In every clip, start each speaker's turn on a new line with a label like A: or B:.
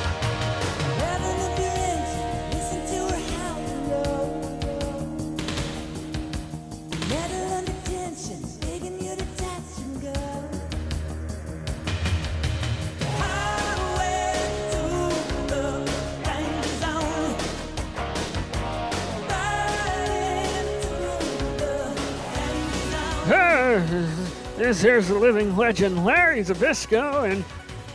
A: Rather than the engine, listen to her howling roar. Metal under tension, begging you to touch and go. Highway to the danger zone. Riding through the danger zone.
B: This here's the living legend, Larry Zabisco, and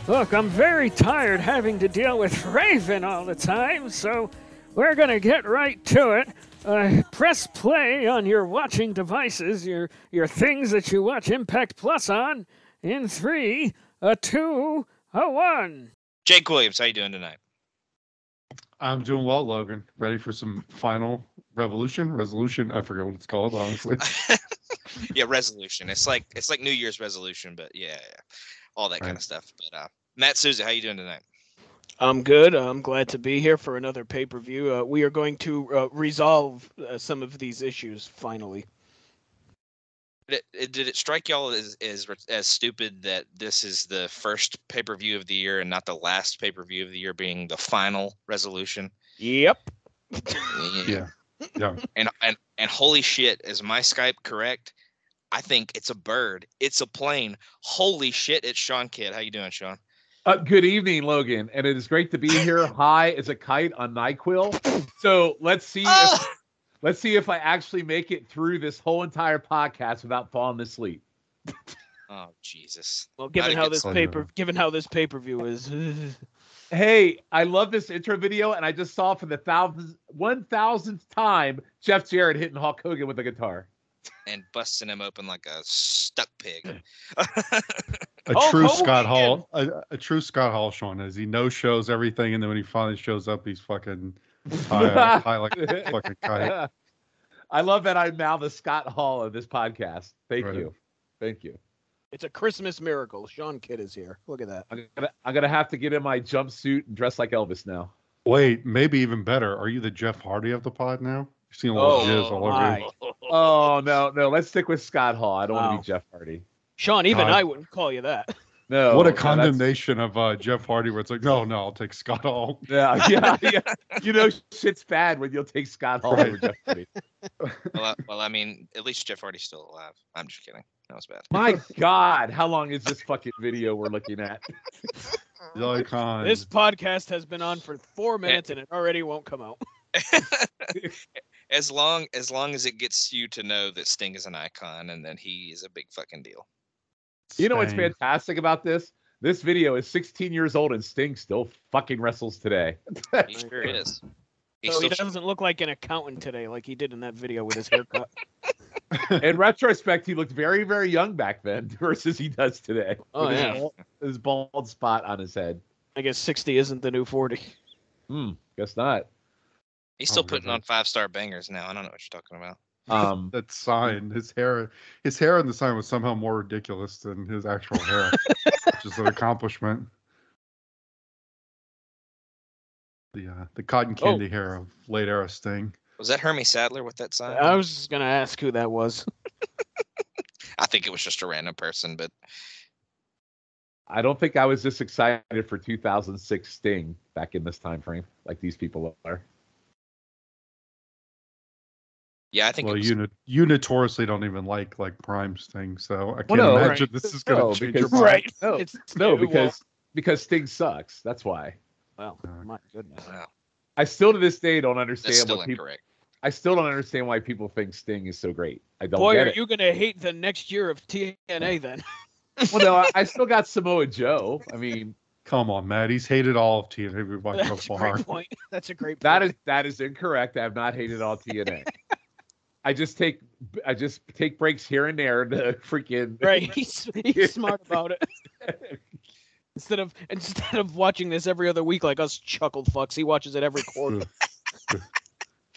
B: look, I'm very tired having to deal with Raven all the time, so we're gonna get right to it. Uh, press play on your watching devices, your your things that you watch Impact Plus on, in three, a two, a one.
C: Jake Williams, how you doing tonight?
D: I'm doing well, Logan. Ready for some final revolution? Resolution? I forget what it's called, honestly.
C: yeah, resolution. It's like it's like New Year's resolution, but yeah, yeah, yeah. all that kind
D: Right.
C: of stuff. But uh, Matt Souza, how you doing tonight?
E: I'm good. I'm glad to be here for another pay per view. Uh, we are going to uh, resolve uh, some of these issues finally.
C: Did it- it, did it strike y'all as, as as stupid that this is the first pay per view of the year and not the last pay per view of the year, being the final resolution?
E: Yep.
D: Yeah. Yeah.
C: And and and holy shit, is my Skype correct? I think it's a bird. It's a plane. Holy shit, it's Sean Kidd. How you doing, Sean?
F: Uh, good evening, Logan, and it is great to be here. High as a kite on Nyquil. So let's see. If,
C: Oh!
F: let's see if I actually make it through this whole entire podcast without falling asleep.
C: oh Jesus.
E: Well,
C: I
E: given
C: think
E: how
C: it's
E: this
D: on
E: paper,
D: your-
E: given how this pay per view is,
F: Hey, I love this intro video, and I just saw for the thousandth, one thousandth time Jeff Jarrett hitting Hulk Hogan with a guitar.
C: And busting him open like a stuck pig.
D: A
E: Oh,
D: true
E: Hogan
D: Scott Hall. A, a true Scott Hall, Sean, is he no shows everything, and then when he finally shows up, he's fucking high, up- high like a fucking kite.
F: I love that I'm now the Scott Hall of this podcast. Thank
D: Right.
F: you, thank you.
E: it's a Christmas miracle. Sean Kidd is here. Look at that.
F: I'm gonna, I'm gonna have to get in my jumpsuit and dress like Elvis now.
D: Wait, maybe even better. Are you the Jeff Hardy of the pod now? You've seen a lot of
F: Oh,
D: jizz all over.
E: my.
D: you.
F: Oh no, no. Let's stick with Scott Hall. I don't want
E: Wow.
F: to be Jeff Hardy.
E: Sean, even
D: God.
E: I wouldn't call you that.
F: No.
D: what a
F: no, that's-
D: condemnation of uh, Jeff Hardy, where it's like, no, no, I'll take Scott Hall.
F: Yeah, yeah, yeah. You know, shit's bad when you'll take Scott Hall over Jeff Hardy.
C: well, I, well, I mean, at least Jeff Hardy's still alive. I'm just kidding. That was bad.
F: My God, how long is this fucking video we're looking at?
D: The icon.
E: This podcast has been on for
F: Eh.
E: four minutes and it already won't come out.
C: As long as long as it gets you to know that Sting is an icon and then he is a big fucking deal.
F: You know what's
D: Sting.
F: fantastic about this? This video is 16 years old and Sting still fucking wrestles today.
C: He sure is. He
E: So he
C: still sh-
E: doesn't look like an accountant today, like he did in that video with his haircut.
F: In retrospect, he looked very, very young back then versus he does today.
E: Oh,
F: With his
E: yeah.
F: bald- His bald spot on his head.
E: I guess sixty isn't the new forty.
F: Hmm, guess not.
C: he's still
D: Oh,
C: putting on
D: goodness.
C: five star bangers now. I don't know what you're talking about.
F: Um,
D: that sign. His hair, his hair on the sign was somehow more ridiculous than his actual hair, which is an accomplishment. The uh, the cotton
E: Oh.
D: candy hair of late era Sting.
C: Was that Hermie Sadler with that sign?
E: I was just gonna ask who that was.
C: I think it was just a random person, but
F: I don't think I was this excited for 2006 Sting back in this time frame, like these people are.
C: yeah, I think
D: Well,
C: it was,
D: you no- you notoriously don't even like like Prime Sting, so I can't
F: no,
D: imagine
E: right.
D: this is going to
F: No,
D: change
F: because-
D: your mind.
F: Right. No,
E: It's
F: No,
E: it won't.
F: because because Sting sucks. That's why.
E: well,
D: Uh,
E: my goodness.
C: wow,
F: I still to this day don't
C: that's
F: understand
C: still
F: what people.
C: incorrect.
F: I still don't understand why people think Sting is so great. I don't
E: Boy,
F: get
E: are
F: it.
E: you gonna hate the next year of TNA then?
F: Well, no, I, I still got Samoa Joe. I mean,
D: Come on, Matt. He's hated all of TNA we've watched so
E: That's a
D: far.
E: great point. That's a great. Point.
F: that is that is incorrect. I have not hated all TNA. I just take I just take breaks here and there to freaking
E: right. He's, he's smart about it. Instead of instead of watching this every other week like us chuckle fucks, he watches it every quarter.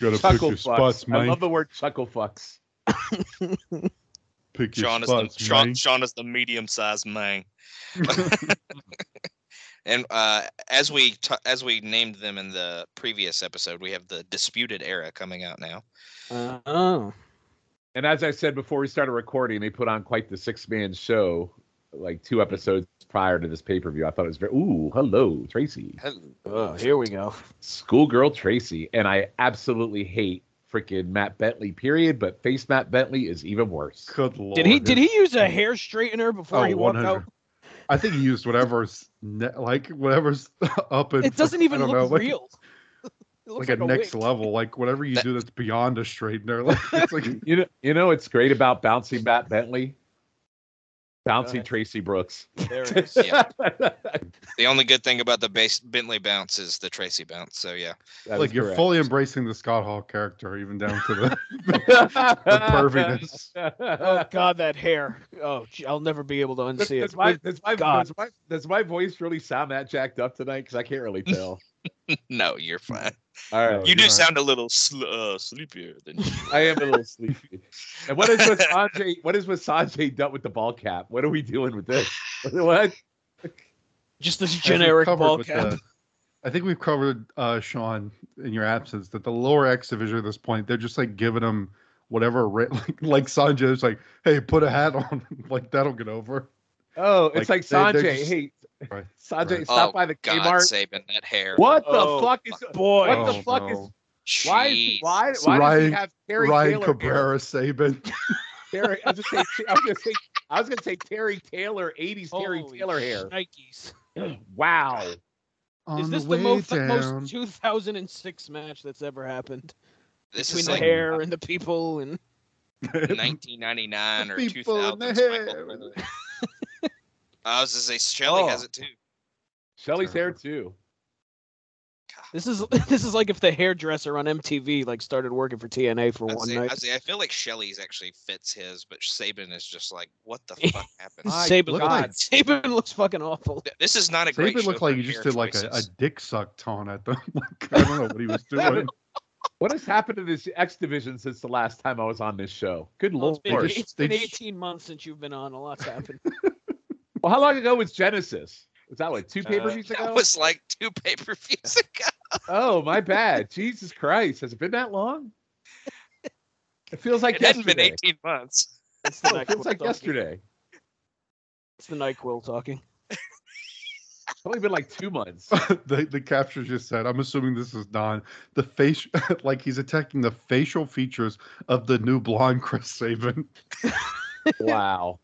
D: Got to pick
F: chuckle
D: your spots,
F: fucks. I
D: mate.
F: love the word chuckle fucks.
D: Pick your
C: Sean is the
D: spots,
C: Sean,
D: man.
C: Sean is the medium sized man. and uh, as we t- as we named them in the previous episode, we have the disputed era coming out now.
E: Uh, oh.
F: And as I said before we started recording, they put on quite the six man show, like two episodes prior to this pay per view. I thought it was very, ooh, hello, Tracy.
E: oh, here we go.
F: Schoolgirl Tracy. And I absolutely hate freaking Matt Bentley, period. But face Matt Bentley is even worse.
D: Good lord.
E: Did he did he use a hair straightener before
D: Oh,
E: he walked
D: 100.
E: out?
D: I think he used whatever's ne- like whatever's up and
E: It doesn't even look real. It
D: Like,
E: looks
D: like a, next
E: wig.
D: level, like whatever you
C: That-
D: do that's beyond a straightener. Like it's like
F: You know, you know what's great about bouncing Matt Bentley? Bouncing
E: ahead.
F: Tracy Brooks.
E: There it is.
C: Yeah. The only good thing about the base Bentley bounce is the Tracy bounce. So yeah,
F: That
D: like
F: is
D: you're
F: correct.
D: fully embracing the Scott Hall character, even down to the, the
F: the
D: perviness.
E: Oh God, that hair. Oh, gee, I'll never be able to
F: Does,
E: unsee it.
F: does, my, does, my,
E: God.
F: does, my, does my voice really sound that jacked up tonight? Because I can't really tell.
C: no, you're fine.
F: All right.
C: You do
D: you're
C: sound a little sl- uh, sleepier than you.
F: I am a little sleepy. And what is with Sanjay? What is with Sanjay done with the ball cap? What are we doing with this? What?
E: Just this
D: I think we've
E: generic
D: covered
E: ball
D: with
E: cap.
D: the- I think we've covered uh, Sean in your absence that the lower X division at this point they're just like giving him whatever ra- like like Sanjay's like hey put a hat on like that'll get over
F: Oh, it's like,
D: Like, they-
F: Sanjay.
D: they're just-
F: hey,
D: Right,
F: Sanjay,
D: right.
F: stop
C: Oh,
F: by the
C: God,
F: Kmart.
C: saving that hair.
F: What the
E: Oh,
F: fuck is?
E: Boy,
F: What the
D: Oh,
F: fuck is?
D: no.
F: Why is he,
C: Jeez.
F: why,
D: So
F: why does
D: Ryan-
F: he have Terry
D: Ryan
F: Taylor
D: Cabrera Saban
F: hair? Terry, I was gonna say, I was gonna say, I was gonna say Terry Taylor, '80s Terry
E: Holy
F: Taylor hair.
E: Nikes.
F: Wow.
D: on
E: Is this the,
D: way
E: mo-
D: down.
E: most 2006 match that's ever happened?
C: This
E: Between
C: is
E: the
C: like
E: hair and the people and
C: 1999 or
D: People
C: 2000.
D: in the hair.
C: I was just say Shelley has
F: Oh.
C: it too.
F: Shelly's hair too.
E: this is this is like if the hairdresser on MTV like started working for TNA for
C: I'd
E: one
C: say,
E: night.
C: I'd say I feel like Shelley's actually fits his, but Saban is just like, what the fuck happened?
F: My
E: Saban,
D: God.
E: God, Saban looks fucking awful.
C: Th- This is not a great.
D: Saban
C: show
D: looked
C: for
D: like he just
C: hair
D: did like a, a
C: choices.
D: dick suck taunt at them like, I don't know what he was doing
F: What has happened to this X division since the last time I was on this show? Good
E: Well, it's
F: lord.
E: been,
D: Lord.
E: it's been
D: They just-
E: 18 months since you've been on. A lot's happened.
F: Well, how long ago was Genesis? Was that like two pay per views ago?
C: Uh, That was like two pay per views ago.
F: Oh, my bad. Jesus Christ. Has it been that long? It feels like
C: it hadn't been
F: yesterday.
C: 18 months.
E: It's the
F: Oh,
E: NyQuil
F: it feels like
E: talking.
F: yesterday.
E: It's the Nyquil talking.
F: It's only been like two months.
D: the the capture just said, I'm assuming this is Don. The face, like he's attacking the facial features of the new blonde Chris Saban.
F: Wow.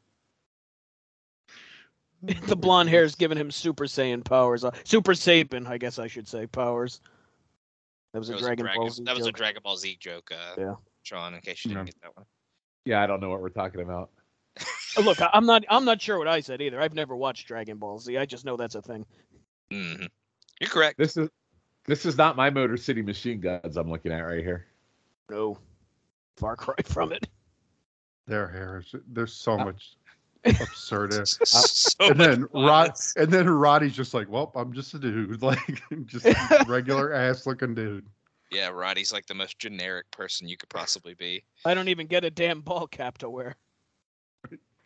E: the blonde hair's giving him Super Saiyan powers. Uh, Super Saiyan, I guess I should say powers. That was a
C: That was a
E: Dragon Ball
C: Dragon-
E: Z
C: That was a
E: joke.
C: Dragon Ball Z joke, uh,
E: Yeah.
C: Sean, in case you didn't
D: Yeah.
C: get that one.
F: Yeah, I don't know what we're talking about.
E: Uh, Look, I- I'm not. I'm not sure what I said either. I've never watched Dragon Ball Z. I just know that's a thing.
C: Mhm. You're correct.
F: This is this is not my Motor City machine guns I'm looking at right here.
E: No, far cry from it.
D: Their hair is there's so
E: Uh.
D: much absurd. hair.
C: so
D: And then
C: much
D: Rod,
C: violence.
D: and then Roddy's just like, well, I'm just a dude, like just regular ass looking dude.
C: Yeah, Roddy's like the most generic person you could possibly be.
E: I don't even get a damn ball cap to wear.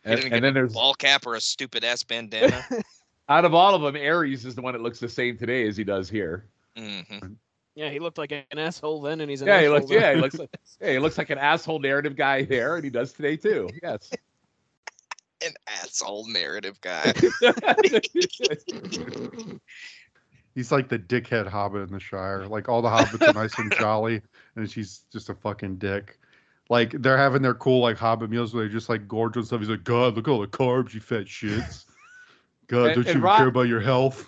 F: And,
C: didn't get
F: and then there's
C: Ball cap or a stupid ass bandana.
F: out of all of them, Aries is the one that looks the same today as he does here.
C: hmm
E: Yeah, he looked like an asshole then, and he's an
F: Yeah, he
E: asshole
F: looks.
E: now.
F: Yeah, he looks. Like, yeah, he looks like an asshole narrative guy there, and he does today too. Yes.
C: An asshole narrative guy.
D: He's like the dickhead hobbit in the Shire. Like all the hobbits are nice and jolly, and she's just a fucking dick. Like they're having their cool like hobbit meals where they just like gorge on stuff. He's like, God, look at all the carbs, you fat shits. God,
F: And-
D: don't you
F: and
D: even
F: Rob-
D: care about your health?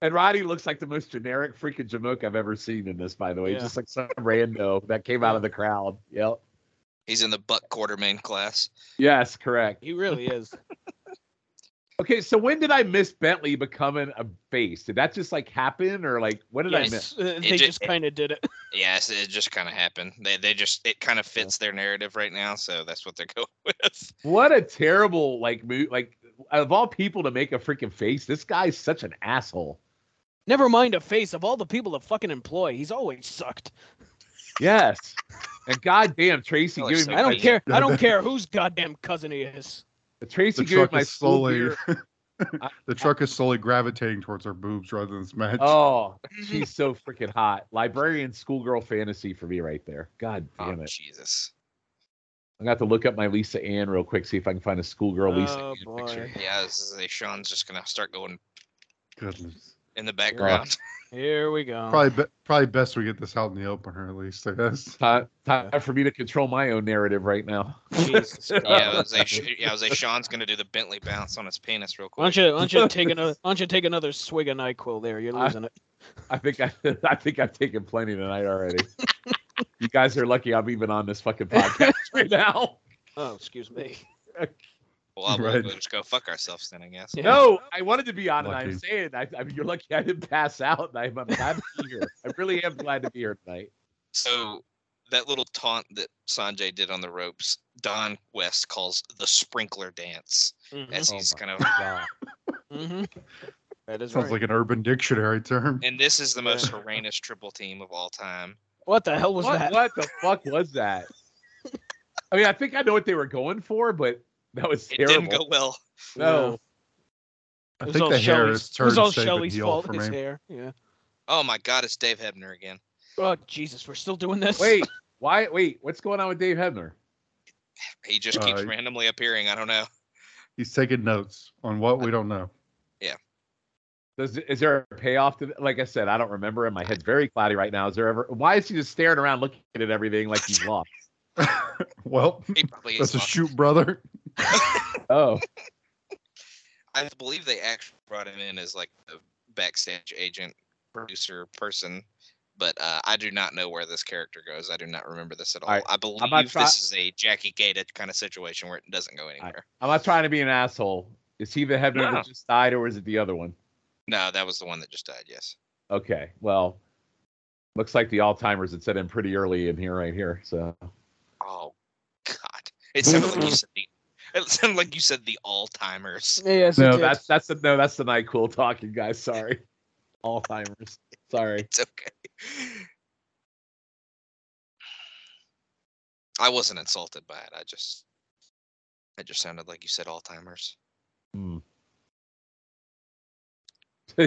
F: and Roddy looks like the most generic freaking jamoke I've ever seen in this. By the way,
E: Yeah.
F: just like some rando that came out of the crowd. Yep.
C: He's in the Buck Quartermain class.
F: Yes, correct.
E: he really is.
F: Okay, so when did I miss Bentley becoming a face? Did that just like happen, or like what did I miss?
E: Yes, uh, they
C: ju-
E: just kind of did it.
C: Yes, it just kind of happened. They they just it kind of fits their narrative right now, so that's what they're going with.
F: What a terrible like move. Like of all people to make a freaking face, this guy's such an asshole.
E: Never mind a face of all the people to fucking employ. He's always sucked.
F: Yes. And goddamn, Tracy,
C: Oh,
F: giving
C: so
F: me
E: I don't
F: my-
E: care. I don't care whose goddamn cousin he is.
F: Tracy
D: The
F: giving
D: truck
F: my
D: is
F: school
D: slowly
F: beer-
D: the truck is slowly gravitating towards her boobs rather than smegma.
F: Oh, she's so freaking hot. Librarian schoolgirl fantasy for me right there. God
C: Oh,
F: damn it.
C: Jesus.
F: I'm gonna have to look up my Lisa Ann real quick, see if I can find a schoolgirl Lisa
E: Oh,
F: Ann picture.
E: boy.
C: Yeah, this is a, Sean's just gonna start going
D: Goodness.
C: in the background.
E: Here we go.
D: Probably be- probably best we get this out in the open, or at least I guess.
F: Time, time for me to control my own narrative right now.
E: Jesus Christ.
C: Yeah, I was like, Sh- yeah, I was like, Sean's gonna do the Bentley bounce on his penis real
E: Why don't
C: quick.
E: you, why don't you take another why don't you take another swig of NyQuil there? You're
F: I-
E: losing it.
F: I think I, I think I've taken plenty tonight already. you guys are lucky I'm even on this fucking podcast right now.
E: Oh, excuse me.
C: Well, we'll,
D: Right.
C: we'll just go fuck ourselves then, I guess.
E: Yeah.
F: No, I wanted to be on, and I'm
D: Lucky.
F: saying I, I mean, you're lucky I didn't pass out. And I'm, I'm glad to be here. I really am glad to be here tonight.
C: So that little taunt that Sanjay did on the ropes, Don West calls the sprinkler dance as
D: Mm-hmm.
F: Oh
C: he's
F: my
C: kind of.
F: God.
E: hmm That is
D: Sounds
E: right.
D: like an urban dictionary term.
C: And this is the most horrendous triple team of all time.
E: what the hell was
F: what,
E: that?
F: what the fuck was that? I mean, I think I know what they were going for, but that was
C: It
F: terrible.
C: didn't go well.
F: No.
D: I
E: It was
D: think
E: all
D: the hair
E: Shelley's-
D: is
E: It was
D: turned
E: all
D: save and
E: Shelley's
D: heel
E: fault.
D: for
E: his
D: me.
E: hair. Yeah.
C: Oh my God, it's Dave Hebner again.
E: Oh Jesus, we're still doing this.
F: Wait, why? Wait, what's going on with Dave Hebner?
C: He just keeps
D: Uh,
C: randomly appearing. I don't know.
D: He's taking notes on what we don't know.
F: Does is there a payoff to? th- Like I said, I don't remember, and my head's very cloudy right now. Is there ever? Why is he just staring around, looking at everything like he's lost?
D: well,
C: He probably is.
D: that's a
C: lost.
D: shoot, brother.
F: Oh,
C: I believe they actually brought him in as like the backstage agent, producer person, but uh, I do not know where this character goes. I do not remember this at all.
F: Alright,
C: I believe
F: I'm not try-
C: this is a Jackie Gata kind of situation where it doesn't go anywhere.
F: I'm not trying to be an asshole. Is he the Hebner
C: No.
F: that just died, or is it the other one?
C: No, that was the one that just died. Yes.
F: Okay, well, looks like the all timers had set in pretty early in here, right here. So
C: Oh God! It sounded like you said the. It sounded like you said the all timers.
E: Yes, it
F: no,
E: did.
F: that's that's the no, that's the night cool talking, guys. Sorry, all timers. Sorry.
C: It's okay. I wasn't insulted by it. I just. It just sounded like you said all timers.
F: Hmm.
C: I,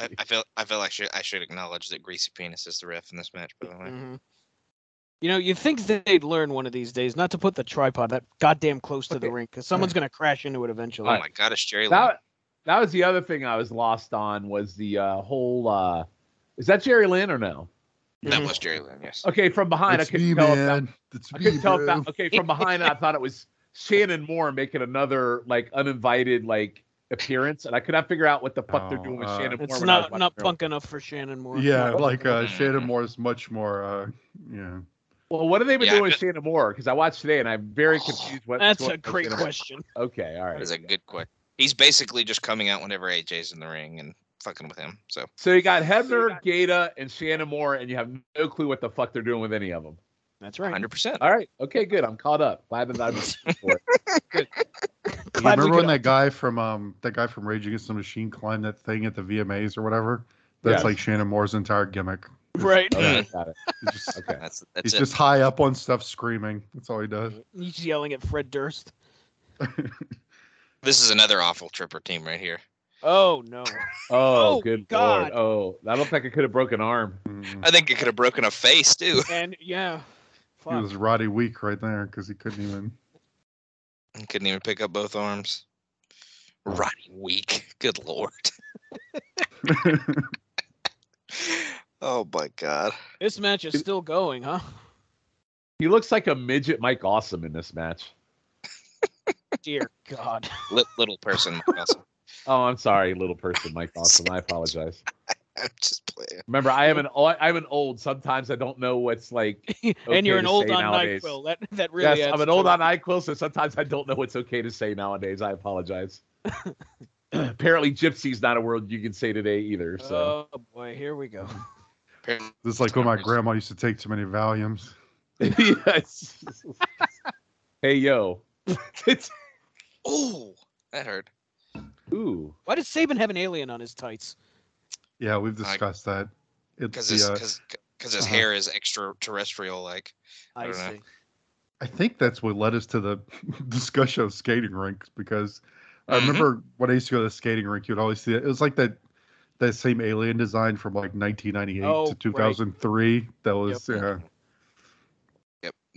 C: I feel I feel I should I should acknowledge that Greasy Penis is the ref in this match. By the way, Oh
E: Mhm. You know, you think they'd learn one of these days not to put the tripod that goddamn close to the
F: Okay.
E: ring because someone's gonna crash into it eventually.
C: oh my God, it's Jerry. Lynn.
F: That that was the other thing I was lost on was the uh, whole. uh Is that Jerry Lynn or no?
C: That was Jerry Lynn. Yes.
F: Okay, from behind,
D: it's
F: I couldn't
D: me,
F: tell. If that,
D: man. It's
F: I
D: me,
F: couldn't tell
D: bro.
F: if that. Okay, from behind, I thought it was Shannon Moore making another like uninvited like appearance, and I could not figure out what the fuck they're
D: Oh,
F: doing with
D: uh,
F: Shannon Moore.
E: It's
F: when I
E: not
F: was watching
E: not
F: her.
E: punk enough for Shannon Moore.
D: Yeah,
E: Not-
D: like uh, Shannon Moore is much more. Uh, yeah,
F: Well, what have they been
C: Yeah, I
F: doing with Shannon Moore? Because I watched today, and I'm very confused. What,
E: Oh, that's
F: what-
E: a great
F: Shannon Moore-
E: question.
F: Okay, all
C: That
F: right.
C: is a good quick. He's basically just coming out whenever AJ's in the ring and fucking with him. So
F: So you got Hebner, Gata, and Shannon Moore, and you have no clue what the fuck they're doing with any of them.
E: That's right.
C: 100. percent
F: All right. Okay, good. I'm caught up. Glad that I'm for it.
D: You
E: Glad we
D: remember when
E: could-
D: that guy from um that guy from Rage Against the Machine climbed that thing at the VMAs or whatever? That's
F: Yes.
D: like Shannon Moore's entire gimmick.
E: right?
F: All right, Oh, got it.
D: He's just,
F: Okay.
C: That's that's
D: he's
C: it.
D: just high up on stuff, screaming. That's all he does.
E: He's yelling at Fred Durst.
C: This is another awful tripper team right here.
E: Oh no.
F: Oh,
E: Oh,
F: good
E: God.
F: lord. Oh, I don't think I could have broken arm.
D: Mm.
C: I think it could have broken a face too.
E: And yeah,
D: He
E: fuck.
D: was Roddy Weak right there because he couldn't even.
C: Couldn't even pick up both arms. Roddy weak. Good lord. oh my God.
E: This match is still going, huh?
F: He looks like a midget Mike Awesome in this match.
E: Dear God.
C: Lit, little person. Awesome.
F: Oh, I'm sorry, little person Mike Awesome. I apologize.
C: I'm just playing.
F: Remember, I am an o- I'm an old. Sometimes I don't know what's like. Okay
E: and you're an
F: to
E: old
F: say
E: on
F: nowadays.
E: NyQuil. That that really
F: yes,
E: adds
F: I'm an
E: to
F: old
E: it.
F: on IQL, so sometimes I don't know what's okay to say nowadays. I apologize. Apparently, gypsy's not a word you can say today either. So.
E: Oh boy, here we go.
C: Apparently-
D: This is like when my grandma used to take too many Valiums.
F: yes. hey yo. It's-
C: Oh, that hurt.
F: Ooh.
E: Why does Saban have an alien on his tights?
D: Yeah, we've discussed that. It's
C: Because
D: the
C: it's
D: uh,
C: because because his
D: Uh-huh.
C: hair is extraterrestrial like. I
E: I
C: don't know.
E: see.
D: I think that's what led us to the discussion of skating rinks because I
E: Mm-hmm.
C: Mhm.
D: remember when I used to go to the skating rink, you'd always see it. It was like that that same alien design from like 1998
E: Oh,
D: to
E: right.
D: 2003. That was yeah.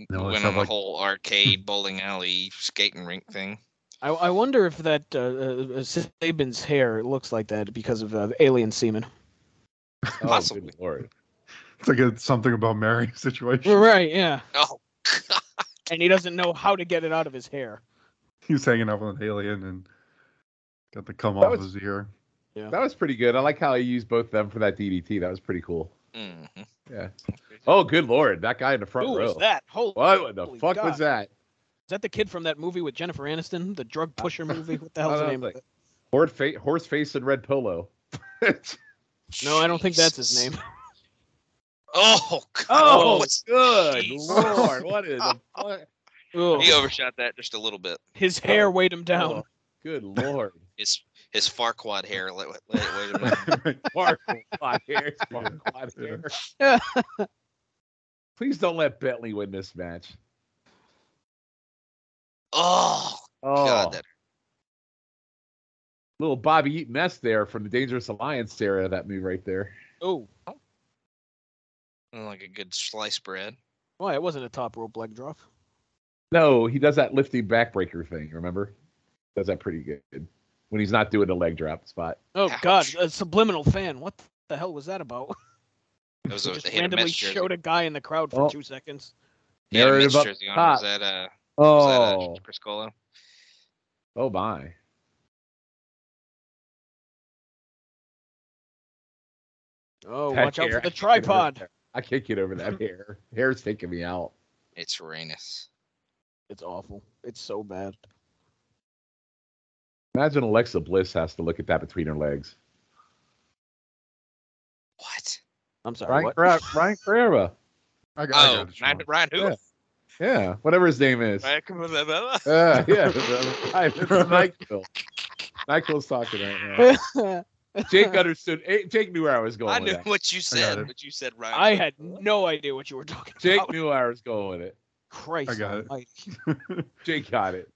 D: No, it
C: went
D: sounds
C: on the
D: like-
C: whole arcade bowling alley skating rink thing.
E: I, I wonder if that uh, uh, Saban's hair looks like that because of uh, alien semen.
D: Oh,
C: Possibly.
F: good lord.
D: It's like a something about Mary situation.
E: Right. Yeah.
C: Oh, God.
E: And he doesn't know how to get it out of his hair.
D: He was hanging out with an alien and got the come
F: That
D: off
F: was-
D: his ear.
F: That was pretty good. I like how he used both of them for that DDT. That was pretty cool.
C: Mhm.
F: Oh, good lord, that guy in the front
E: Who
F: row.
E: was that? Holy.
F: What the
E: Holy
F: fuck
E: God.
F: was that?
E: Is that the kid from that movie with Jennifer Aniston, the drug pusher movie? What the
F: I
E: hell's the
F: don't
E: name? of
F: think-
E: it?
F: Horse face, horse face and red polo.
E: No, I don't think that's his
C: Jesus.
E: name.
C: Oh, God. what's-
F: good
C: Jeez.
F: lord! What is the fuck?
E: Ugh.
C: He overshot that just a little bit.
E: His hair weighed him down.
F: Oh, good lord!
C: His his Farquad hair. Let, let, wait a minute.
F: Mark Quad hair, Mark Quad hair. Please don't let Bentley win this match.
C: Oh,
F: Oh,
C: God. That,
F: little Bobby Eaton mess there from the Dangerous Alliance era. That move right there.
E: Oh,
C: like a good sliced bread.
E: why? It wasn't a top rope leg drop.
F: No, he does that lifting backbreaker thing. Remember? Does that pretty good when he's not doing the leg drop spot.
E: Oh
C: Ouch.
E: God, a subliminal fan. What the hell was that about?
C: It was a,
E: Just
C: they had a
E: randomly
C: Mets jersey.
E: showed a guy in the crowd for
F: Oh.
E: two seconds.
C: He had a
F: Narrative
C: Mets
F: up
C: jersey on. Was
F: top.
C: that, uh, was that
F: Oh,
C: uh, Chris Colo?
F: oh my!
E: Oh,
F: That
E: watch out
F: hair,
E: for
F: I
E: the
F: can't get over
E: tripod.
F: that. I can't get over that hair. Hair's taking me out.
C: It's Uranus.
E: It's awful. It's so bad.
F: Imagine Alexa Bliss has to look at that between her legs.
C: What?
E: I'm sorry.
F: Ryan,
E: what?
F: Car- Ryan Carrera.
D: I got, I
C: Oh,
D: got it, Sean.
C: Ryan, Ryan who?
F: Yeah. Yeah, whatever his name is.
C: Ryan, come on, blah, blah, blah.
F: Uh, yeah, Nyquil. Nyquil's talking right now. Jake understood. eh, Jake knew where I was going
C: I
F: with
C: knew
F: that.
C: what you
D: it.
C: said, but you said Ryan.
E: I had no idea what you were talking
F: uh, Jake
E: about.
F: knew where I was going with it.
E: Christ.
D: I got it.
E: almighty.
F: Jake got it.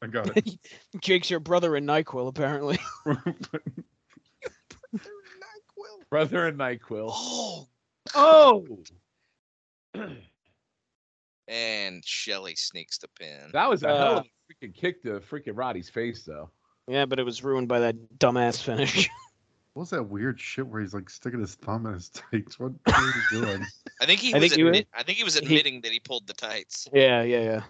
D: I got it.
E: Jake's your brother in Nyquil, apparently.
C: NyQuil.
F: Brother and Nyquil.
C: Oh,
F: Oh,
C: and Shelly sneaks the pin.
F: that was a hell
E: Uh.
F: of a freaking kick to freaking Roddy's face, though.
E: yeah, but it was ruined by that dumbass finish.
D: What was that weird shit where he's like sticking his thumb in his tights? What, what are you doing?
C: I think he
E: I
C: was.
E: think you were-
C: admit, I think he was
E: he-
C: admitting that he pulled the tights.
E: yeah, yeah, yeah.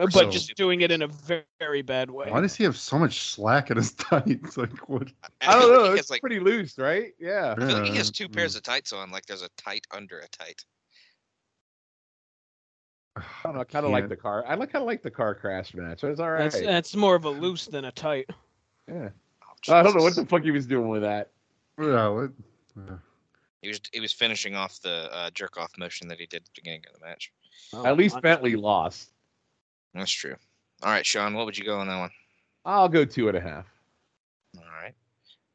E: Uh, But
D: So-
E: just doing it in a very, very bad way.
D: Why does he have so much slack in his tights? Like what?
F: I don't
C: feel like
F: know.
C: He
F: It's
C: has like.
F: pretty loose, right? Yeah.
C: I feel like he has two
D: Mm.
C: pairs of tights on. Like there's a tight under a tight.
F: I don't know. Kind of like the car. I like kind of like the car crash match. It was all right.
E: That's, that's more of a loose than a tight.
F: yeah.
E: uh,
C: Oh,
F: I don't know what
C: Jesus.
F: the fuck he was doing with that.
D: Yeah, what- yeah.
C: He was. He was finishing off the uh, jerk off motion that he did at the beginning of the match.
F: At least
E: I-
F: Bentley lost.
C: That's true. All right, Sean, what would you go on that one?
F: I'll go two and a half.
C: All right.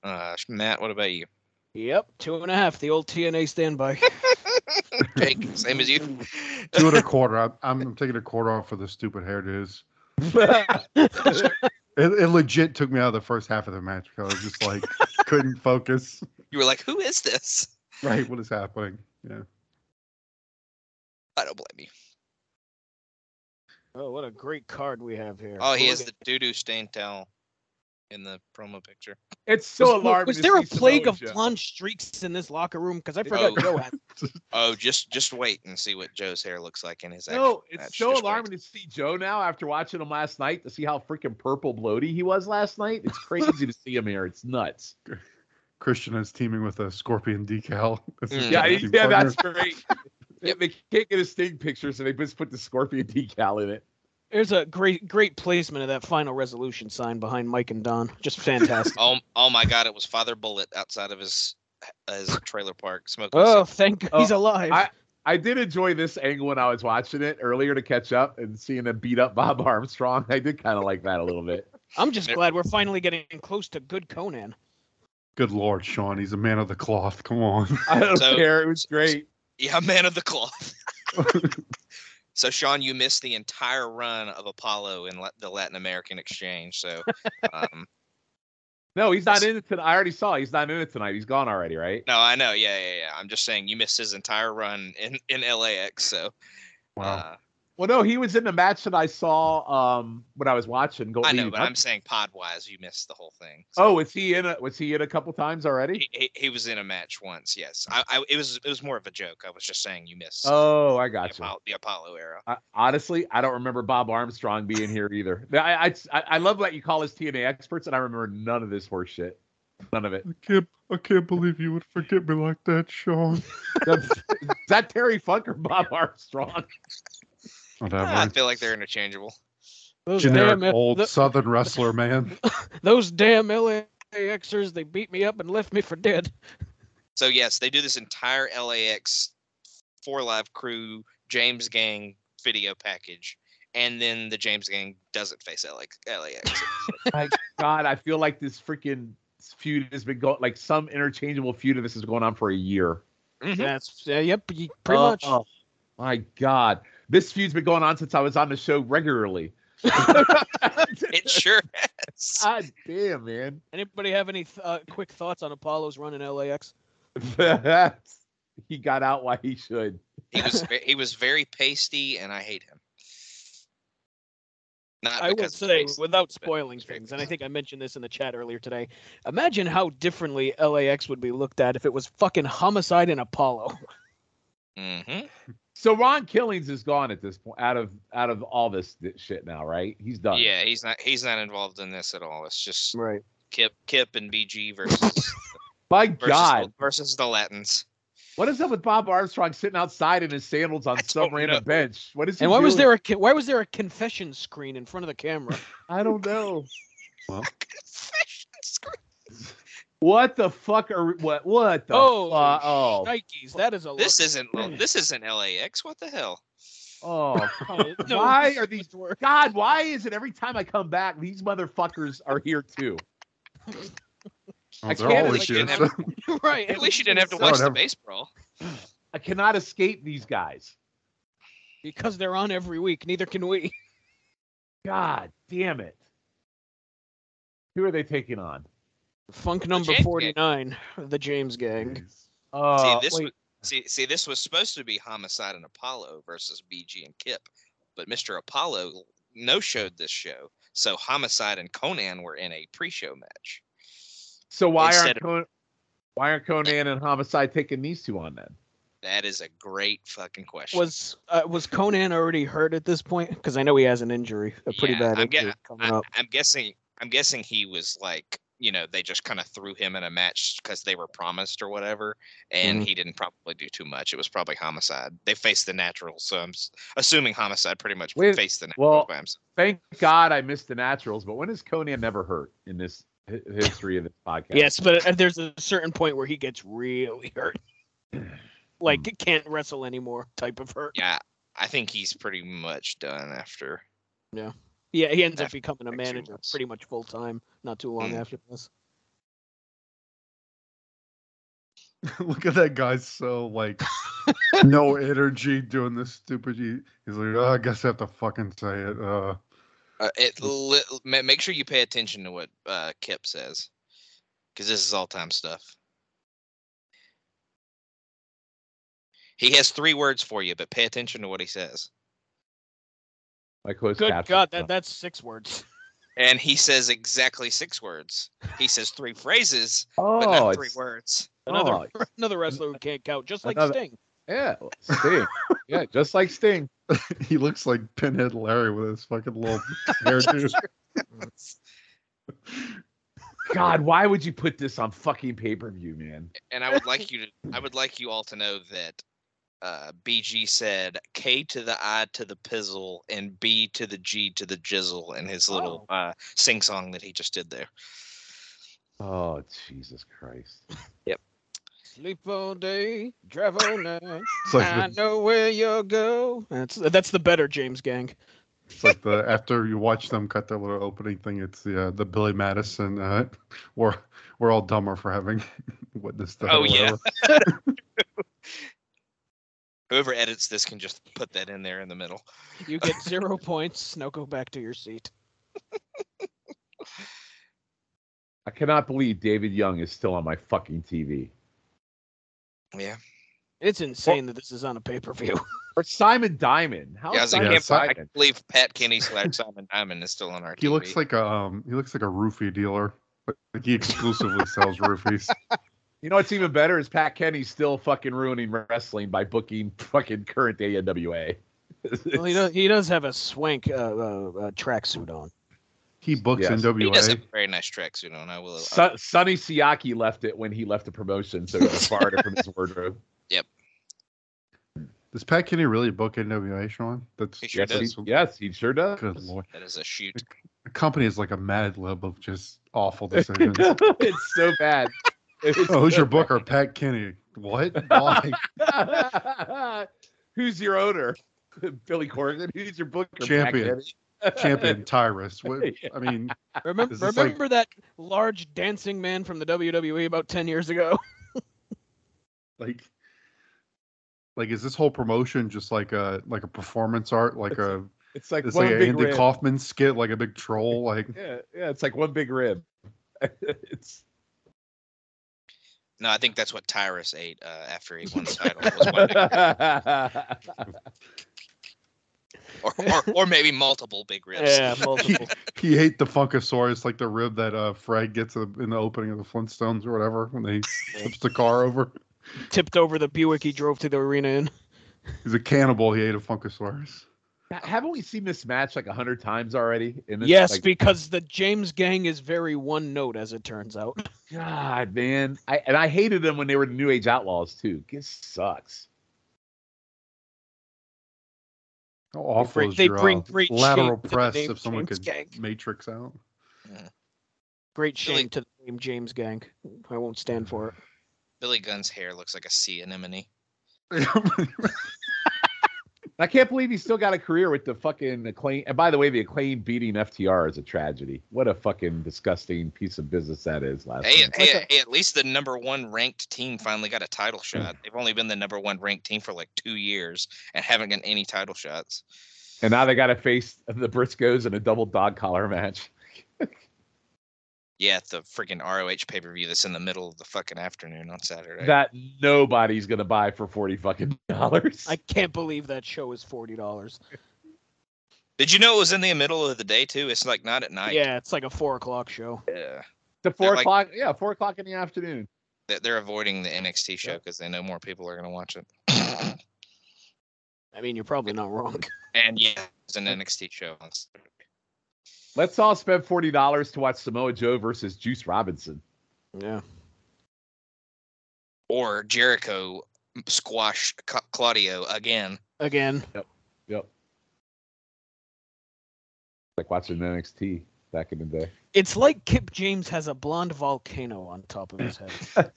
C: Uh, Matt, what about you?
E: Yep, two and a half. The old TNA standby.
C: Jake, same as you.
D: Two and a quarter. I'm, I'm taking a quarter off for the stupid hairdos. It, it legit took me out of the first half of the match because I was just like couldn't focus.
C: You were like, "Who is this?"
D: Right, what is happening? Yeah.
C: I don't blame you.
E: oh, what a great card we have here.
C: Oh, he
E: Look
C: has
E: at-
C: the doo doo stained towel in the promo picture.
F: it's so
E: was,
F: alarming.
E: Was
F: to
E: there a
F: see
E: plague
F: Samoa
E: of
F: Joe.
E: blonde streaks in this locker room? Because I forgot
C: Oh.
E: Joe had.
C: Oh, just just wait and see what Joe's hair looks like in his.
F: No,
C: actual
F: it's
C: match.
F: so
C: Just wait.
F: alarming to see Joe now after watching him last night to see how freaking purple bloaty he was last night. It's crazy to see him here. It's nuts.
D: Christian is teaming with a scorpion decal. This is
C: Mm.
F: Yeah,
D: his
F: he-
D: team
F: yeah,
D: partner.
F: that's great. They- They can't get a sting picture, so they just put the scorpion decal in it.
E: There's a great, great placement of that final resolution sign behind Mike and Don. Just fantastic.
C: Oh, oh my God! It was Father Bullet outside of his his trailer park smoking.
E: oh,
C: cig-
E: thank God he's alive.
F: I did enjoy this angle when I was watching it earlier to catch up and seeing them beat up Bob Armstrong. I did kind of like that a little bit.
E: I'm just glad we're finally getting close to good Conan.
D: Good lord, Sean. He's a man of the cloth. Come on.
C: Uh,
F: I don't
C: So-
F: care. It was great.
C: Yeah, man of the cloth. so Sean, you missed the entire run of Apollo in La- the Latin American exchange. So um,
F: No, he's not in it tonight. I already saw he's not in it tonight. He's gone already, right?
C: no, I know. Yeah, yeah, yeah. I'm just saying you missed his entire run in in LAX. So
D: Wow.
C: uh,
F: Well, no, he was in the match that I saw um when I was watching. Gold
C: I know,
F: Leaf.
C: but I'm saying pod wise, you missed the whole thing. So
F: Oh, was he in? A, was he in a couple times already?
C: he, he, he was in a match once. Yes, I, I it was it was more of a joke. I was just saying you missed
F: Oh, I
C: the,
F: gotcha.
C: Apollo, the Apollo era.
F: I, honestly, I don't remember Bob Armstrong being here either. I, I I I love that you call us TNA experts, and I remember none of this horse shit. None of it.
D: I can't, I can't believe you would forget me like that, Sean.
F: That's, is that Terry Funk or Bob Armstrong?
C: I
D: Whatever.
C: feel like they're interchangeable.
E: Those damn
D: Generic
E: F-
D: old
E: th-
D: Southern wrestler, man.
E: those damn LAXers, they beat me up and left me for dead.
C: So yes, they do this entire LAX four live crew James Gang video package, and then the James Gang doesn't face LAX. LAX.
F: God, I feel like this freaking feud has been going like some interchangeable feud of this is going on for a year.
D: Mm-hmm.
C: Mhm.
E: That's yeah, yep, y- pretty
F: Oh,
E: much.
F: oh, my God, this feud's been going on since I was on the show regularly.
C: It sure has.
F: God damn, man.
E: Anybody have any th- uh, quick thoughts on Apollo's run in LAX?
F: he got out why he should.
C: He was ve- he was very pasty, and I hate him.
D: Uh,
C: Not
E: I will
C: because of
E: say,
C: pasty,
E: without
C: but
E: spoiling
C: it's very
E: things, and I
C: pasty.
E: think I mentioned this in the chat earlier today. Imagine how differently LAX would be looked at if it was fucking homicide in Apollo.
C: Mhm.
F: So Ron Killings is gone at this point out of out of all this th- shit now, right? He's done.
C: Yeah, he's not he's not involved in this at all. It's just
E: Right.
C: Kip Kip and BG versus
F: My
C: versus,
F: God,
C: The, versus the Latins.
F: what is up with Bob Armstrong sitting outside in his sandals on
C: I
F: some
C: don't
F: random
C: know.
F: bench? What is he?
E: And why was
F: doing?
E: there a co- why was there a confession screen in front of the camera?
F: I don't know. What the fuck are what? What the?
E: oh,
F: fu- oh,
E: Nikes, that is a
C: This isn't this isn't LAX. What the hell?
F: oh.
E: look. No,
F: why
E: this
F: are these?
E: is worse.
F: God, why is it every time I come back, these motherfuckers are here too?
D: Well,
F: can't
D: Oh, they're always
C: believe
D: here.
C: you
D: so-
E: right?
C: At least you didn't have to
D: so-
C: watch the
D: Whatever.
C: base brawl.
F: I cannot escape these guys.
E: because they're on every week. Neither can we.
F: God damn it. Who are they taking on?
E: Funk number
C: James Gang.
E: forty nine, the James Gang.
F: Uh,
C: see this
F: wait,
C: was, see see this was supposed to be Homicide and Apollo versus BG and Kip, but Mr. Apollo no showed this show, so Homicide and Conan were in a pre-show match.
F: so why
C: instead
F: aren't
C: of-
F: Con- why aren't Conan and Homicide taking these two on then?
C: That is a great fucking question.
E: Was uh, was Conan already hurt at this point? Because I know he has an injury, a pretty
C: Yeah,
E: bad
C: I'm ge-
E: injury coming
C: I,
E: up.
C: I'm guessing I'm guessing he was like you know they just kind of threw him in a match because they were promised or whatever, and
F: Mm-hmm.
C: he didn't probably do too much. It was probably Homicide. They faced the Natural, so I'm s- assuming Homicide pretty much
F: Wait,
C: faced the Natural.
F: well,
C: by himself.
F: Thank God I missed the Naturals, but when has Conan never hurt in this hi- history of this podcast?
E: Yes, but uh, there's a certain point where he gets really hurt,
F: Hmm.
E: like can't wrestle anymore, type of hurt.
C: yeah, I think he's pretty much done after.
E: Yeah, he ends up
C: After
E: becoming a
C: like two
E: manager
C: months.
E: pretty much full time. Not too long
C: Mm.
E: after this.
D: Look at that guy, so like, no energy doing this stupid. He, he's like, oh, I guess I have to fucking say it. Uh,
C: Uh, it li- ma- make sure you pay attention to what uh, Kip says, because this is all time stuff. He has three words for you, but pay attention to what he says.
F: My close
E: Good
F: captions.
E: God, that that's six words.
C: And he says exactly six words. He says three phrases,
F: oh,
C: but not three
F: it's-
C: words.
E: Another
F: oh,
E: another wrestler who can't count, just like
F: Another-
E: Sting.
F: yeah, Sting. yeah, just like Sting.
D: he looks like Pinhead Larry with his fucking little hairdo.
F: God, why would you put this on fucking pay per view, man?
C: And I would like you to, I would like you all to know that uh, BG said K to the I to the pizzle and B to the G to the jizzle in his little uh, sing song that he just did there.
F: Oh Jesus Christ!
E: Sleep all day, drive all night.
D: It's like, the,
E: know where you'll go. That's that's the better James Gang.
D: it's like the after you watch them cut their little opening thing. It's the uh, the Billy Madison. Uh, we're we're
F: Oh,
D: all dumber for having witnessed that. or
C: Oh, yeah.
D: whatever.
C: Whoever edits this can just put that in there in the middle.
E: You get zero points. Now go back to your seat.
F: I cannot believe David Young is still on my fucking TV.
C: Yeah.
E: It's insane that this is on a pay per view.
F: Or Simon Diamond. How
C: yeah I, was
F: is
C: like,
D: Yeah,
F: Simon
C: can't- I
F: Diamond?
C: can't believe Pat Kenny slash Simon Diamond is still on our
D: He
C: TV.
D: looks like a um, he looks like a roofie dealer. Like like, he exclusively sells roofies.
F: You know what's even better is Pat Kenny's still fucking ruining wrestling by booking fucking current day NWA.
E: well, he does, he does have a swank uh, uh, uh, tracksuit on.
D: He books
F: Yes.
C: he does have
D: NWA.
C: a very nice tracksuit on. I will. uh, I-
F: Son- Sonny Siaki left it when he left the promotion, so he borrowed it from his wardrobe.
D: Does Pat Kenny really book NWA, Sean? That's
C: He sure
F: Yes,
D: that's-
C: does.
F: he, yes, he sure does.
D: Good lord.
C: that is a shoot.
D: The company is like a mad lib of just awful decisions.
F: it's so bad. It's
D: oh, who's
F: so
D: your booker? Pat Kenny. What? Why?
F: bad. who's your owner? Billy Corgan. Who's your booker? Pat
D: Champion.
F: Kenny?
D: Champion Tyrus. What I mean,
E: Remember,
D: Is this like-
E: remember that large dancing man from the WWE about ten years ago?
D: like like is this whole promotion just like a like a performance art, like a
F: It's like
D: it's
F: one
D: like an
F: big
D: Andy
F: rib.
D: Kaufman skit, like a big troll, like
F: Yeah, yeah, it's like one big rib. it's
C: No, I think that's what Tyrus ate uh, after he won the title. was one big- or, or, or maybe multiple big ribs.
E: multiple.
D: he ate the Funkasaurus, like the rib that uh Fred gets in the opening of the Flintstones or whatever when they flips the car over.
E: Tipped over the Buick he drove to the arena in.
D: He's a cannibal. He ate a Funkasaurus.
F: Haven't we seen this match like a hundred times already? And it's
E: Yes,
F: like,
E: because the James Gang is very one note, as it turns out.
F: God, man, I and I hated them when they were the New Age Outlaws too. This sucks.
D: How awful
E: bring-
D: is
E: they
D: your,
E: bring
D: uh,
E: great
D: lateral
E: shame to the
D: press
E: name
D: if someone
E: James
D: could
E: Gang.
D: matrix out?
E: Great
C: Really?
E: shame to the name James Gang. I won't stand for it.
C: Billy Gunn's hair looks like a sea anemone.
F: I can't believe he still got a career with the fucking acclaim. And by the way, the acclaim beating FTR is a tragedy. What a fucking disgusting piece of business that is. Last
C: Hey,
F: night.
C: hey, hey, at least the number one ranked team finally got a title shot. They've only been the number one ranked team for like two years and haven't gotten any title shots.
F: and now they got to face the Briscoes in a double dog collar match.
C: Yeah, at the freaking ROH pay per view that's in the middle of the fucking afternoon on Saturday.
F: that nobody's gonna buy for forty fucking dollars.
E: I can't believe that show is forty dollars.
C: Did you know it was in the middle of the day too? It's like not at night.
E: Yeah, it's like a four o'clock show.
C: Yeah.
F: to four
C: like-
F: o'clock. Yeah, four o'clock in the afternoon.
C: They- They're avoiding the NXT show because they know more people are going to watch it.
E: I mean, you're probably not wrong.
C: and yeah, it's an NXT show on Saturday.
F: Let's all spend forty dollars to watch Samoa Joe versus Juice Robinson.
E: Yeah.
C: Or Jericho squash Ca- Claudio again.
E: Again,
F: Yep. Like watching NXT back in the day.
E: it's like Kip James has a blonde volcano on top of his head.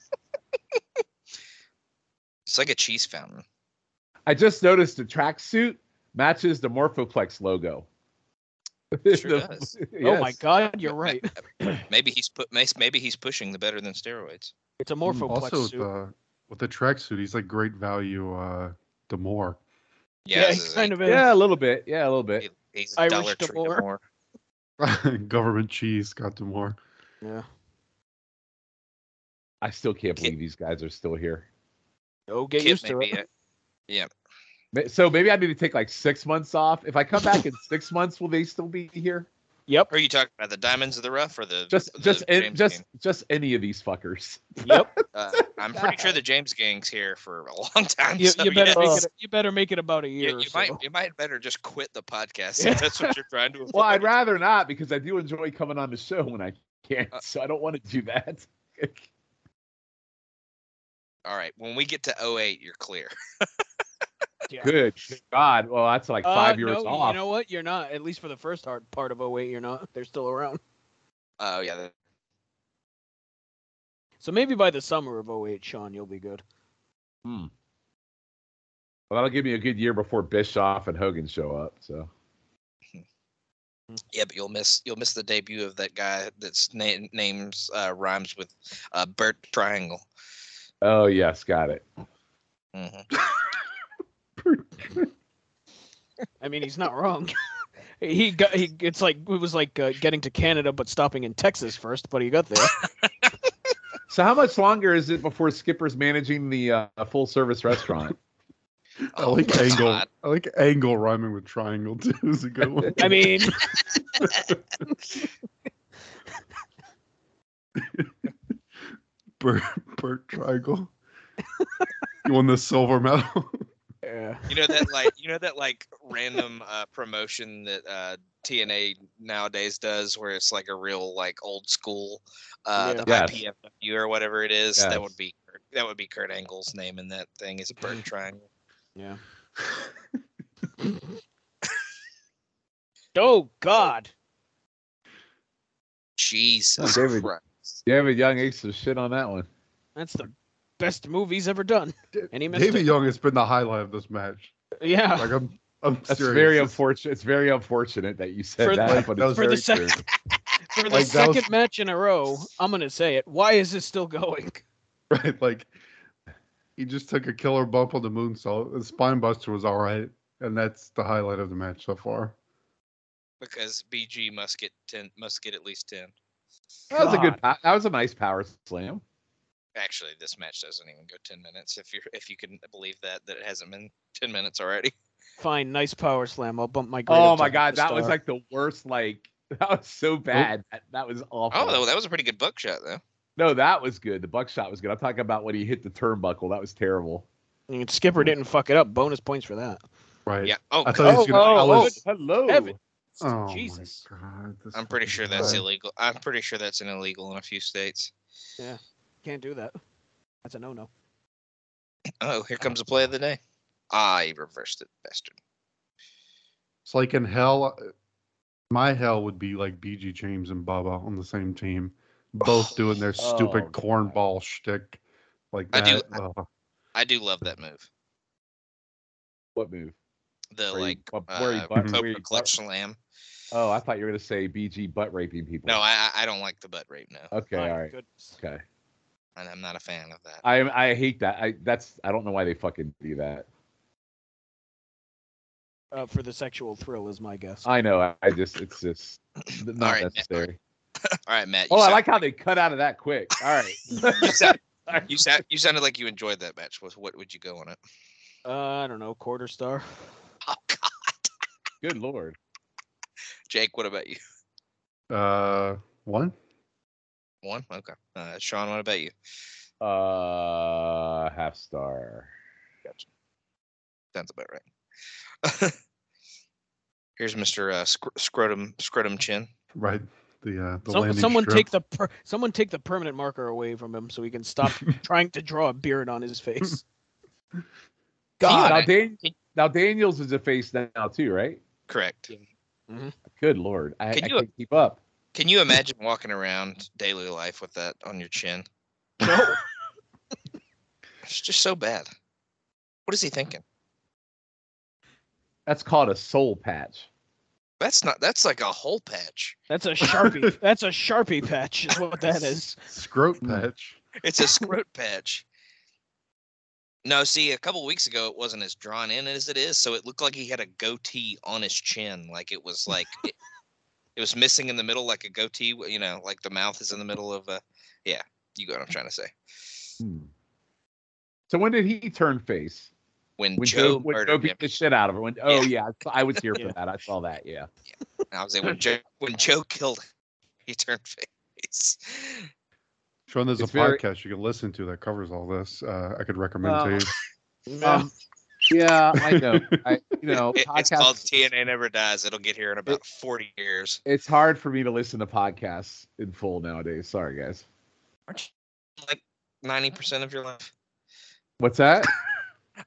C: It's like a cheese fountain.
F: I just noticed the tracksuit matches the Morphoplex logo.
C: Sure does.
E: Oh my
F: Yes.
E: God, you're right.
C: Maybe he's put. Maybe he's pushing the better than steroids.
E: It's
F: Mm,
E: a morphoplex
D: also, with
E: suit.
D: the, with the tracksuit, he's like great value. Uh, Demore.
E: Yeah,
C: this
E: it's
C: is
E: kind of is.
F: Yeah, a little bit. Yeah, a little bit.
C: He's
E: Irish
C: Dollar Tree
E: Demore.
C: Demore.
D: government cheese got Demore.
E: Yeah.
F: I still can't
C: Kid-
F: believe these guys are still here.
E: Oh, get
C: Kid
E: used
C: may
E: to
C: be
E: it.
C: a-
F: Ma- So maybe I need to take like six months off. If I come back in six months, will they still be here?
E: Yep.
C: Are you talking about the Diamonds of the Rough or the
F: Just,
C: the
F: just, an,
C: James
F: just,
C: Gang?
F: just any of these fuckers.
E: Yep.
C: Uh, I'm pretty sure the James Gang's here for a long time.
E: You,
C: so
E: you better
C: yeah,
E: make it. You better make it about a year.
C: you,
E: or
C: you
E: so.
C: might you might better just quit the podcast
E: Yeah.
C: if that's what you're trying to. Avoid.
F: Well, I'd rather not because I do enjoy coming on the show when I can. So I don't want to do that.
C: All right, when we get to 08, you're clear.
E: Yeah.
F: Good God. Well, that's like
E: Uh,
F: five years
E: no,
F: off.
E: You know what? You're not. At least for the first hard part of 08, you're not. They're still around.
C: Oh yeah, that-
E: So maybe by the summer of 08, Sean, you'll be good.
F: well, that'll give me a good year before Bischoff and Hogan show up. So
C: yeah, but you'll miss you'll miss the debut of that guy that's na- names uh, rhymes with uh, Bert Triangle. Mm-hmm.
F: Oh yes, got it.
C: Mhm.
E: I mean, he's not wrong. he got he. It's like it was like uh, getting to Canada but stopping in Texas first, but he got there.
F: So how much longer is it before Skipper's managing the uh, full service restaurant?
E: Oh
D: I like
C: my
D: angle.
C: God.
D: I like angle rhyming with triangle too. Is a good one.
E: I mean,
D: Bert, Bert Triangle. you won the silver medal.
E: yeah.
C: You know that like you know that like random uh, promotion that uh, TNA nowadays does, where it's like a real like old school, uh,
E: Yeah.
C: the
F: Yes.
C: IPFW or whatever it is.
F: Yes.
C: That would be that would be Kurt Angle's name in that thing. Is a bird triangle.
E: oh God,
C: Jesus
F: David.
C: Christ!
F: David Young ate some shit on that one.
E: that's the best movie he's ever done. And he missed
D: David
E: it.
D: Young has been the highlight of this match.
E: Yeah.
D: Like I'm, I'm
F: That's
D: serious.
F: very
D: This-
F: unfortunate. It's very unfortunate that you said
E: For
F: that.
E: the-
F: but
D: that was
F: it's
E: for the
F: very
E: second
F: true.
E: for the
D: Like, that
E: second
D: was-
E: match in a row, I'm gonna say it. Why is this still going?
D: right. Like he just took a killer bump on the moonsault. The spine buster was all right, and that's the highlight of the match so far.
C: Because BG must get ten, must get at least ten.
F: That was a good. pow- That was a nice power slam.
C: Actually, this match doesn't even go ten minutes. If you are if you can believe that that it hasn't been ten minutes already.
E: Fine, nice power slam. I'll bump my grade
F: Oh
E: up to
F: my
E: half
F: god,
E: the
F: that was
E: star.
F: like the worst. Like that was so bad. That, that was awful.
C: Oh, that- that was a pretty good book shot though.
F: no, that was good. The buckshot was good. I'm talking about when he hit the turnbuckle. That was terrible.
E: And Skipper didn't fuck it up. Bonus points for that.
D: Right.
C: Yeah. Oh,
D: I thought he was gonna. I was-
F: hello.
E: Evan.
D: oh,
E: Jesus.
D: My God, this
C: I'm pretty
D: fucking
C: sure that's
D: guy.
C: illegal. I'm pretty sure that's an illegal in a few states.
E: Can't do that. That's a no no.
C: Oh, here comes the play of the day. Ah, he reversed it, bastard.
D: It's like in hell. uh, My hell would be like BG James and Bubba on the same team, both doing their stupid
F: Oh, God.
D: cornball shtick like
C: I
D: that.
C: do-
D: Ugh.
C: I do love that move.
F: What move?
C: The
F: Where he-
C: like
F: what-
C: uh,
F: where he butt- where he
C: Cobra
F: butt-
C: clutch slam.
F: Oh, I thought you were gonna say BG butt raping people.
C: No, I I I don't like the butt rape. No,
F: Okay,
E: My
F: all right.
E: goodness.
F: Okay.
C: and I'm not a fan of that.
F: I I hate that. I that's I don't know why they fucking do that.
E: Uh, for the sexual thrill is my guess.
F: I know. I, I just it's just not
C: All right, Matt.
F: necessary.
C: All right, Matt. You
F: Oh, I
C: sound-
F: like how they cut out of that quick. All right.
C: you, sound, you sound you sounded like you enjoyed that match. What what would you go on it?
E: Uh, I don't know, quarter star.
C: Oh God,
F: Good lord.
C: Jake, what about you?
D: Uh, one.
C: One. Okay. Uh, Sean, what about you?
F: Uh, half star.
C: Sounds about right. Here's Mr. Uh, Scr- scrotum scrotum chin.
D: Right. The uh, the
E: Some-
D: landing
E: someone
D: strip.
E: take the per- someone take the permanent marker away from him so he can stop trying to draw a beard on his face.
F: God. Now,
C: I-
F: Dan- now Daniels is a face now too, right?
C: Correct.
F: Good lord. I,
C: Can
F: I
C: you-
F: can't keep up.
C: Can you imagine walking around daily life with that on your chin? it's just so bad. What is he thinking?
F: That's called a soul patch.
C: That's not. That's like a whole patch.
E: That's a sharpie. That's a sharpie patch, is what that is.
D: scrote
C: Hmm.
D: patch.
C: It's a scrot patch. No, see, a couple weeks ago it wasn't as drawn in as it is, so it looked like he had a goatee on his chin, like it was like it, it was missing in the middle, like a goatee. You know, like the mouth is in the middle of a. Yeah, you got what I'm trying to say.
F: Hmm. So when did he turn face?
C: When,
F: When
C: Joe,
F: Joe, when
C: murdered
F: Joe
C: him.
F: beat the shit out of her. When oh yeah, I, I was here
E: Yeah.
F: for that. I saw that. Yeah.
C: I was like, when Joe, when Joe killed, him, he turned face.
D: Sean, there's
F: It's
D: a
F: very-
D: podcast you can listen to that covers all this. Uh, I could recommend
F: Well,
D: to you.
F: Um, yeah, I know. I, you know,
C: It- it's
F: podcasts-
C: called TNA Never Dies. It'll get here in about 40 years.
F: It's hard for me to listen to podcasts in full nowadays. Sorry, guys.
C: Like 90% of your life.
F: What's that?
C: I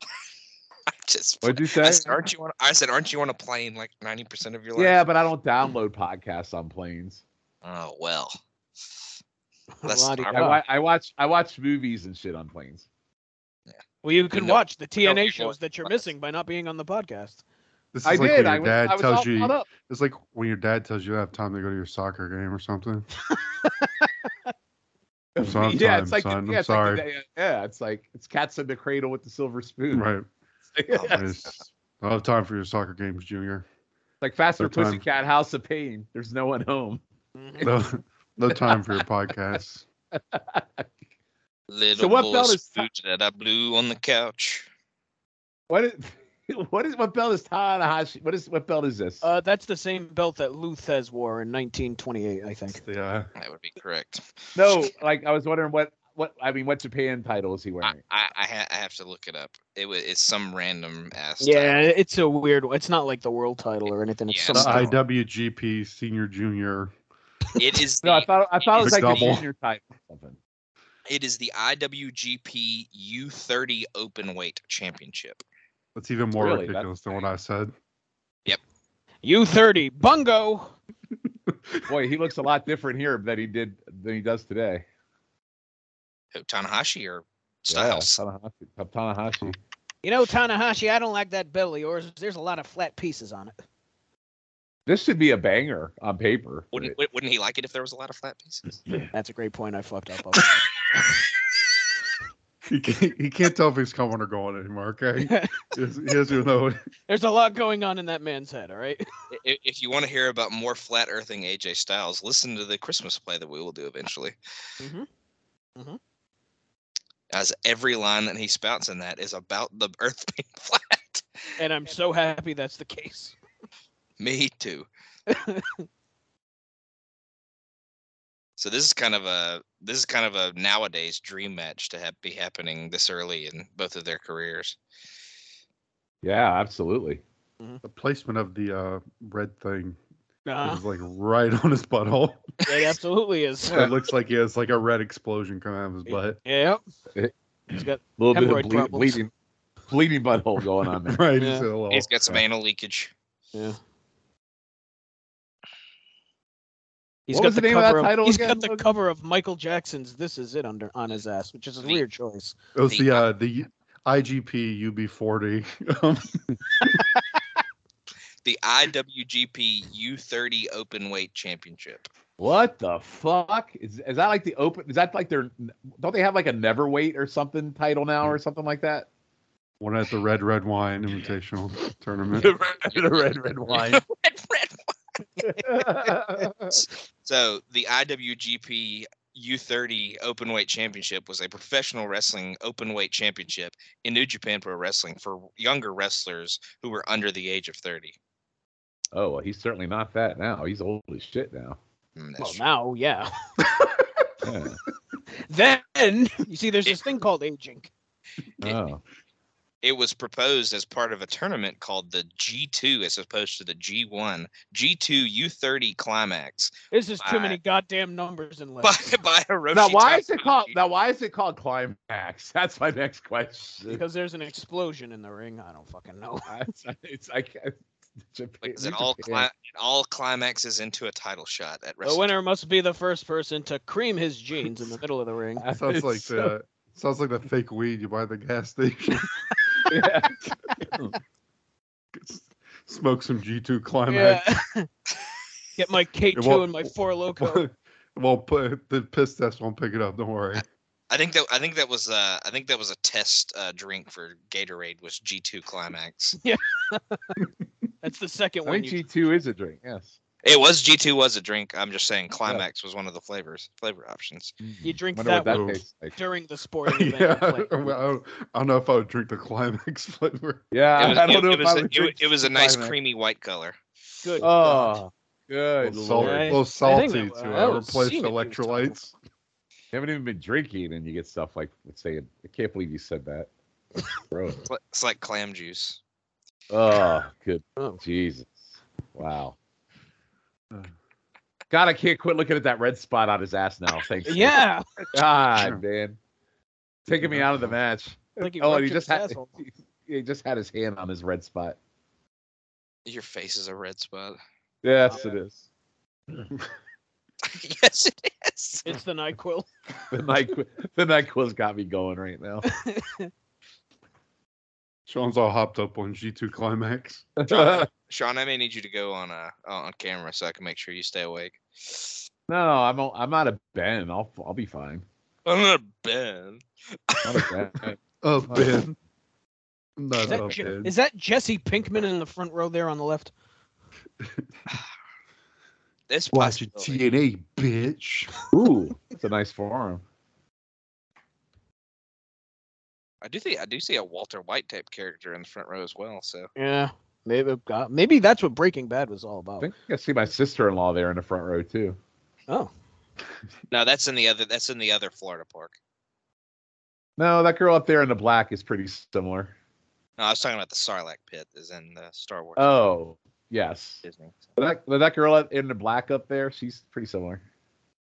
C: just.
F: What'd you
C: I
F: say?
C: said, aren't you on? I said, aren't you on a plane like 90% of your life?
F: Yeah, but I don't download podcasts on planes.
C: Oh well. That's
E: Lottie-
C: our-
F: I, wa- I watch I watch movies and shit on planes.
E: Well, you can
C: No,
E: watch the
C: no,
E: TNA
C: you
E: shows
C: won't.
E: that you're missing by not being on the podcast.
D: This is
F: I
D: like when
F: did.
D: your
F: I was,
D: dad
F: I was
D: tells
F: all
D: you.
F: caught up.
D: It's like when your dad tells you you don't have time to go to your soccer game or something. It's on
F: yeah,
D: time,
F: it's like the-
D: son.
F: yeah,
D: I'm
F: it's like
D: sorry.
F: the day- yeah, it's like it's cats in the cradle with the silver spoon.
D: Right.
C: Oh, my
D: I just- I don't have time for your soccer games, Junior.
F: Like faster
D: Third time.
F: pussycat house of pain. There's no one home.
D: No, no time for your podcasts.
C: Little
F: what
C: boy
F: belt is-
C: spooge that I blew on the couch.
F: What is what is what belt is Tanahashi? What is what belt is this?
E: Uh, that's the same belt that Luthez wore in 1928, I think.
F: uh,
D: Yeah.
C: That would be correct.
F: no, like I was wondering what what I mean, what Japan title is he
C: I
F: wearing?
C: I, I, ha- I have to look it up. It was it's some random ass.
E: Yeah, it's a weird one. It's not like the world title or anything. It's
C: Yeah,
E: some
D: The
C: it's
E: stuff.
D: IWGP Senior Junior.
C: title. It is
F: No, I
C: the-
F: thought I thought it was like
D: McDouble.
F: a junior title. or Something.
C: It is the IWGP U30 Openweight Championship.
D: That's even more
F: Really? That's
D: ridiculous than what I said.
E: U30, Bungo.
F: Boy, he looks a lot different here than he did than he does today.
C: Who, Tanahashi or
F: Yeah,
C: Styles?
F: Tanahashi. Tanahashi.
E: You know, Tanahashi, I don't like that belt of yours. There's a lot of flat pieces on it.
F: This should be a banger on paper.
C: Wouldn't wou- wouldn't he like it if there was a lot of flat pieces?
E: That's a great point. I fucked up.
D: He can't, he can't tell if he's coming or going anymore. Okay. he doesn't he doesn't know.
E: There's a lot going on in that man's head, all right?
C: I- i- if you want to hear about more flat earthing AJ Styles, listen to the Christmas play that we will do eventually.
E: Mhm. Mhm.
C: As every line that he spouts in that is about the earth being flat.
E: And I'm so happy that's the case.
C: Me too. so this is kind of a this is kind of a nowadays dream match to have be happening this early in both of their careers.
F: Yeah, absolutely.
D: The placement of the uh, red thing
E: Uh,
D: is like right on his butthole.
E: it absolutely is.
D: it looks like he has like a red explosion coming out of his butt.
E: Yep.
F: It-
E: He's got
F: A little bit
E: Hemorrhoid
F: of ble-
E: problems.
F: bleeding, bleeding butthole going on there.
D: Right.
E: Yeah.
D: He's, got a little,
C: He's got some
D: yeah.
C: anal leakage.
E: yeah. He's
F: What
E: got
F: was the
E: the
F: name of that
E: cover
F: title
E: He's
F: again,
E: got the
F: Logan?
E: cover of Michael Jackson's "This Is It" under on his ass, which is a
C: The-
E: weird choice.
D: It was the uh, the IGP UB40. Um,
C: The IWGP U30 Open Weight Championship.
F: What the fuck is is that like the open? Is that like their? Don't they have like a never wait or something title
E: Hmm.
F: now or something like that?
D: one at the Red Red Wine Invitational Tournament.
F: the red red wine.
C: Red, red.
F: Oh,
C: So the IWGP U30 Open Weight Championship was a professional wrestling open weight championship in New Japan Pro Wrestling for younger wrestlers who were under the age of 30.
F: oh, well, he's certainly not that now. He's old as shit now.
C: Mm, that's
E: Well,
C: true.
E: now, yeah.
F: Yeah.
E: then you see, there's this thing called aging.
F: Oh.
C: It was proposed as part of a tournament called the G2 as opposed to the G1, G2 U30 Climax
E: There's just too
C: Right.
E: many goddamn numbers and
C: by,
E: letters
C: by Hiroshi.
F: Now why is it
C: Takahashi.
F: called? Now why is it called climax? That's my next question.
E: because there's an explosion in the ring. I don't fucking know.
F: I- it's I can't. Japan-
C: Like, is it all, cli-
F: Japan.
C: it all climaxes into a title shot at
E: The
C: wrestling?
E: winner must be the first person to cream his jeans in the middle of the ring.
D: Sounds
F: It's
D: like
F: so-
D: the sounds like the fake weed you buy at the gas station.
F: Yeah.
D: Smoke some G2
E: Yeah.
D: climax.
E: Get my K2
D: won't-
E: and my 4 Loco.
D: well, put the piss test won't pick it up. Don't worry.
C: I think that I think that was uh I think that was a test uh, drink for Gatorade was G2 Climax.
E: That's the second
F: I
E: one.
F: think
E: You,
F: G two is a drink. Yes.
C: It was G2 was a drink. I'm just saying Climax was one of the flavors, flavor options.
E: you drink
F: Wonder what
E: that
F: that
D: one.
F: tastes like.
E: during the sporting event.
D: yeah,
E: you're
D: I,
E: playing.
D: don't, I don't know if I would drink the climax flavor.
F: Yeah,
C: it was,
F: I don't
C: it,
F: know
C: it
F: if
C: was
F: I
C: a, it,
F: would
C: wa-
F: drink
C: it was a nice
F: Climax.
C: creamy white color.
E: Good. God.
F: Oh,
D: A
F: good.
D: little, salt,
F: lord.
E: Lord.
D: a little
E: think
D: salty
E: that-
D: to
E: that
D: uh,
E: was
D: replace
E: semen you was talking
D: electrolytes.
F: You haven't even been drinking, and you get stuff like, let's say, I can't believe you said that. Gross.
C: It's like- It's like clam juice.
F: oh, good.
E: Oh.
F: Jesus. Wow.
D: Ugh.
F: God, I can't quit looking at that red spot on his ass now. Thanks.
E: Yeah.
F: God, man. Taking me out of the match.
E: Like he
F: oh,
E: ruptured
F: and he just
E: his
F: had
E: asshole.
F: he just had his hand on his red spot.
C: Your face is a red spot.
F: Yes, it is.
C: yes, it is.
E: It's the NyQuil.
F: The NyQuil, the NyQuil's got me going right now.
D: Sean's all hopped up on G2 climax.
C: Sean, I may need you to go on uh on camera so I can make sure you stay awake.
F: No, I'm o- I'm not a Ben. I'll I'll be fine.
C: I'm not Ben.
F: Not a Ben.
D: Oh, Ben. No,
E: Is that,
D: no,
E: Je-
D: dude.
E: is that Jesse Pinkman in the front row there on the left?
C: This
D: Watch your
C: possibility.
D: TNA, bitch.
F: Ooh, that's a nice forearm.
C: I do think I do see a Walter White type character in the front row as well. So
E: Yeah, maybe God, maybe that's what Breaking Bad was all
F: I
E: about.
F: think I see my sister-in-law there in the front row too.
E: Oh,
C: no, that's in the other. That's in the other Florida park.
F: No, that girl up there in the black is pretty similar.
C: No, I was talking about the Sarlacc pit, is in the Star Wars
F: Oh, yes.
C: Disney. So,
F: But that, but that girl up in the black up there, she's pretty similar.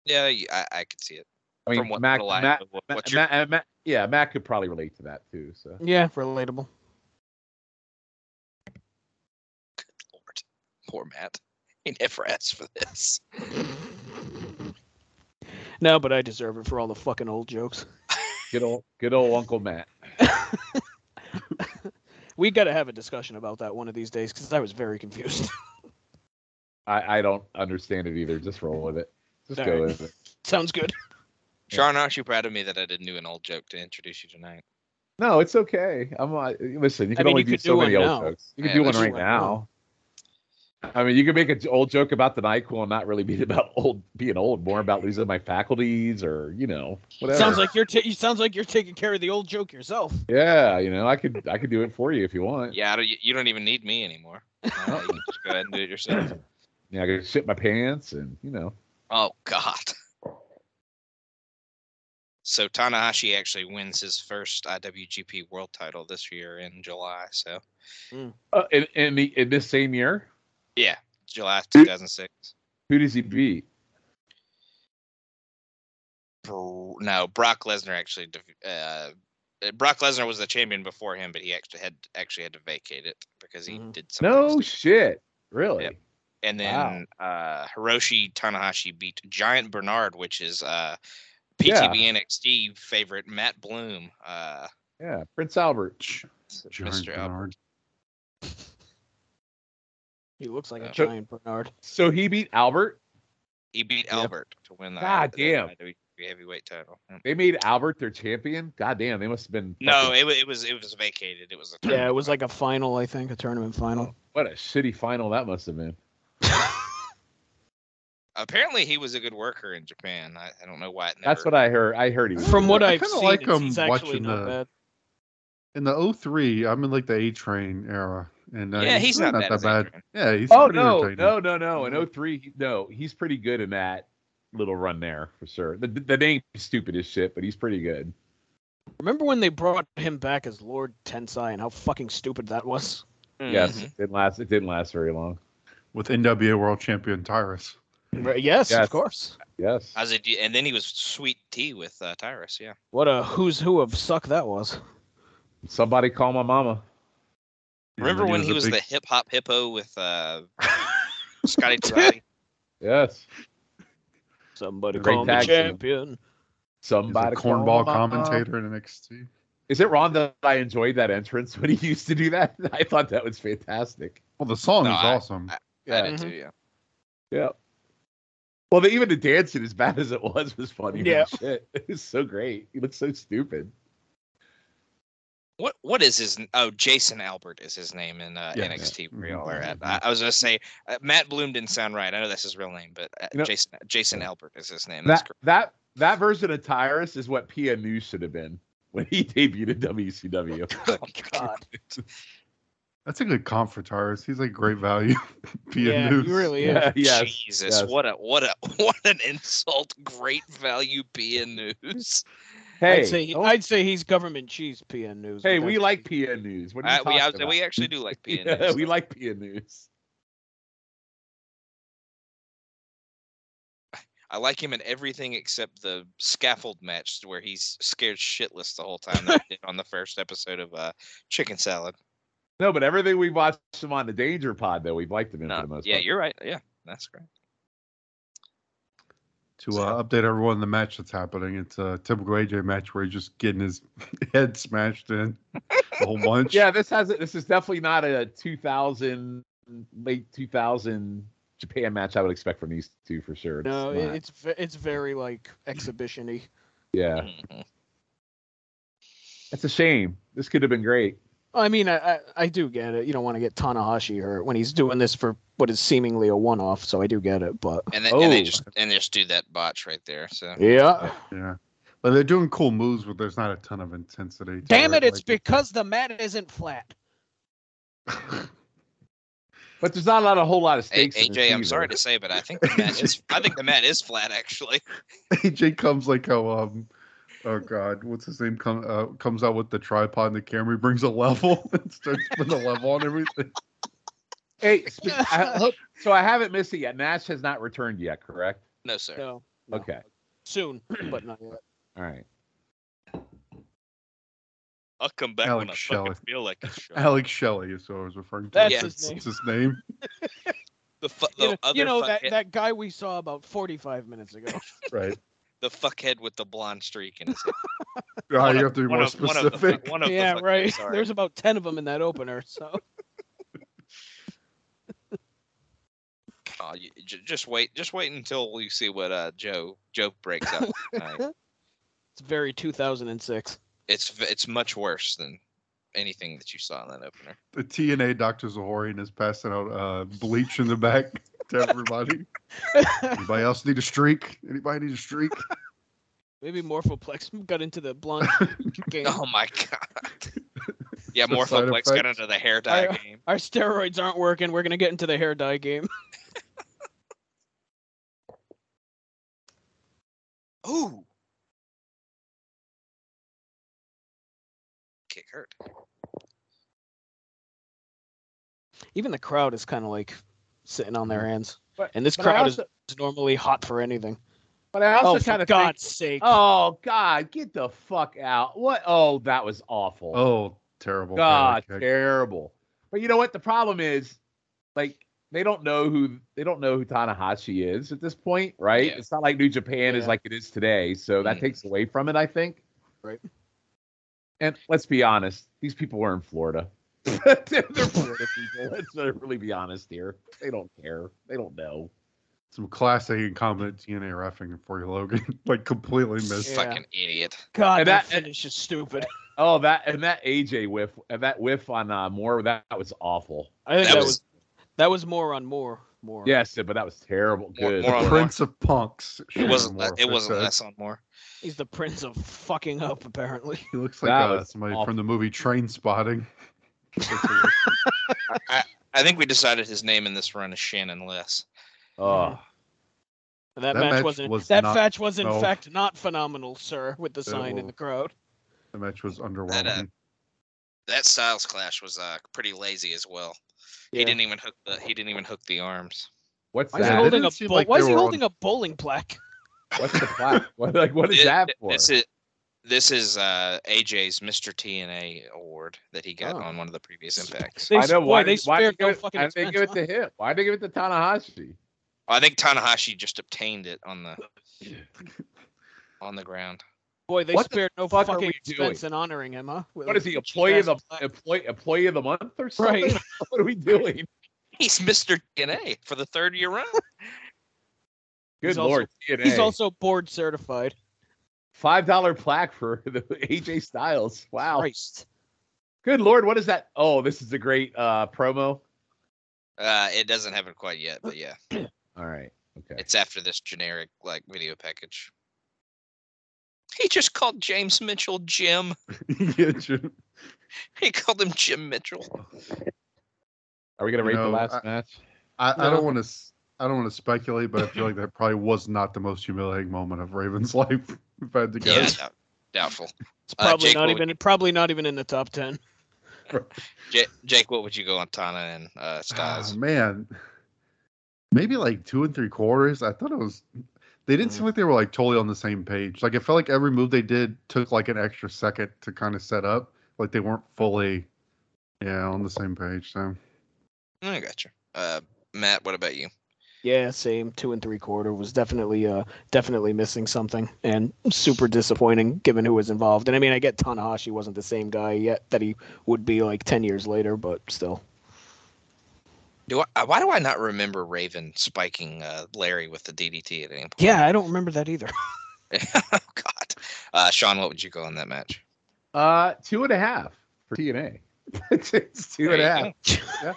C: yeah, you- I, I could see it.
F: I mean,
C: From what
F: Mac,
C: little I
F: Mac,
C: know, what-
F: Ma-
C: what's your-
F: Ma- Ma- yeah, Mac could probably relate to that too. So
E: yeah, relatable.
C: Lord, poor Matt. He never asked for this.
E: No, but I deserve it for all the fucking old jokes.
F: good old, good old Uncle Matt.
E: We got to have a discussion about that one of these days because I was very confused.
F: I, I don't understand it either. Just roll with it. Just
E: All
F: go
E: right.
F: with it.
E: Sounds good.
C: Sharon, aren't you proud of me that I didn't do an old joke to introduce you tonight?
F: No, it's okay. I'm uh, listen. You can
E: mean,
F: only
E: you
F: do
E: could
F: so
E: do
F: many
E: one
F: old
E: now.
F: jokes. You can
C: Yeah,
F: do one
C: that's
F: right
E: right.
F: now. I mean, you can make an old joke about the Nyquil and not really be about old being old, more about losing my faculties or you know whatever.
E: Sounds like you're ta- you sounds like you're taking care of the old joke yourself.
F: yeah, you know, I could I could do it for you if you want.
C: Yeah, I don't, you- you don't even need me anymore. Uh, you can just go ahead and do it yourself.
F: Yeah, I could shit my pants and you know.
C: Oh God. So Tanahashi actually wins his first IWGP World Title this year in July. So
F: Uh, in in the in this same year,
C: yeah, July 2006.
F: who does he beat?
C: Bro- no, Brock Lesnar actually. def- Uh, uh, Brock Lesnar was the champion before him, but he actually had actually had to vacate it because he
E: Mhm.
C: did something.
F: Mm-hmm. No
C: stupid.
F: shit, really?
C: Yep. and then uh, Hiroshi Tanahashi beat Giant Bernard, which is uh,
F: Yeah.
C: PTB NXT favorite Matt Bloom. Uh,
F: Yeah, Prince Albert.
D: Giant
C: Mr. Albert.
D: Bernard.
E: He looks like a
C: Uh,
F: so-
E: giant Bernard.
F: So he beat Albert.
C: He beat
F: Yep.
C: Albert to win the
F: God
C: the
F: damn.
C: IWGP heavyweight title. Mm.
F: They made Albert their champion. God damn, they must have been
C: No,
F: fucking-
C: it, wa- it was it was vacated. It was a
E: Yeah, it was like a final, I think, a tournament final.
F: what a shitty final that must have been.
C: Apparently, he was a good worker in Japan. I, I don't know why. It never,
F: That's what I heard. I heard he was.
E: From what
D: I
E: I've
D: kinda
E: seen,
D: like
E: it's,
D: him
E: he's actually
D: watching
E: not
D: the-
E: bad.
D: In the 03, I'm in like the A Train era, and uh,
C: Yeah, he's not bad as A Train.
D: Yeah, he's
F: Oh
D: pretty
F: no,
D: entertaining.
F: no, no, no. In 03, he- no, he's pretty good in that little run there for sure. The the name's stupid as shit, but he's pretty good.
E: Remember when they brought him back as Lord Tensai and how fucking stupid that was?
F: Yes,
C: Mhm.
F: it didn't last. It didn't last very long.
D: with NWA World Champion Tyrus.
E: Right, Yes,
F: Yes.
E: of course.
F: Yes.
C: I was a D- and then he was sweet tea with uh, Tyrus. Yeah.
E: What a who's who of suck that was.
F: Somebody call my mama.
D: And
C: Remember
D: then
C: when he was
D: a
C: the
D: big-
C: hip hop hippo with uh, Scotty Tirati?
F: Yes.
E: Somebody
F: Great
E: call me
F: tag team.
E: champion.
D: he was
F: Somebody
D: a
F: call
D: cornball
F: my mama.
D: commentator in NXT?
F: Is it wrong that I enjoyed that entrance when he used to do that? I thought that was fantastic.
D: Well, the song
C: No,
D: is
C: I-
D: awesome.
C: I- I
F: Yeah.
C: did too. Yeah.
F: Yeah. Well, they, even the dancing, as bad as it was, was funny. as
E: Yeah.
F: Shit. It was so great. He looked so stupid.
C: What what is his? n- Oh, Jason Albert is his name in uh,
D: Yeah,
C: NXT.
F: Mm-hmm.
D: yeah.
C: Where y'all
D: Mhm.
C: are at. I, I was gonna say uh, Matt Bloom didn't sound right. I know that's his real name, but uh,
F: You know-
C: Jason Jason Albert is his name. That's
F: That that that version of Tyrus is what Pia New should have been when he debuted in WCW.
C: correct.
E: God.
D: That's a good comp for Tyrus. He's like great value. Being
E: Yeah,
D: loose.
E: he really is.
F: Yeah, yes,
C: Jesus,
F: yes.
C: what a what a what an insult! Great value being news.
F: Hey,
E: I'd say he,
F: don't-
E: I'd say he's government cheese PN news.
F: hey,
E: but
F: we
E: that's-
F: like Pia News. What are you
C: I, we
F: talking
C: I,
F: about?
C: we actually do like being
F: Yeah,
C: news.
F: we like Pia News.
C: I like him in everything except the scaffold match where he's scared shitless the whole time that he did on the first episode of uh, Chicken Salad.
F: No, but everything we watched him on the Danger Pod though, we've liked him in
C: No,
F: for the most
C: yeah,
F: part.
C: you're right. Yeah, that's great.
D: To uh, update everyone, the match that's happening, it's a typical AJ match where he's just getting his head smashed in a whole bunch.
F: Yeah, this has this is definitely not a 2000 late 2000 Japan match I would expect from these two for sure. It's
E: No,
F: not.
E: it, it's ve- it's very like exhibition-y.
F: yeah,
C: Mhm.
F: it's a shame. This could have been great.
E: I mean, I, I I do get it. You don't want to get Tanahashi hurt when he's doing this for what is seemingly a one-off. So I do get it, but
C: and then and they
D: Oh.
C: just and they just do that botch right there. So
E: yeah.
D: Yeah. Like they're doing cool moves, but there's not a ton of intensity. to
E: Damn it!
D: Like,
E: It's because the mat isn't flat.
F: But there's not, not a whole lot of
C: A-
F: stakes. in this
C: AJ, I'm
F: either.
C: sorry to say, but I think the mat is I think the mat is flat actually.
D: AJ comes like how um oh god, what's his name? Come uh, comes out with the tripod and the camera, he brings a level and starts putting a level on everything.
F: Hey, spe- I hope, so I haven't missed it yet. Nash has not returned yet, correct?
C: No sir.
E: No. no.
F: Okay.
E: Soon, but not yet.
F: All right.
C: I'll come back when I
D: Alex
C: fucking
D: Shelley.
C: feel like it. Sean.
D: Alex Shelley is who I was referring to.
E: That's
C: Yeah.
E: his name.
D: That's his name.
C: The, fu- the
E: You know,
C: other
E: you know that,
C: fuckhead,
E: that guy we saw about 45 minutes ago.
D: Right.
C: the fuckhead with the blonde streak in his head.
D: Ah,
C: One of-
D: you have to be
C: one
D: more
C: of- one of the fuck-
D: specific.
C: One of the
E: yeah,
C: fuckheads,
E: right.
C: sorry.
E: There's about 10 of them in that opener, so
C: Oh, you, j- just wait. Just wait until we see what uh Joe Joe breaks out. tonight.
E: it's very 2006.
C: it's v- it's much worse than anything that you saw in that opener.
D: the TNA Dr. Zahorian is passing out uh, bleach in the back to everybody. Anybody else need a streak? Anybody need a streak?
E: Maybe Morphoplex got into the blonde game.
C: Oh my god. yeah,
D: The side
C: Morphoplex got
D: effects.
C: into the hair dye
E: I- uh,
C: game.
E: Our steroids aren't working. We're going to get into the hair dye game.
C: Ooh. Kick hurt.
E: Even the crowd is kind of like sitting on their hands.
F: But-
E: and this
F: but I
E: crowd
F: also-
E: is normally hot for anything.
F: But I also
E: oh,
F: kind
E: for
F: of
E: God's sake.
F: Oh God, get the fuck out! What? Oh, that was awful.
D: Oh, terrible.
F: God,
D: power kick.
F: terrible. But you know what? The problem is, like, they don't know who they don't know who Tanahashi is at this point, right?
C: Yeah.
F: It's not like New Japan is
E: Yeah.
F: like it is today, so that
C: Mhm.
F: takes away from it, I think.
E: Right.
F: And let's be honest, these people were in Florida. They're Florida people. Let's really be honest here. They don't care. They don't know.
D: Some classic incompetent TNA refing for you, Logan. like completely missed.
E: Yeah.
C: Fucking idiot.
E: God,
F: and
E: that,
F: that-
E: finish is stupid.
F: Oh, that and that AJ whiff and that whiff on uh, Moore, that, that was awful.
E: I think
C: That
E: that, was,
C: was-
E: that was more on more. More.
F: Yes, but that was terrible.
C: More-
F: Good.
C: more on Moore.
D: Prince of Punks.
C: It
D: Shannon
C: wasn't.
D: Moore,
C: le- It wasn't
D: said.
C: less on more.
E: He's the prince of fucking up, apparently.
D: He looks like
F: That
D: uh,
F: was
D: somebody
F: awful.
D: from the movie Train Spotting.
C: I think we decided his name in this run is Shannon Less.
F: Oh.
E: That, match, wasn't.
D: was
E: that
D: not-
E: match was in
D: no.
E: fact not phenomenal, sir, with the sign in
D: was-
E: the crowd.
D: The match was underwhelming.
C: That, uh, That Styles clash was uh, pretty lazy as well. He
E: Yeah.
C: didn't even hook the. He didn't even hook the arms.
F: What's
E: Why is he
D: It
F: that?
E: holding
D: didn't
E: a
D: seem
E: bo-
D: like
E: Why
D: they
E: is he
D: were on-
E: holding a bowling plaque?
F: What's the plaque? What, like, what is
C: Thi-
F: that
C: thi-
F: for?
C: This is this is uh, AJ's Mr. TNA award that he got
F: Oh.
C: on one of the previous impacts.
E: They,
F: I know
E: boy,
F: why
E: they
F: did- why
E: spared
F: did they
E: no
F: give it-
E: fucking
F: why did they
E: expense.
F: give it to him? Why did they give it to Tanahashi?
C: I think Tanahashi just obtained it on the on the ground.
E: Boy, they
F: What the
E: spared no
F: fuck are
E: fucking
F: we doing?
E: expense in honoring him, huh? With
F: What
E: a
F: is he
E: cheap-ass
F: employee of the
E: plaque.
F: employee employee of the month or something?
E: Right.
F: What are we doing?
C: He's Mr. TNA for the third year run.
F: Good
E: He's also-
F: lord, TNA.
E: He's also board certified.
F: five dollar plaque for the AJ Styles. Wow.
E: Christ.
F: Good lord, what is that? Oh, this is a great uh promo.
C: Uh, it doesn't have it quite yet, but yeah,
F: All right. Okay.
C: it's after this generic like video package. He just called James Mitchell Jim.
D: yeah, Jim.
C: He called him Jim Mitchell.
F: Are we gonna rate
D: No,
F: the last
D: I-
F: match?
D: I, I
E: No.
D: don't want to. I don't want to speculate, but I feel like that probably was not the most humiliating moment of Raven's life. If I had to
C: Yeah,
D: guess,
C: doubt- doubtful.
E: It's
C: Uh,
E: probably
C: Jake,
E: not
C: what would-
E: even probably not even in the top ten.
C: Ja- Jake, what would you go on Tana and uh,
D: Ah,
C: Styles?
D: man, maybe like two and three quarters. I thought it was. They didn't seem like they were like totally on the same page. Like it felt like every move they did took like an extra second to kind of set up. Like they weren't fully, yeah, on the same page. So
C: I got you. Uh, Matt, what about you?
E: Yeah, same. Two and three quarter was definitely uh definitely missing something and super disappointing given who was involved. And I mean I get Tanahashi wasn't the same guy yet that he would be like ten years later, but still.
C: Do I, uh, why do I not remember Raven spiking uh, Larry with the DDT at any point?
E: Yeah, I don't remember that either.
C: oh God. Uh, Sean, what would you go on that match?
F: Uh two and a half for TNA. It's two
C: There
F: and a
C: you
F: half. Yeah.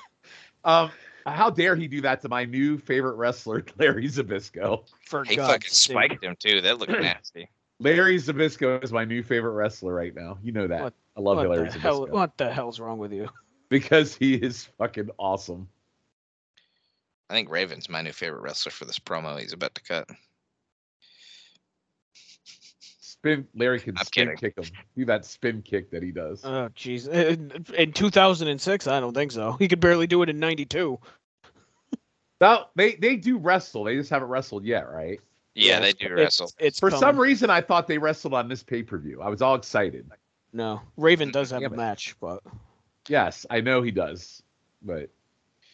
F: Um, how dare he do that to my new favorite wrestler, Larry Zabisco?
E: For
C: He
E: God's
C: fucking
E: sake.
C: spiked him too. That looked nasty.
F: Larry Zabisco is my new favorite wrestler right now. You know that.
E: What-
F: I love
E: what
F: Larry
E: the hell?
F: Zabisco
E: What the hell's wrong with you?
F: because he is fucking awesome.
C: I think Raven's my new favorite wrestler for this promo he's about to cut.
F: Spin Larry can
C: I'm
F: spin
C: kidding.
F: kick him. Do that spin kick that he does.
E: Oh, jeez. In, in 2006, I don't think so. He could barely do it in '92.
F: Now they they do wrestle. They just haven't wrestled yet, right?
C: Yeah, they do wrestle.
E: It's, it's
F: For some
E: coming.
F: reason, I thought they wrestled on this pay per view. I was all excited.
E: no. Raven does have
F: Damn
E: a
F: it.
E: match, but
F: Yes, I know he does, but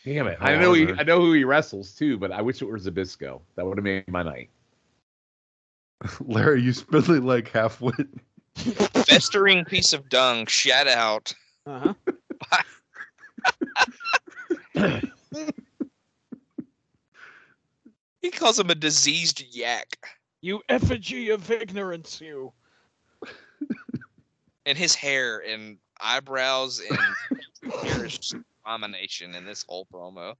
D: Damn it.
F: I know he,
D: However,
F: I know who he wrestles too. But I wish it were Zabisco. That would have made my night.
D: Larry, you spindly leg half wit.
C: Festering piece of dung. Shout out.
E: uh-huh.
C: He calls him a diseased yak,
E: you effigy of ignorance, you.
C: and his hair and eyebrows and hair is just abomination in this whole promo.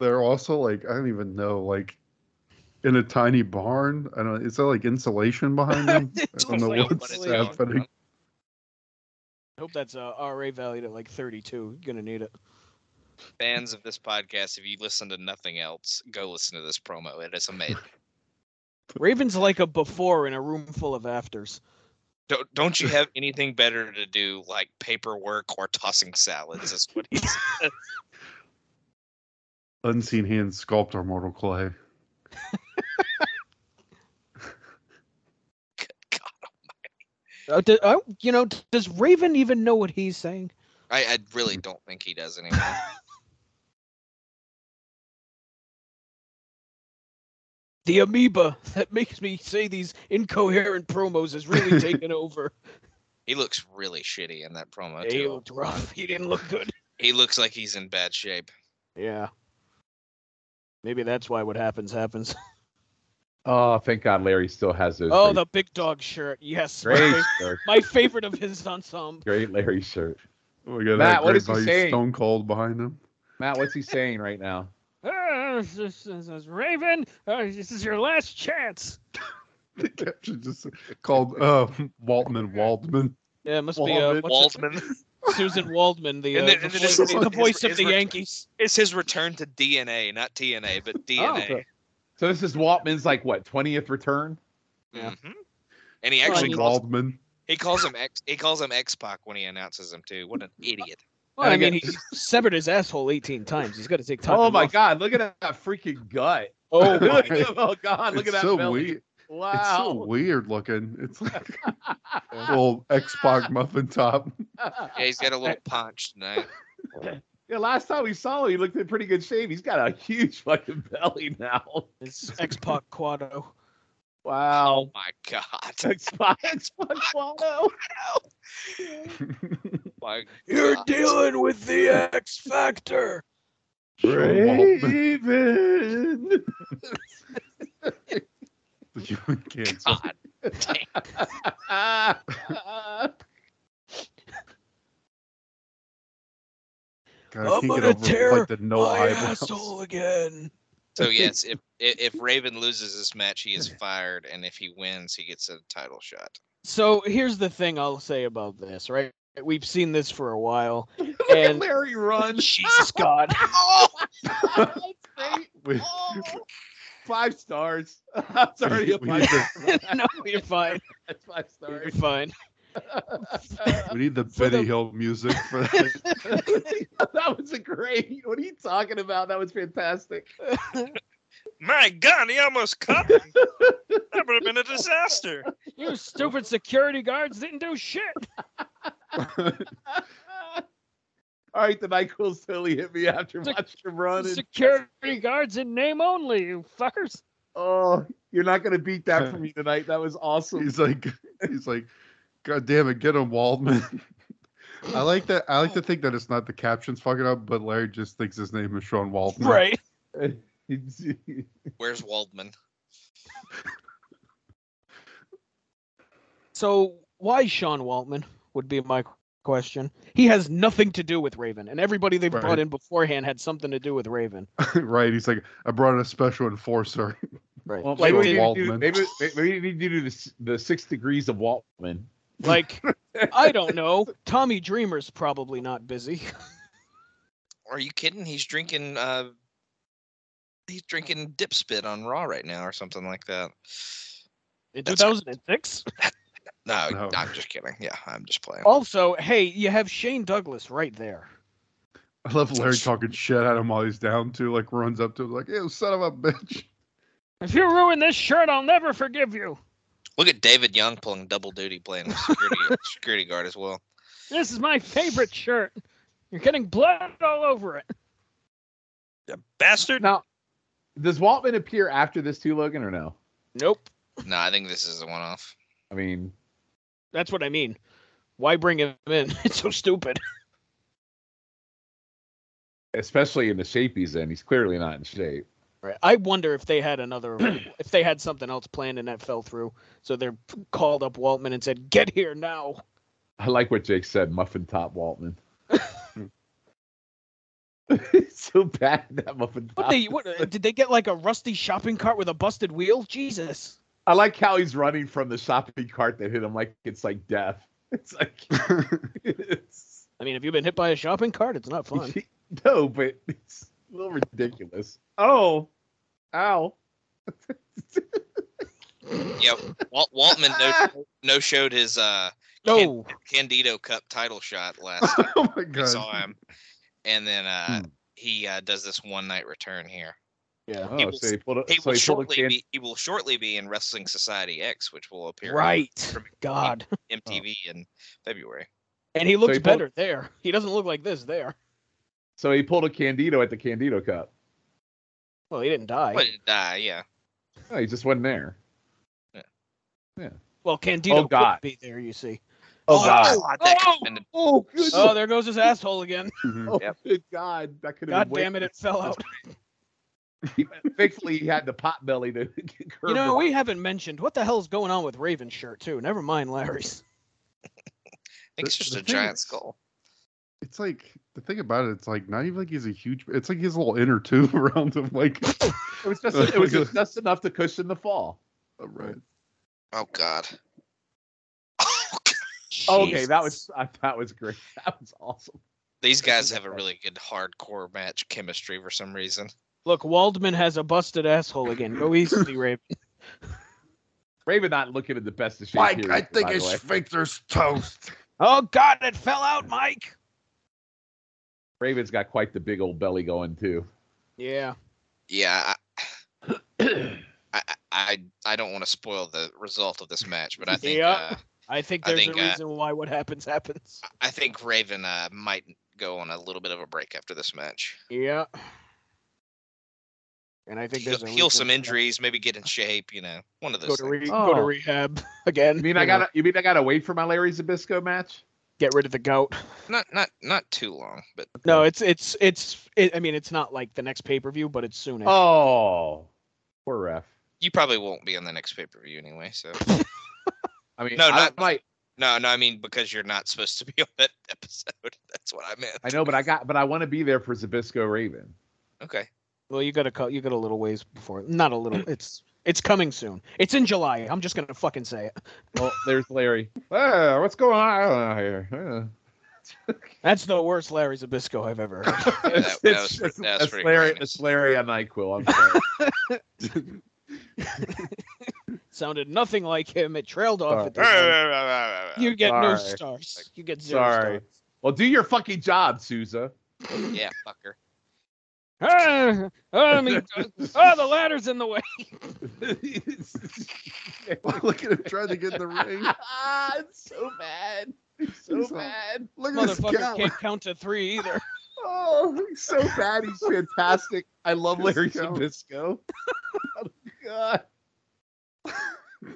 D: They're also like, I don't even know, like in a tiny barn. I don't is there like insulation behind them? I don't know
C: I don't know
D: what's
C: what it's on.
D: happening.
E: I hope that's uh, RA valued at like 32. You're gonna need it.
C: Fans of this podcast, if you listen to nothing else, go listen to this promo. It is amazing.
E: Raven's like a before in a room full of afters.
C: Don't don't you have anything better to do like paperwork or tossing salads? Is what he said.
D: Unseen hands sculpt our mortal clay.
C: Good God.
E: Uh, do, uh, you know, d- does Raven even know what he's saying?
C: I, I really don't think he does anymore.
E: The amoeba that makes me say these incoherent promos is really taken over.
C: He looks really shitty in that promo
E: He
C: too.
E: looked rough. He didn't look good.
C: He looks like he's in bad shape.
E: Yeah. Maybe that's why what happens happens.
F: Oh, thank God, Larry still has those.
E: Oh,
F: great,
E: the big dog shirt. Yes. my
F: great
E: fa-
F: shirt.
E: My favorite of his ensemble.
F: Great Larry shirt.
D: Oh my god,
F: Matt,
D: that
F: what
D: great
F: is he
D: value
F: saying?
D: Stone Cold behind him.
F: Matt, what's he saying right now?
B: Uh, this, this, this, Raven, uh, this is your last chance.
D: The caption just called uh, Waltman Waldman.
E: Yeah, it must be uh,
D: Waldman.
E: what's her-
C: Waldman
E: Susan Waldman, the, uh,
C: And then-
E: the
C: and then
E: voice,
D: it's-
E: the voice of
C: it's-
E: the
C: it's-
E: Yankees. Oh,
C: it's his return to DNA, not TNA, but DNA.
F: So this is Waltman's like what twentieth return?
E: yeah.
C: Mhm. And he
E: Well, I
C: actually
E: mean-
C: calls
D: Waldman.
C: he calls him X he calls him X Pac when he announces him too. What an idiot!
E: Well, I
F: And
E: mean,
F: again-
E: he severed his asshole 18 times. He's got to take time.
F: Oh
E: off.
F: my God! Look at that freaking gut.
E: Oh, my.
F: oh God! Look
D: it's
F: at that
D: so
F: belly.
D: weird.
F: Wow.
D: It's so weird looking. It's like a little X Pac muffin top.
C: Yeah, he's got a little punch tonight.
F: Yeah, last time we saw him, he looked in pretty good shape. He's got a huge fucking belly now.
E: It's X Pac Quado.
F: Wow.
C: My God,
F: That's fine. It's fine. Wow.
C: my God.
E: dealing with the X Factor.
D: Waldman.
F: Raven.
D: The human cancer.
C: God.
D: God, I
E: I'm
D: can't get
E: gonna
D: over
E: tear
D: like the no eyebrows.
E: again.
C: So yes, if i- if Raven loses this match, he is fired, and if he wins, he gets a title shot.
E: So here's the thing I'll say about this, right? We've seen this for a while.
F: Look at
E: And-
F: Larry run.
E: Jesus God.
C: Oh,
F: That's great.
D: We-
F: Five stars. That's already a
D: We
F: five
D: need
F: star.
E: no, you're fine.
F: That's five
E: You're
F: stars.
E: fine.
D: We need the
E: For the-
D: Betty Hill music for that.
F: that was a great. What are you talking about? That was fantastic.
C: my God, he almost cut him. That would have been a disaster.
B: You stupid security guards didn't do shit.
F: All right, the NyQuil's totally hit me after
B: Sec-
F: watching him run. and-
B: Security guards in name only, you fuckers.
F: Oh, you're not gonna beat that for me tonight. That was awesome.
D: He's like, he's like, God damn it, get him, Waldman. I like that. I like to think that it's not the captions fucking up, but Larry just thinks his name is Sean Waldman.
E: Right.
C: Where's Waldman?
E: So why Sean Waltman would be my question. He has nothing to do with Raven, and everybody they've
D: Right.
E: brought in beforehand had something to do with Raven.
D: right? He's like, I brought in a special enforcer.
E: Right.
F: Well,
E: like,
F: maybe,
D: Sure.
F: we need to do,
D: Waldman.
F: maybe, maybe we need to do the, s- the six degrees of Waltman.
E: like I don't know. Tommy Dreamer's probably not busy.
C: Are you kidding? He's drinking. Uh, he's drinking dip spit on Raw right now, or something like that.
E: In
C: That's-
E: 2006.
C: No,
D: No.
C: I'm just kidding. Yeah, I'm just playing.
E: Also, hey, you have Shane Douglas right there.
D: I love Larry talking shit at him while he's down too. Like runs up to him like, "Ew, son of a bitch."
B: If you ruin this shirt, I'll never forgive you.
C: Look at David Young pulling double duty, playing security security guard as well.
B: This is my favorite shirt. You're getting blood all over it.
C: Bastard.
F: Now, does Waltman appear after this too, Logan, or no?
E: Nope.
C: No, I think this is a one-off.
F: I mean,
E: That's what I mean. Why bring him in? It's so stupid.
F: especially in the shape he's in, he's clearly not in shape.
E: Right. I wonder if they had another, if they had something else planned and that fell through. So they called up Waltman and said, "Get here now."
F: I like what Jake said, muffin top Waltman. so bad that muffin top.
E: What they? What uh, did they get? Like a rusty shopping cart with a busted wheel? Jesus.
F: I like how he's running from the shopping cart that hit him like it's like death. It's like it's,
E: I mean, if you've been hit by a shopping cart, it's not fun.
F: no, but it's a little ridiculous. Oh, ow.
C: Yep. Walt Waltman no, no showed his uh
E: No.
C: Candido Cup title shot last time
D: oh my
C: I
D: god.
C: saw him, and then uh he uh, does this one night return here.
E: Yeah.
F: Oh,
C: He
F: so he pulled a,
C: He will
F: so he pulled a
C: shortly
F: can-
C: be he will shortly be in Wrestling Society X, which will appear
E: Right.
C: From-
E: God.
C: on MTV in February.
E: And he looks
F: he pulled-
E: better there. He doesn't look like this there.
F: so he pulled a Candido at the Candido Cup.
E: Well, he didn't die.
C: Well, he died, yeah.
F: No, Oh, he just wasn't there.
E: Well, Candido
F: Oh,
E: could
F: God.
E: be there. You see.
F: Oh, God.
C: that could've been a-
F: Oh, good.
E: Oh, there goes his asshole again.
D: Mhm.
F: Oh,
C: Yep.
F: good God. That could
E: God
F: have been way-
E: damn it! It fell out.
F: Thankfully, he had the pot belly to curve
E: You know,
F: the-
E: we haven't mentioned what the hell's going on with Raven's shirt too. Never mind Larry's.
C: I think it's
D: The-
C: just
D: the
C: a
D: thing
C: giant
D: is-
C: skull.
D: It's like the thing about it. It's like not even like he's a huge. It's like his little inner tube around him. Like,
F: It was just it was just, just enough to cushion the fall.
D: right.
C: Oh God. Oh God.
F: Okay, that was I, that was great. That was awesome.
C: These guys
F: is
C: have a
F: okay.
C: really good hardcore match chemistry for some reason.
E: Look, Waldman has a busted asshole again. Go easily, Raven.
F: Raven not looking in the best of shape.
D: Mike,
F: here,
D: I think
F: by the
D: his
F: way.
D: sphincter's toast.
E: Oh God, it fell out, Mike.
F: Raven's got quite the big old belly going too.
E: Yeah.
C: Yeah. I, I, I, I don't want to spoil the result of this match, but I think
E: Yeah.
C: uh,
E: I think
C: I
E: there's
C: think,
E: a
C: uh,
E: reason why what happens happens.
C: I think Raven uh, might go on a little bit of a break after this match.
E: Yeah. And I think
C: He'll,
E: there's a
C: heal
E: reason
C: some
E: why-
C: injuries, maybe get in shape. You know, one of
E: Go
C: those.
E: to,
C: things.
E: re- go to
F: Oh.
E: rehab again.
F: You mean I
E: know,
F: gotta you mean I gotta wait for my Larry Zabisco match?
E: get rid of the gout.
C: Not not not too long, but
E: No, it's it's it's. It, I mean, it's not like the next pay per view, but it's soon. after.
F: Oh poor ref.
C: you probably won't be on the next pay per view anyway. So
F: I mean
C: No,
F: I,
C: not-
F: Mike.
C: no, no, I mean because you're not supposed to be on that episode. That's what I meant.
F: I know, but I got but I want to be there for Zabisco Raven.
C: Okay.
E: Well, you got a cou- you got a little ways before. Not a little. It's it's coming soon. It's in July. I'm just gonna fucking say it.
F: Well, there's Larry. Hey, what's going on here? Huh.
E: That's the worst Larry Zabisco I've ever heard.
C: that-
F: It's-
C: that
F: it's
C: was-
F: just-
C: that was
F: that's
C: pretty
F: Larry.
C: horrendous.
F: It's Larry on Nyquil. I'm sorry.
E: Sounded nothing like him. It trailed off
F: Sorry.
E: at the end. You get no
F: Sorry.
E: stars. You get zero
F: Sorry.
E: stars.
F: well, do your fucking job, Sousa.
C: yeah, fucker.
B: Ah, I mean,
E: uh,
B: oh, the ladder's in the way.
F: it's
D: Look at him trying to get in the ring.
F: so bad. It's So
D: He's like-
F: bad.
D: Look at this
E: Motherfucker
D: guy.
E: can't count to three either.
F: Oh, he's so bad. He's fantastic. I love
D: This
F: Larry
D: guy.
F: Zabisco. Oh, God.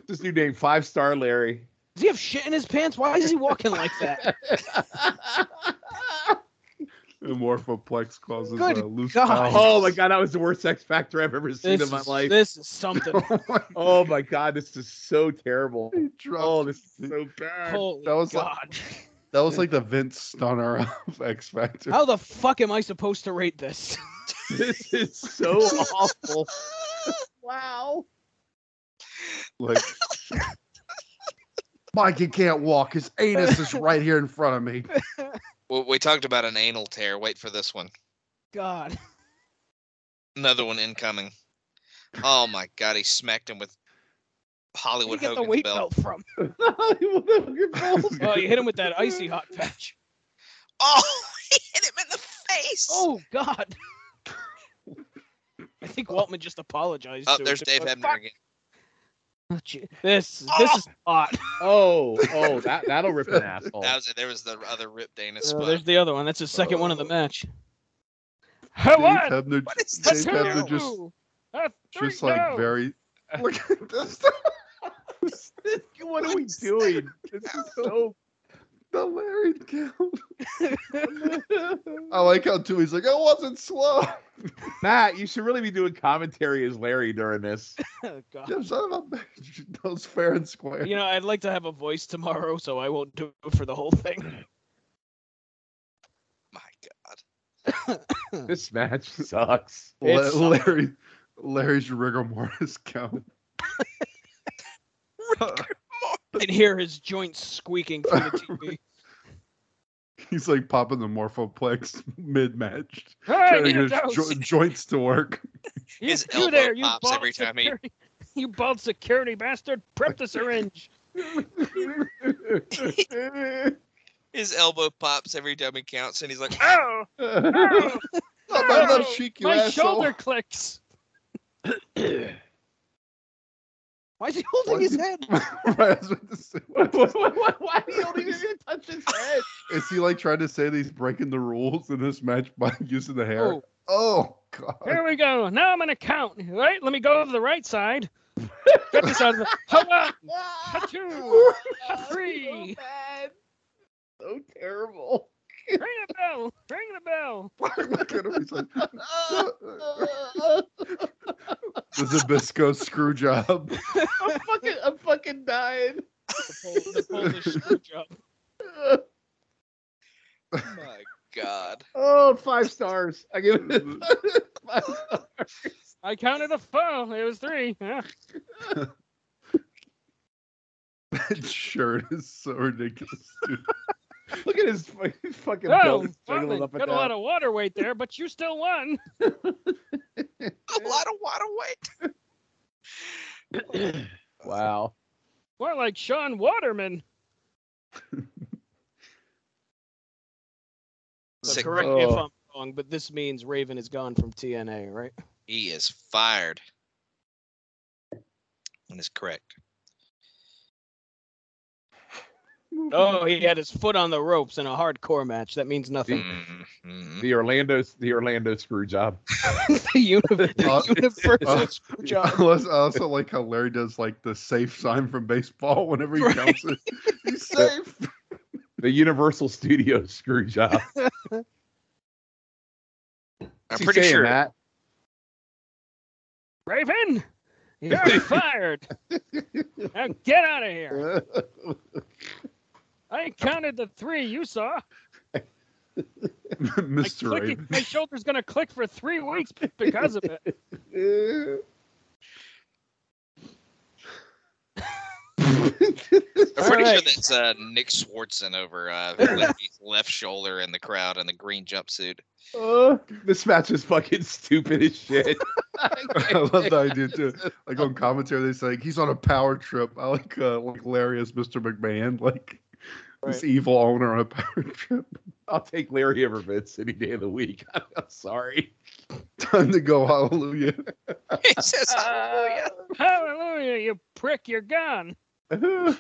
F: This new name, five star Larry.
E: Does he have shit in his pants? Why is he walking like that?
D: Amorphoplex causes
E: Good
D: uh, loose
E: God.
D: bowels.
F: oh my god, that was the worst X Factor I've ever seen
E: This
F: in my
E: is,
F: life.
E: this is something.
D: Oh my
F: Oh my god, this is so terrible.
D: He dropped
F: Oh, this is so bad.
E: Holy
D: That was like-
E: God.
D: That was like the Vince stunner of X Factor.
E: How the fuck am I supposed to rate this?
F: This is so awful.
E: Wow.
D: Like, Mike, he can't walk. His anus is right here in front of me.
C: Well, we talked about an anal tear. Wait for this one.
E: God.
C: Another one incoming. Oh my god, he smacked him with
E: Where'd
C: Hollywood
E: you get the
C: Hogan's
E: weight
C: belt.
E: belt from? Oh,
D: Well,
E: you hit him with that icy hot patch.
C: Oh, he hit him in the face.
E: Oh God. I think Waltman just apologized.
C: Oh,
E: to
C: there's
E: him.
C: Dave
E: Fuck.
C: Hebner again.
E: Oh, gee. This this is hot.
F: Oh, oh, that that'll rip an asshole.
C: That was it. There was the other Rip Dana
E: Uh,
C: spot.
E: there's the other one. That's the second one of
B: Uh,
E: the match.
B: A
D: Dave
B: one,
D: Hebner,
C: What is
B: a
D: Dave
C: this?
D: Hebner just,
B: two, a three,
D: just like
B: no.
D: very. Look at this.
F: what are we doing? This is so.
D: The Larry count. I like how too. He's like, I wasn't slow.
F: Matt, you should really be doing commentary as Larry during this.
E: Oh, God.
D: Yeah, son of a bitch. That was fair and square.
E: You know, I'd like to have a voice tomorrow, so I won't do it for the whole thing.
C: My God.
F: This match sucks.
D: La-
E: it's-
D: Larry, Larry's rigor mortis count.
E: I'd hear his joints squeaking through the TV.
D: He's like popping the morphoplex mid match,
B: I
D: trying
B: need
D: to
B: a
D: get
B: dose.
D: his jo- joints to work.
E: You-
C: His
B: you
C: elbow
B: there, you
C: pops
B: bald
C: every time he.
B: security, you bald security bastard, prep the syringe.
D: Oh,
C: His elbow pops every time he counts, and he's like, "Ah!"
B: Oh, oh
D: Not my
B: No,
D: left cheek, you
B: my
D: asshole.
B: shoulder clicks.
E: Why is he holding his head?
D: Right, I was about to say,
F: What- what- what- what- Why do you only even touch his head?
D: Is he like trying to say that he's breaking the rules in this match by using the hair?
E: Oh.
D: Oh, god.
B: Here we go. Now I'm gonna count. Right, let me go over the right side. Get this out of the. Hold on. A two, a three.
F: So terrible.
B: Ring the bell. Ring the bell.
D: Look at him. He's like,
C: ah,
D: the Zabisco screw job.
F: I'm fucking, I'm fucking dying.
E: The Pol- the Polish screw job.
C: "My God."
F: Oh, five stars. I give it five stars.
B: I counted a four. It was three. Yeah.
D: That shirt is so ridiculous. Dude.
F: Look at his fucking, fucking
B: Oh,
F: belly jiggling
B: Watley,
F: up and
B: got a lot
F: down.
B: of water weight there, but you still won.
C: A lot of water weight.
F: Wow.
B: More like Sean Waterman.
E: But
C: Sick.
E: correct me if
F: Oh.
E: I'm wrong, but this means Raven is gone from TNA, right?
C: He is fired. That is correct.
E: Oh, he had his foot on the ropes in a hardcore match. That means nothing.
C: Mhm, mhm.
F: The Orlando, the Orlando screw job.
E: the universe,
D: Uh,
E: the universe
D: uh,
E: is screw job.
D: I also- I also like how Larry does like the safe sign from baseball whenever he
E: Right.
D: counts it. He's safe.
F: The Universal Studios screw job.
C: I'm
F: What's he
C: pretty
F: saying,
C: sure.
F: Matt?
B: Raven, you're fired. Now get out of here. I counted the three you saw. I
D: Mr.
B: click,
D: Raven.
B: my shoulder's gonna click for three weeks because of it.
C: I'm pretty sure
E: Alright.
C: that's uh, Nick Swartzen over uh, Lefty's left shoulder in the crowd in the green jumpsuit.
F: Uh, this match is fucking stupid as shit.
D: I love the idea too. Like on commentary, they say like, he's on a power trip. I like uh, like Larry as Mr. McMahon, like this
E: Right.
D: evil owner on a power trip.
F: I'll take Larry over Vince any day of the week. I'm sorry.
D: Time to go, hallelujah.
C: He says,
E: Uh,
C: "Hallelujah."
B: Hallelujah, you prick, you're gone. You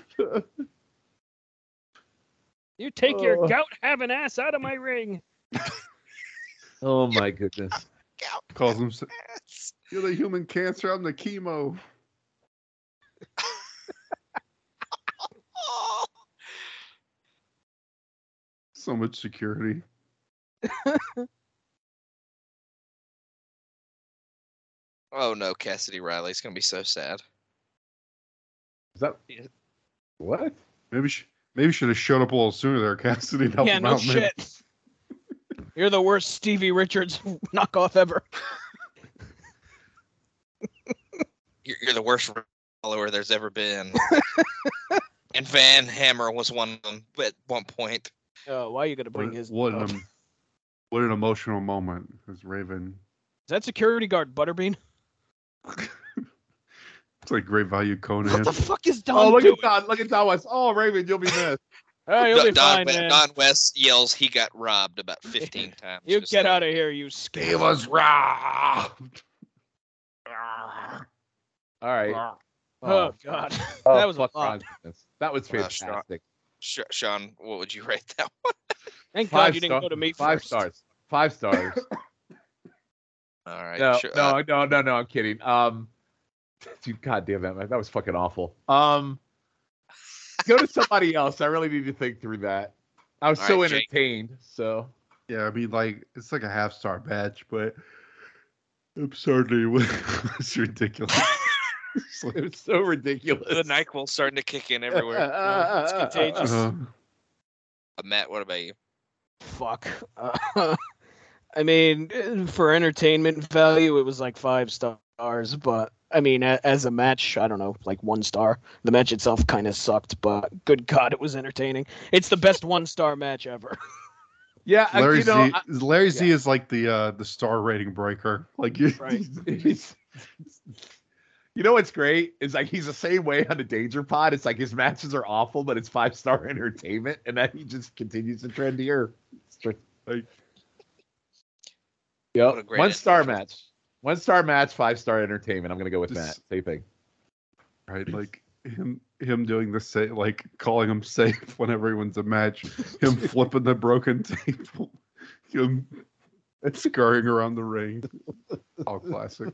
B: take your
F: Oh.
B: gout having ass out of my ring.
F: oh my goodness.
D: Calls him. s-
C: That's-
D: You're the human cancer. I'm the chemo.
C: Oh,
D: So much security.
C: Oh, no, Cassidy Riley's gonna be so sad.
F: Is that what?
D: Maybe she Maybe you should have showed up a little sooner there, Cassidy. to help
E: yeah,
D: him
E: no
D: out, man.
E: shit. You're the worst Stevie Richards knockoff ever.
C: You're, you're the worst follower there's ever been. and Van Hammer was one of them at one point.
E: Oh, why are you gonna bring
D: What,
E: his?
D: what,
E: oh.
D: an,
E: Is
D: em- what an emotional moment as Raven.
E: that security guard Butterbean?
D: It's like great value Conan.
E: What the fuck is Don
F: Oh, look
E: doing?
F: at Don. Look at Don West. Oh, Raven, you'll be missed.
E: Oh, you'll
C: Don,
E: be fine,
C: West,
E: man.
C: Don West yells he got robbed about 15 times.
E: you
C: just
E: get
C: like-
E: out of here, you
D: he
E: scam.
D: was robbed.
F: All right.
E: Oh God,
F: Oh,
E: that was a
F: fuck
E: lot.
F: Ron's business. That was
C: Well, that's not-
F: fantastic.
C: Sh- Sean, what would you rate that one?
E: Thank
F: Five
E: God you didn't
F: star-
E: go to me
F: Five
E: first.
F: stars. Five stars.
C: All right.
F: no,
C: sure. uh,
F: no, no, no, no. I'm kidding. Um, dude, goddamn that man, that was fucking awful. Um, go to somebody else. I really need to think through that. I was
C: All
F: so
C: right, Jake.
F: entertained. So
D: Yeah, I mean, like it's like a half star batch, but absurdly, it's ridiculous. It's like,
F: it was so ridiculous.
C: the NyQuil's starting to kick in everywhere.
F: Uh,
E: It's
F: uh, uh,
E: contagious.
D: uh,
C: Uh, Matt, what about you?
E: Fuck. Uh, I mean, eh, for entertainment value, it was like five stars, but I mean, a- as a match, I don't know, like one star. The match itself kind of sucked, but good God, it was entertaining. It's the best one star match ever.
F: Yeah, I-
D: Larry
F: Uh, you know,
D: Z. Larry Z is like the uh, the star rating breaker. Like you,
E: Right.
F: He's- you know what's great is like he's the same way on the danger pod. It's like his matches are awful, but it's five star entertainment, and that he just continues to trend here. It's tr- Like,
C: What a
F: yep,
C: great
F: one star
C: entertainment.
F: match, one star match, five star entertainment. I'm gonna go with
D: This-
F: that. Same thing.
D: right? Like him, him doing the safe, like calling him safe when everyone's a match. Him flipping the broken table. Him scurrying around the ring. All classic.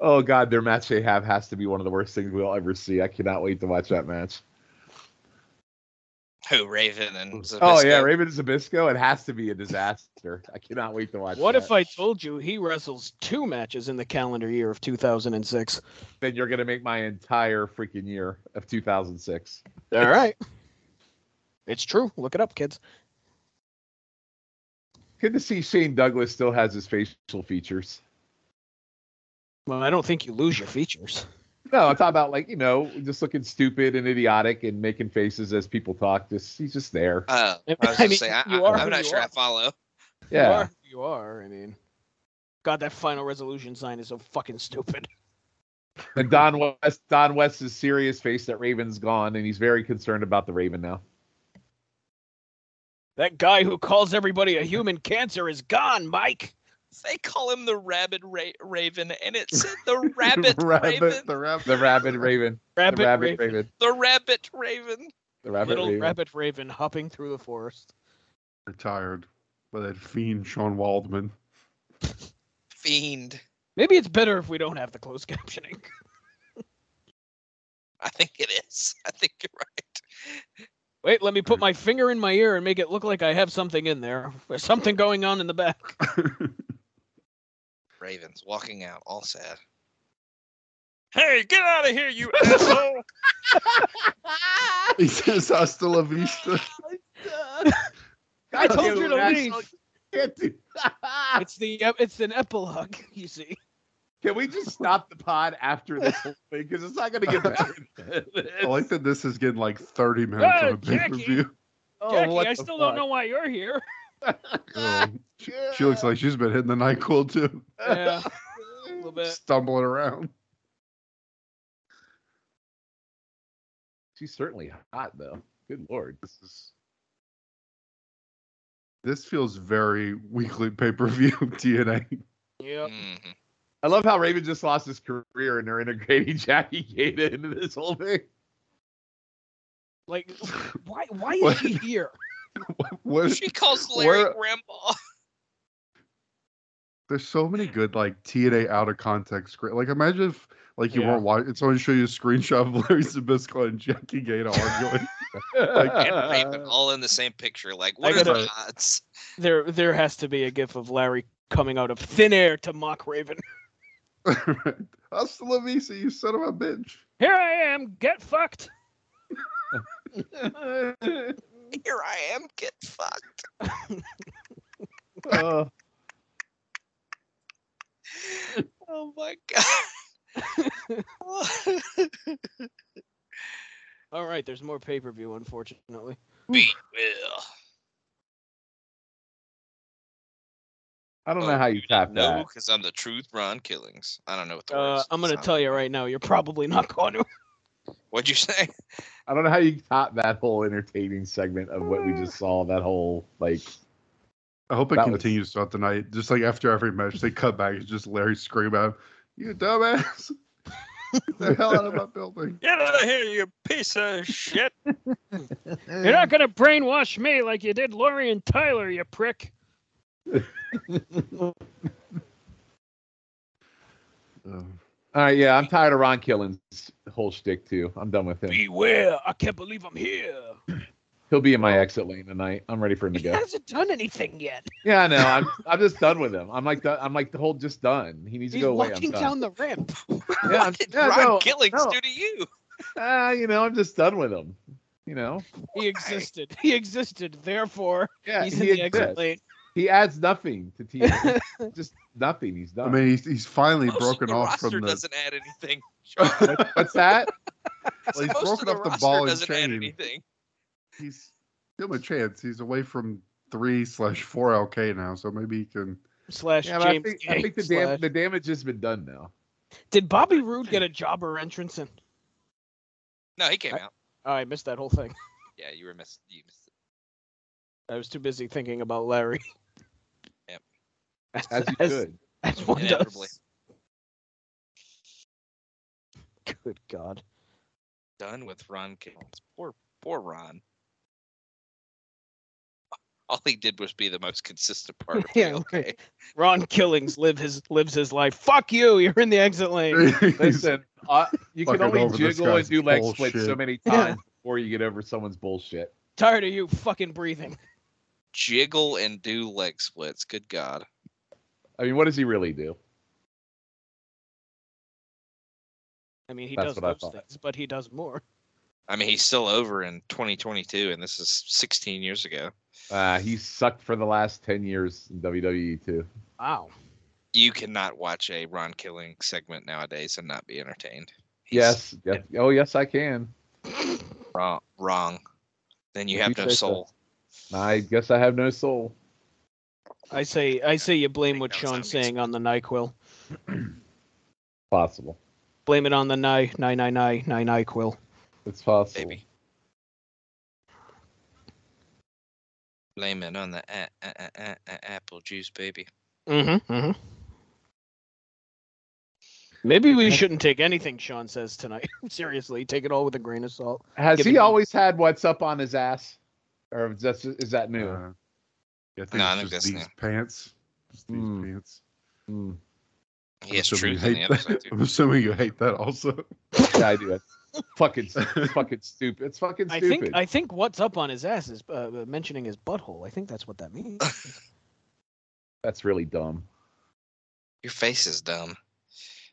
F: Oh god, their match they have has to be one of the worst things we'll ever see. I cannot wait to watch that match.
C: Who, Raven and
F: Oh
C: Zabisco?
F: yeah, Raven and Zabisco. It has to be a disaster. I cannot wait to watch.
E: What
F: that.
E: if I told you he wrestles two matches in the calendar year of 2006?
F: then you're gonna make my entire freaking year of 2006.
E: All right. It's true. Look it up, kids.
F: Good to see Shane Douglas still has his facial features.
E: Well, I don't think you lose your features.
F: No, I'm talking about like you know just looking stupid and idiotic and making faces as people talk. Just he's just there.
C: Uh, I was
E: I
C: gonna
E: mean,
C: say, I,
E: you
C: I,
E: are
C: I'm
E: who
C: not
E: you
C: sure I
E: are.
C: follow.
E: You
F: Yeah,
E: are who you are. I mean, God, that final resolution sign is so fucking stupid.
F: and Don West, Don West's serious face that Raven's gone, and he's very concerned about the Raven now.
E: That guy who calls everybody a human cancer is gone, Mike.
C: They call him the Rabid Ra- Raven, and it said the Rabbit
D: Rabbit,
C: Raven,
D: the rabbit.
F: The rabid Raven, the
E: Rabbit,
F: rabid
E: raven,
F: Raven,
C: the Rabbit Raven.
F: the rabid
E: little
F: Raven.
E: rabbit raven hopping through the forest.
D: Retired by that fiend Sean Waldman.
C: Fiend.
E: Maybe it's better if we don't have the closed captioning.
C: I think it is. I think you're right.
E: Wait, let me put my finger in my ear and make it look like I have something in there. There's something going on in the back.
C: Ravens walking out, all sad. Hey, get out of here, you asshole!
D: He says hasta la vista.
E: I told you to leave.
F: Can't do-
E: It's the ep- it's an epilogue, you see.
F: Can we just stop the pod after this whole thing? Because it's not going to get better. than
D: I like
F: this.
D: that this is getting like 30 minutes
B: Ah,
D: on a pay per view.
F: Oh,
B: Jackie,
F: what
B: I
F: the fuck?
B: still don't know why you're here.
D: Um, She looks like she's been hitting the NyQuil too,
E: Yeah, a little bit.
D: stumbling around.
F: She's certainly hot, though. Good lord.
D: This is. This feels very weekly pay per view TNA.
E: Yep.
C: Mhm.
F: I love how Raven just lost his career and they're integrating Jackie Gata into this whole thing.
E: Like, why why is
D: What?
E: he here?
D: What?
C: She calls Larry
D: Where-
C: Grandpa.
D: There's so many good like TNA out of context. scre- Like imagine if like you
E: Yeah.
D: weren't watching. Someone show you a screenshot of Larry Zabisco and Jackie Gata arguing.
C: And Raven all in the same picture. Like, what
E: I
C: are the
E: gotta-
C: odds?
E: There there has to be a gif of Larry coming out of thin air to mock Raven.
D: Hasta la vista, you son of a bitch.
B: Here I am. Get fucked.
C: Here I am. Get fucked.
F: Uh,
C: Oh my god.
E: All right, there's more pay per view, unfortunately.
C: Beat Will.
F: I don't know how Oh, you tap
C: No,
F: that.
C: because I'm the truth, Ron Killings. I don't know what the
E: Uh,
C: words
E: I'm gonna
C: sound
E: tell
C: like.
E: you right now, you're probably not going to.
C: What'd you say?
F: I don't know how you top that whole entertaining segment of what we just saw. That whole like,
D: I hope it
F: That was-
D: continues throughout the night. Just like after every match, they cut back. It's just Larry scream out, "You dumbass! Get the hell out of my building!"
C: Get out of here, you piece of shit.
B: You're not gonna brainwash me like you did Lori and Tyler, you prick.
F: all right, yeah, I'm tired of Ron Killen's whole shtick too. I'm done with him.
E: Beware! I can't believe I'm here.
F: He'll be in my exit lane tonight. I'm ready for him to
E: He
F: go.
E: hasn't done anything yet.
F: Yeah, I know. I'm I'm just done with him. I'm like done, I'm like the whole just done. He needs to
E: He's
F: go away. I'm
E: walking
F: done.
E: down the ramp.
F: Yeah, I'm-
C: what did
F: yeah,
C: Ron
F: no,
C: Killings
F: no.
C: do to you?
F: Ah, you know, I'm just done with him. You know.
E: He existed. He existed. Therefore,
F: Yeah,
E: he's
F: he,
E: in the exit
F: exists.
E: lane.
F: he adds nothing to TNA. just nothing. He's
D: I
F: done.
D: mean, he's, he's finally
C: Most of
D: broken
C: Oh, the
D: off
C: roster
D: from the.
C: doesn't add anything.
F: What's that?
D: Well, he's
C: Most
D: broken
C: of
D: off
C: the
D: the
C: roster
D: ball and
C: doesn't add
D: chain.
C: anything.
D: He's give him a chance. He's away from three slash four LK now, so maybe he can.
E: Slash
F: Yeah, but I
E: James.
F: think, I
E: Gang
F: think the,
E: slash-
F: dam- the damage has been done now.
E: Did Bobby Roode get a jobber entrance in?
C: No, he came
E: I-
C: out.
E: Oh, I missed that whole thing.
C: Yeah, you were missing. You missed it.
E: I was too busy thinking about Larry.
C: Yep.
E: As,
F: As you
E: as-
F: should.
E: as one
C: Inevitably.
E: does. Good God.
C: Done with Ron Killings. Poor, poor Ron. All he did was be the most consistent part of
E: Yeah,
C: TLK.
E: right. Ron Killings live his lives his life. Fuck you. You're in the exit lane.
D: He's-
F: Listen, uh, you can
D: fucking
F: only
D: over this
F: jiggle and
D: guy's
F: do leg splits
D: bullshit.
F: so many
E: Yeah.
F: times before you get over someone's bullshit.
E: Tired of you fucking breathing.
C: Jiggle and do leg splits. Good God.
F: I mean, what does he really do?
E: I mean, he
F: That's
E: does
F: what I
E: those
F: thought.
E: things, but he does more.
C: I mean, he's still over in 2022, and this is 16 years ago.
F: Uh, he sucked for the last ten years in WWE too.
E: Wow.
C: You cannot watch a Ron Killing segment nowadays and not be entertained. He's
F: Yes. yes. Oh, yes, I can.
C: Wrong. wrong. Then you
F: If you
C: have no
F: say so.
C: soul.
F: I guess I have no soul.
E: I say I say you blame what
C: That was
E: Sean's
C: obvious.
E: saying on the NyQuil.
F: Possible.
E: Blame it on the Ny Ny Ny Ny Ny NyQuil.
F: It's possible.
C: Maybe. Blame it on the uh, a- a- a- a- a- apple juice, baby.
E: Mm-hmm. Mm-hmm. Maybe we shouldn't take anything Sean says tonight. Seriously, take it all with a grain of salt.
F: Has
E: Give
F: he
E: me-
F: always had what's up on his ass, or is that, is that new?
D: Uh, yeah, I think
C: No, I think
D: it's just
C: that's
D: these
C: new.
D: pants. Just these
F: Hmm.
D: pants.
F: Mm.
C: He has
D: I'm assuming you
C: truth on the
D: hate
C: other
D: that.
C: side too.
D: I'm assuming you hate that also.
F: Yeah, I do. It's fucking, it's fucking stupid. It's fucking
E: I
F: stupid.
E: think I think what's up on his ass is uh, mentioning his butthole. I think that's what that means.
F: That's really dumb.
C: Your face is dumb.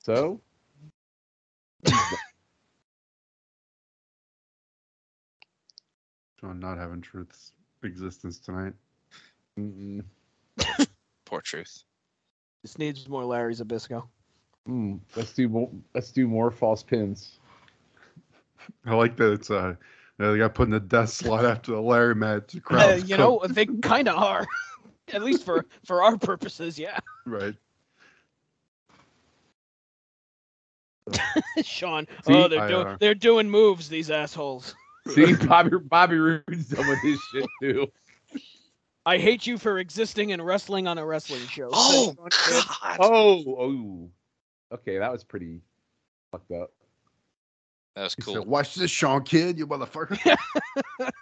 F: So,
D: So I'm not having truth's existence tonight.
F: mm-mm,
C: Poor truth.
E: this needs more Larry Zabisco.
F: mm, let's do more. Let's do more false pins.
D: I like that it's uh you know, they got put in the death slot after the Larry match. The
E: Uh,
D: crowd's
E: you know,
D: cooked,
E: they kind of are. At least for for our purposes, yeah.
D: right?
E: Sean,
F: See,
E: oh, they're
D: I,
E: doing
D: uh,
E: they're doing moves. These assholes.
F: See, Bobby Bobby Roode's done with his shit too.
E: I hate you for existing and wrestling on a wrestling show.
C: Oh,
E: Sean Kidd.
C: God.
F: Oh, oh. Okay, that was pretty fucked up.
C: That was
D: He
C: cool.
D: said, "Watch this, Sean Kid, you motherfucker."
F: that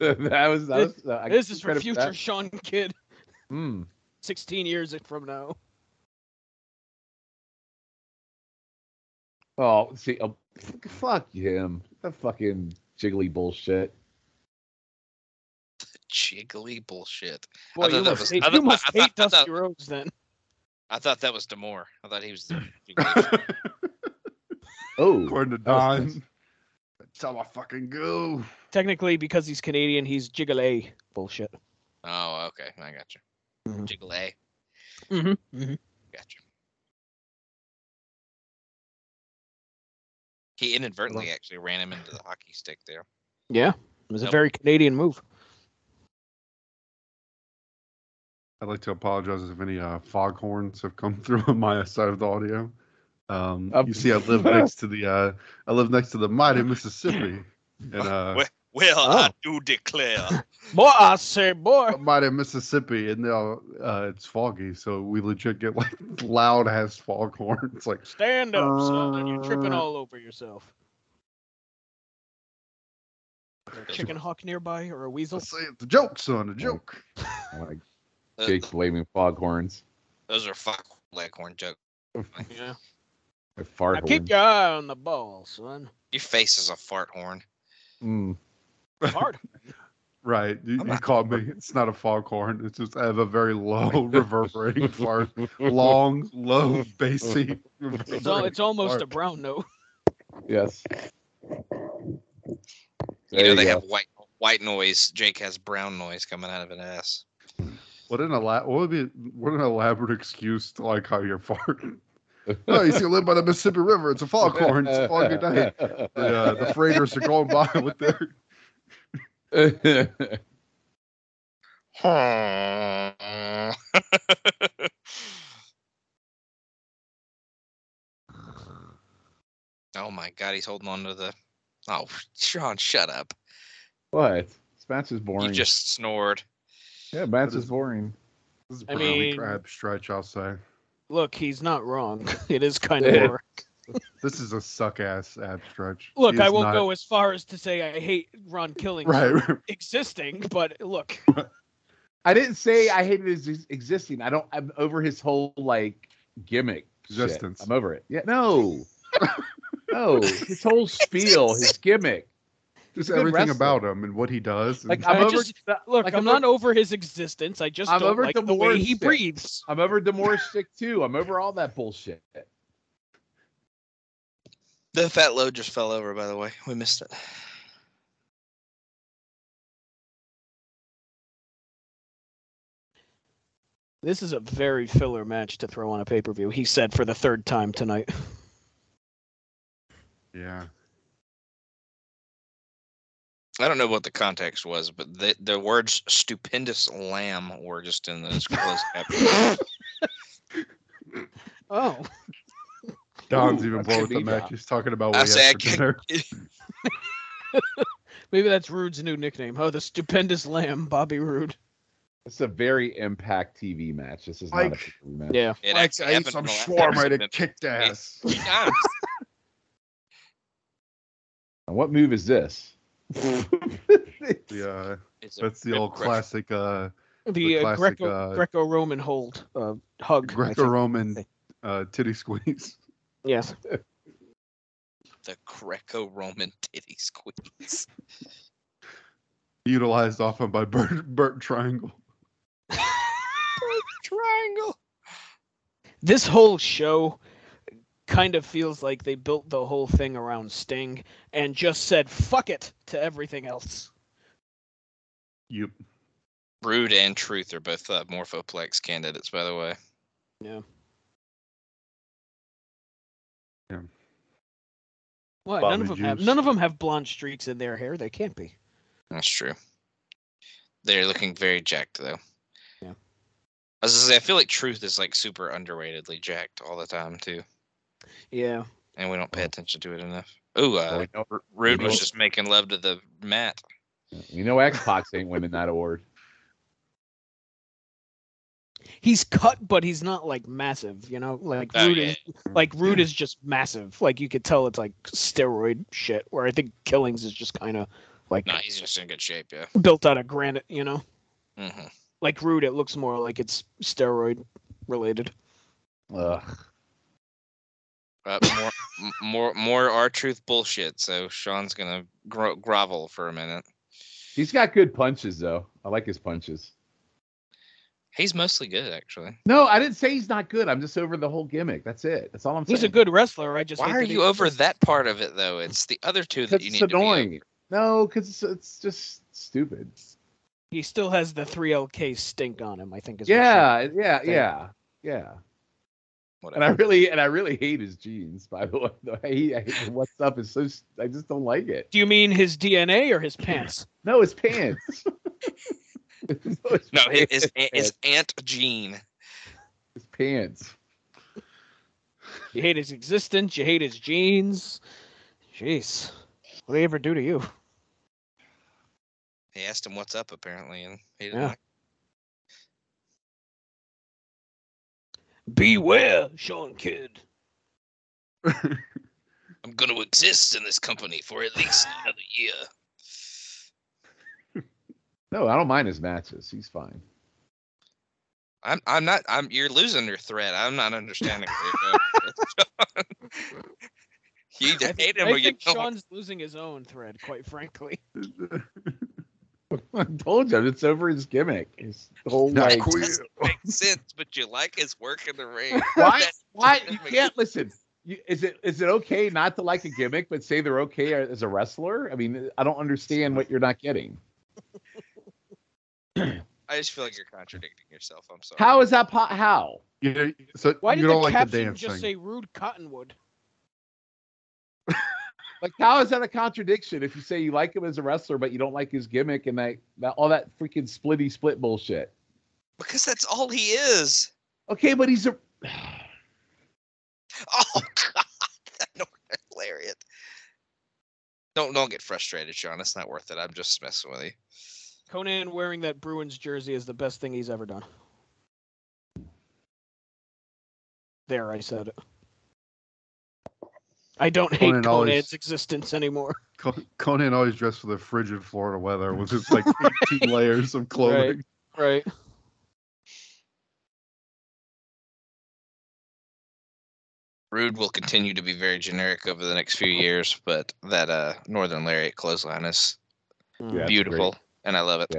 F: was. That was uh, I
E: this
F: give
E: is
F: credit
E: for future
F: that.
E: Sean Kidd,
F: Mm.
E: 16 years from now.
F: Oh, see, oh, f- fuck him. That fucking jiggly bullshit.
C: Jiggly bullshit.
E: Boy,
C: thought
E: you
C: that
E: must,
C: was-
E: hate,
C: I thought-
E: you must
C: I thought-
E: hate
C: I thought-
E: Dusty Rhodes then.
C: I thought that was Demore. I thought he was the jiggly.
F: Oh,
D: According to
E: Uh,
F: that was
D: Don,
F: nice.
D: That's how I fucking go.
E: Technically, because he's Canadian, he's Jiggly. Bullshit.
C: Oh, okay. I got you.
F: Mm-hmm.
E: Mhm.
C: Jiggle A. Mm-hmm.
E: Mhm, mhm.
C: Got you. He inadvertently actually ran him into the hockey stick there.
E: Yeah, it was a
C: Yep.
E: very Canadian move.
D: I'd like to apologize if any uh, foghorns have come through on my side of the audio. Um,
E: Um,
D: you see, I live next to the uh, I live next to the mighty Mississippi, and uh,
C: Well, well
E: Oh.
C: I do declare.
E: Boy, I say, boy.
D: mighty Mississippi, and now uh, it's foggy, so we legit get like loud ass foghorns. Like
E: Stand up, son. You're tripping
D: Uh.
E: all over yourself. Is there a chicken hawk nearby or a weasel?
D: let's say it's a joke, son, a joke.
F: Like
C: Uh,
F: Jake blaming foghorns.
C: Those are fuck leghorn jokes.
E: Yeah.
F: Or
E: Now
F: farthorns.
E: keep your eye on the ball, son.
C: Your face is a fart horn.
F: Mm.
E: Hard.
D: Right, you,
C: I'm
D: you
C: not-
D: caught me. It's not a foghorn. It's just I have a very low reverberating fart, long, low, bassy.
E: It's, al- it's almost a
D: reverberating
E: brown note.
F: Yes.
C: you
F: There
C: know
F: you
C: they
F: go.
C: have white white noise. Jake has brown noise coming out of an ass.
D: What an ela- what would be what an elaborate excuse to like how you're farting. no, you see, I live by the Mississippi River. It's a foghorn. It's a foggy night. The, uh, the freighters are going by with their.
C: oh my god, he's holding on to the. Oh, Sean, shut up!
F: what? This match is boring.
C: You just snored.
F: Yeah, match is boring.
D: This is
E: I
D: probably
E: mean-
D: crab stretch. I'll say
E: Look, he's not wrong. It is kind of boring.
D: this is a suck ass ab stretch.
E: Look,
D: He
E: I
D: is
E: won't
D: not-
E: go as far as to say I hate Ron Killing
D: Right,
E: existing, but look,
F: I didn't say I hated his ex- existing. I don't. I'm over his whole like gimmick. shit.
D: Existence.
F: I'm over it. Yeah. No. no. His whole spiel. His gimmick.
D: just
F: a good
D: everything
F: wrestler.
D: about him and what he does.
F: Like
D: and-
F: I'm
E: I
F: over.
E: just- look,
F: Like,
E: I'm
F: I'm
E: not over his existence. I just
F: I'm
E: don't
F: over
E: like
F: the
E: the way
F: worst
E: he
F: bit.
E: breathes.
F: I'm over Demore Stick too. I'm over all that bullshit.
C: The fat load just fell over. By the way, we missed it.
E: This is a very filler match to throw on a pay per view. He said for the third time tonight.
D: yeah,
C: I don't know what the context was, but the the words "stupendous lamb" were just in this closed caption.
E: Oh,
D: Don's
F: Ooh,
D: even
F: that's
D: bored with
F: good
D: the match.
F: eavesdrop.
D: He's talking about
C: I
D: what he
C: say
D: had
C: I
D: for
C: can't-
D: dinner.
E: maybe that's Rude's new nickname. Oh, the stupendous lamb, Bobby Rude.
F: It's a very impact TV match. This is
D: Like-
F: not a TV match.
E: Yeah,
C: It
D: Like,
C: actually
D: I ate
C: happened
D: some
C: in the last
D: shawarma
C: episode.
D: to kicked ass.
C: Yeah.
F: And what move is this?
D: Yeah,
C: It's a
D: that's the
C: rib
D: old
C: crusher.
D: classic uh,
E: the uh,
D: classic,
E: Greco
D: uh,
E: Greco Roman hold uh, hug. I think.
D: Greco-Roman uh, titty squeeze.
E: Yes.
C: The Greco-Roman titty squeeze.
D: utilized often by Bert, Bert Triangle.
C: Triangle.
E: this whole show kind of feels like they built the whole thing around Sting and just said fuck it to everything else.
D: Yep.
C: Rude and Truth are both uh, Morphoplex candidates, by the way.
E: What?
D: Bomb
E: none of
D: and
E: them have
D: juice.
E: none of them have blonde streaks in their hair. They can't be.
C: That's true. They're looking very jacked, though.
E: Yeah.
C: I was gonna say, I feel like Truth is like super underratedly jacked all the time too,
E: Yeah.
C: and we don't pay attention to it enough. Ooh, uh,
F: we, know,
C: Rude was
F: know-
C: just making love to the mat.
F: we know Xbox ain't winning that award.
E: He's cut but he's not like massive, you know? Like
C: Oh,
E: Rude
C: yeah.
E: is like Rude is just massive. Like you could tell it's like steroid shit where I think Killings is just kind of like
C: No, he's just in good shape. Yeah.
E: built out of granite, you know?
C: hmm
E: Like Rude it looks more like it's steroid related.
F: Ugh.
C: Uh, more, m- more, more our truth bullshit. So Sean's gonna gro- grovel for a minute.
F: He's got good punches though. I like his punches.
C: He's mostly good, actually.
F: No, I didn't say he's not good. I'm just over the whole gimmick. That's it. That's all I'm saying.
G: He's a good wrestler. I just
C: Why
G: hate
C: are
G: that he-
C: you over that part of it though? It's the other two that
F: Because
C: you
F: it's
C: need to be.
F: annoying. No, because it's, it's just stupid.
E: He still has the 3LK stink on him, I think. Is what
F: Yeah, yeah,
E: Thing.
F: yeah, yeah.
C: over.
F: And I really and I really hate his jeans. By the way, I hate, I hate what's up is so. s- I just don't like it.
G: Do you mean his DNA or his pants?
F: No, his pants. no, his,
C: No, his his,
F: pants.
C: his aunt Jean.
F: His pants.
G: You hate his existence. You hate his genes. Jeez.
E: she- What do they ever do to you?
C: He asked him what's up apparently, and he didn't
E: Yeah.
C: like.
G: Beware, Sean Kidd.
C: I'm going to exist in this company for at least another year.
F: No, I don't mind his matches. He's fine.
C: I'm I'm not I'm you're losing your thread. I'm not understanding. where you're going with this, Sean. you either
G: I
C: hate
G: think,
C: him
G: I
C: or you
G: think
C: don't.
G: Sean's losing his own thread, quite frankly.
F: I told you, it's over his gimmick. His whole
D: Not
F: like.
D: cool.
C: It doesn't make sense, but you like his work in the ring.
F: Why?
C: That-
F: Why you can't listen? You, is it is it okay not to like a gimmick, but say they're okay as a wrestler? I mean, I don't understand what you're not getting.
C: I just feel like you're contradicting yourself. I'm sorry.
F: How is that? Po- how?
D: You know, so
G: Why
D: you
G: did
D: don't
G: the
D: like the
G: caption
D: dancing.
G: just say "rude cottonwood"?
F: Like, how is that a contradiction? If you say you like him as a wrestler, but you don't like his gimmick and that, that all that freaking splitty split bullshit.
C: Because that's all he is.
F: Okay, but he's a
C: Oh God, that was hilarious. Don't don't get frustrated, Sean. It's not worth it. I'm just messing with you.
G: Conan wearing that Bruins jersey is the best thing he's ever done.
E: There, I said it. I don't hate
D: Conan
E: Conan's
D: always-
E: existence anymore.
D: Con- Conan always dressed for the frigid Florida weather with his like 18 layers of clothing.
E: Right.
C: Rude will continue to be very generic over the next few years, but that uh Northern Lariat clothesline is
F: Yeah, that's
C: beautiful, and I love it.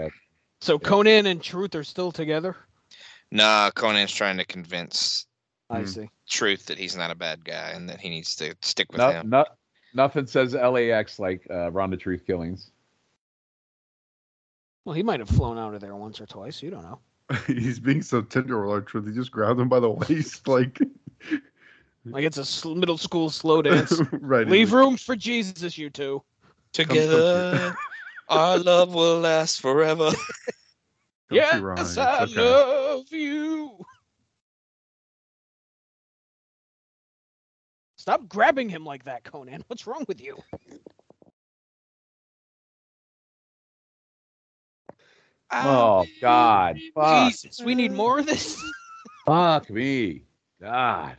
G: So
F: Yeah.
G: Conan and Truth are still together.
C: Nah, Conan's trying to convince
E: I
D: Hmm.
E: see.
C: Truth that he's not a bad guy and that he needs to stick with
F: No,
C: him.
F: no, nothing says LAX like uh, Ronda Truth killings.
E: Well, he might have flown out of there once or twice. You don't know.
D: He's being so tender with our truth. He just grabbed him by the waist, like
G: Like it's a sl- middle school slow dance.
D: right. he's
G: Leave
D: like,
G: room for Jesus, you two.
C: Together, our love will last forever.
D: "Don't you,
G: Yes,
D: Ron, it's
G: I
D: okay."
G: love you.
E: Stop grabbing him like that, Conan. What's wrong with you?
C: Ah,
F: Oh God, fuck,
G: Jesus, we need more of this.
F: fuck me, God.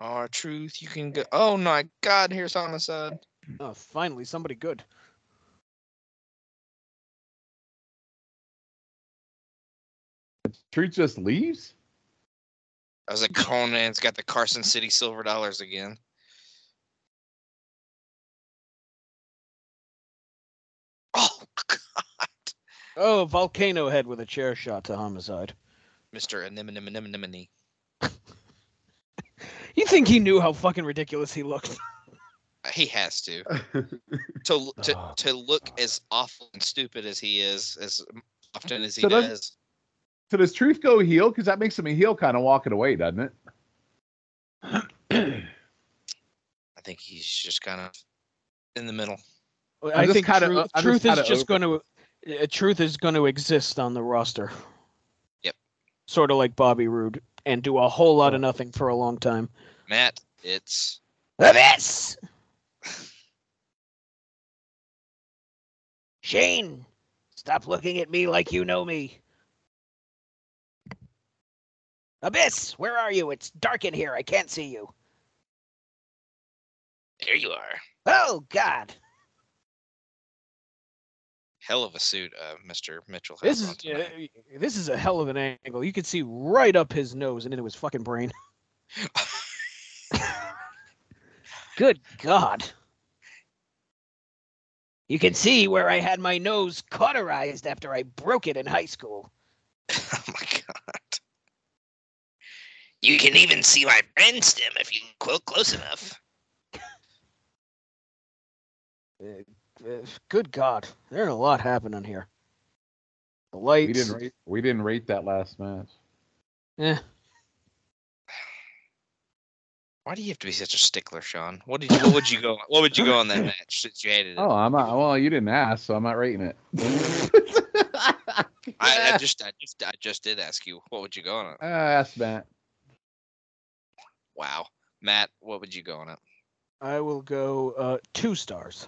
C: Our truth, you can go. Oh my God, here's homicide.
E: Oh, finally, somebody good.
F: Truth just leaves.
C: I was like, Conan's got the Carson City silver dollars again. Oh God,
E: Oh, volcano head with a chair shot to homicide.
C: Mister Anemone.
E: You think he knew how fucking ridiculous he looked?
C: He has to to l- to to look as awful and stupid as he is as often as he
F: So does-
C: does.
F: So does Truth go heel? Because that makes him a heel kind of walking away, doesn't it?
C: I think he's just kind of in the middle.
E: Well,
F: I'm
E: I
F: just
E: think
F: kinda- uh,
E: truth, truth
F: I'm just kinda
E: is just going to uh, truth is going to exist on the roster.
C: Yep.
E: Sort of like Bobby Roode, and do a whole
F: Oh.
E: lot of nothing for a long time.
C: Matt, it's
E: This. Shane, stop looking at me like you know me. Abyss, where are you? It's dark in here. I can't see you.
C: there. You are
E: Oh God.
C: hell of a suit, uh, Mister Mitchell.
E: This
C: has
E: is
C: on tonight.
E: uh, this is a hell of an angle. You could see right up his nose and into his fucking brain. Good God. You can see where I had my nose cauterized after I broke it in high school.
C: oh my god. You can even see my brainstem if you quote close enough.
E: Uh, Good God, there's a lot happening here. The
F: We
E: lights.
F: didn't rate, we didn't rate that last match.
C: Why do you have to be such a stickler, Sean? What did you, what would you go what would you go on that match since you hated it?
F: Oh, I'm not. Well, you didn't ask, so I'm not rating it.
C: I, I just I just I just did ask you what would you go on it?
F: Uh, ask Matt.
C: Wow. Matt, what would you go on it?
E: I will go uh, two stars.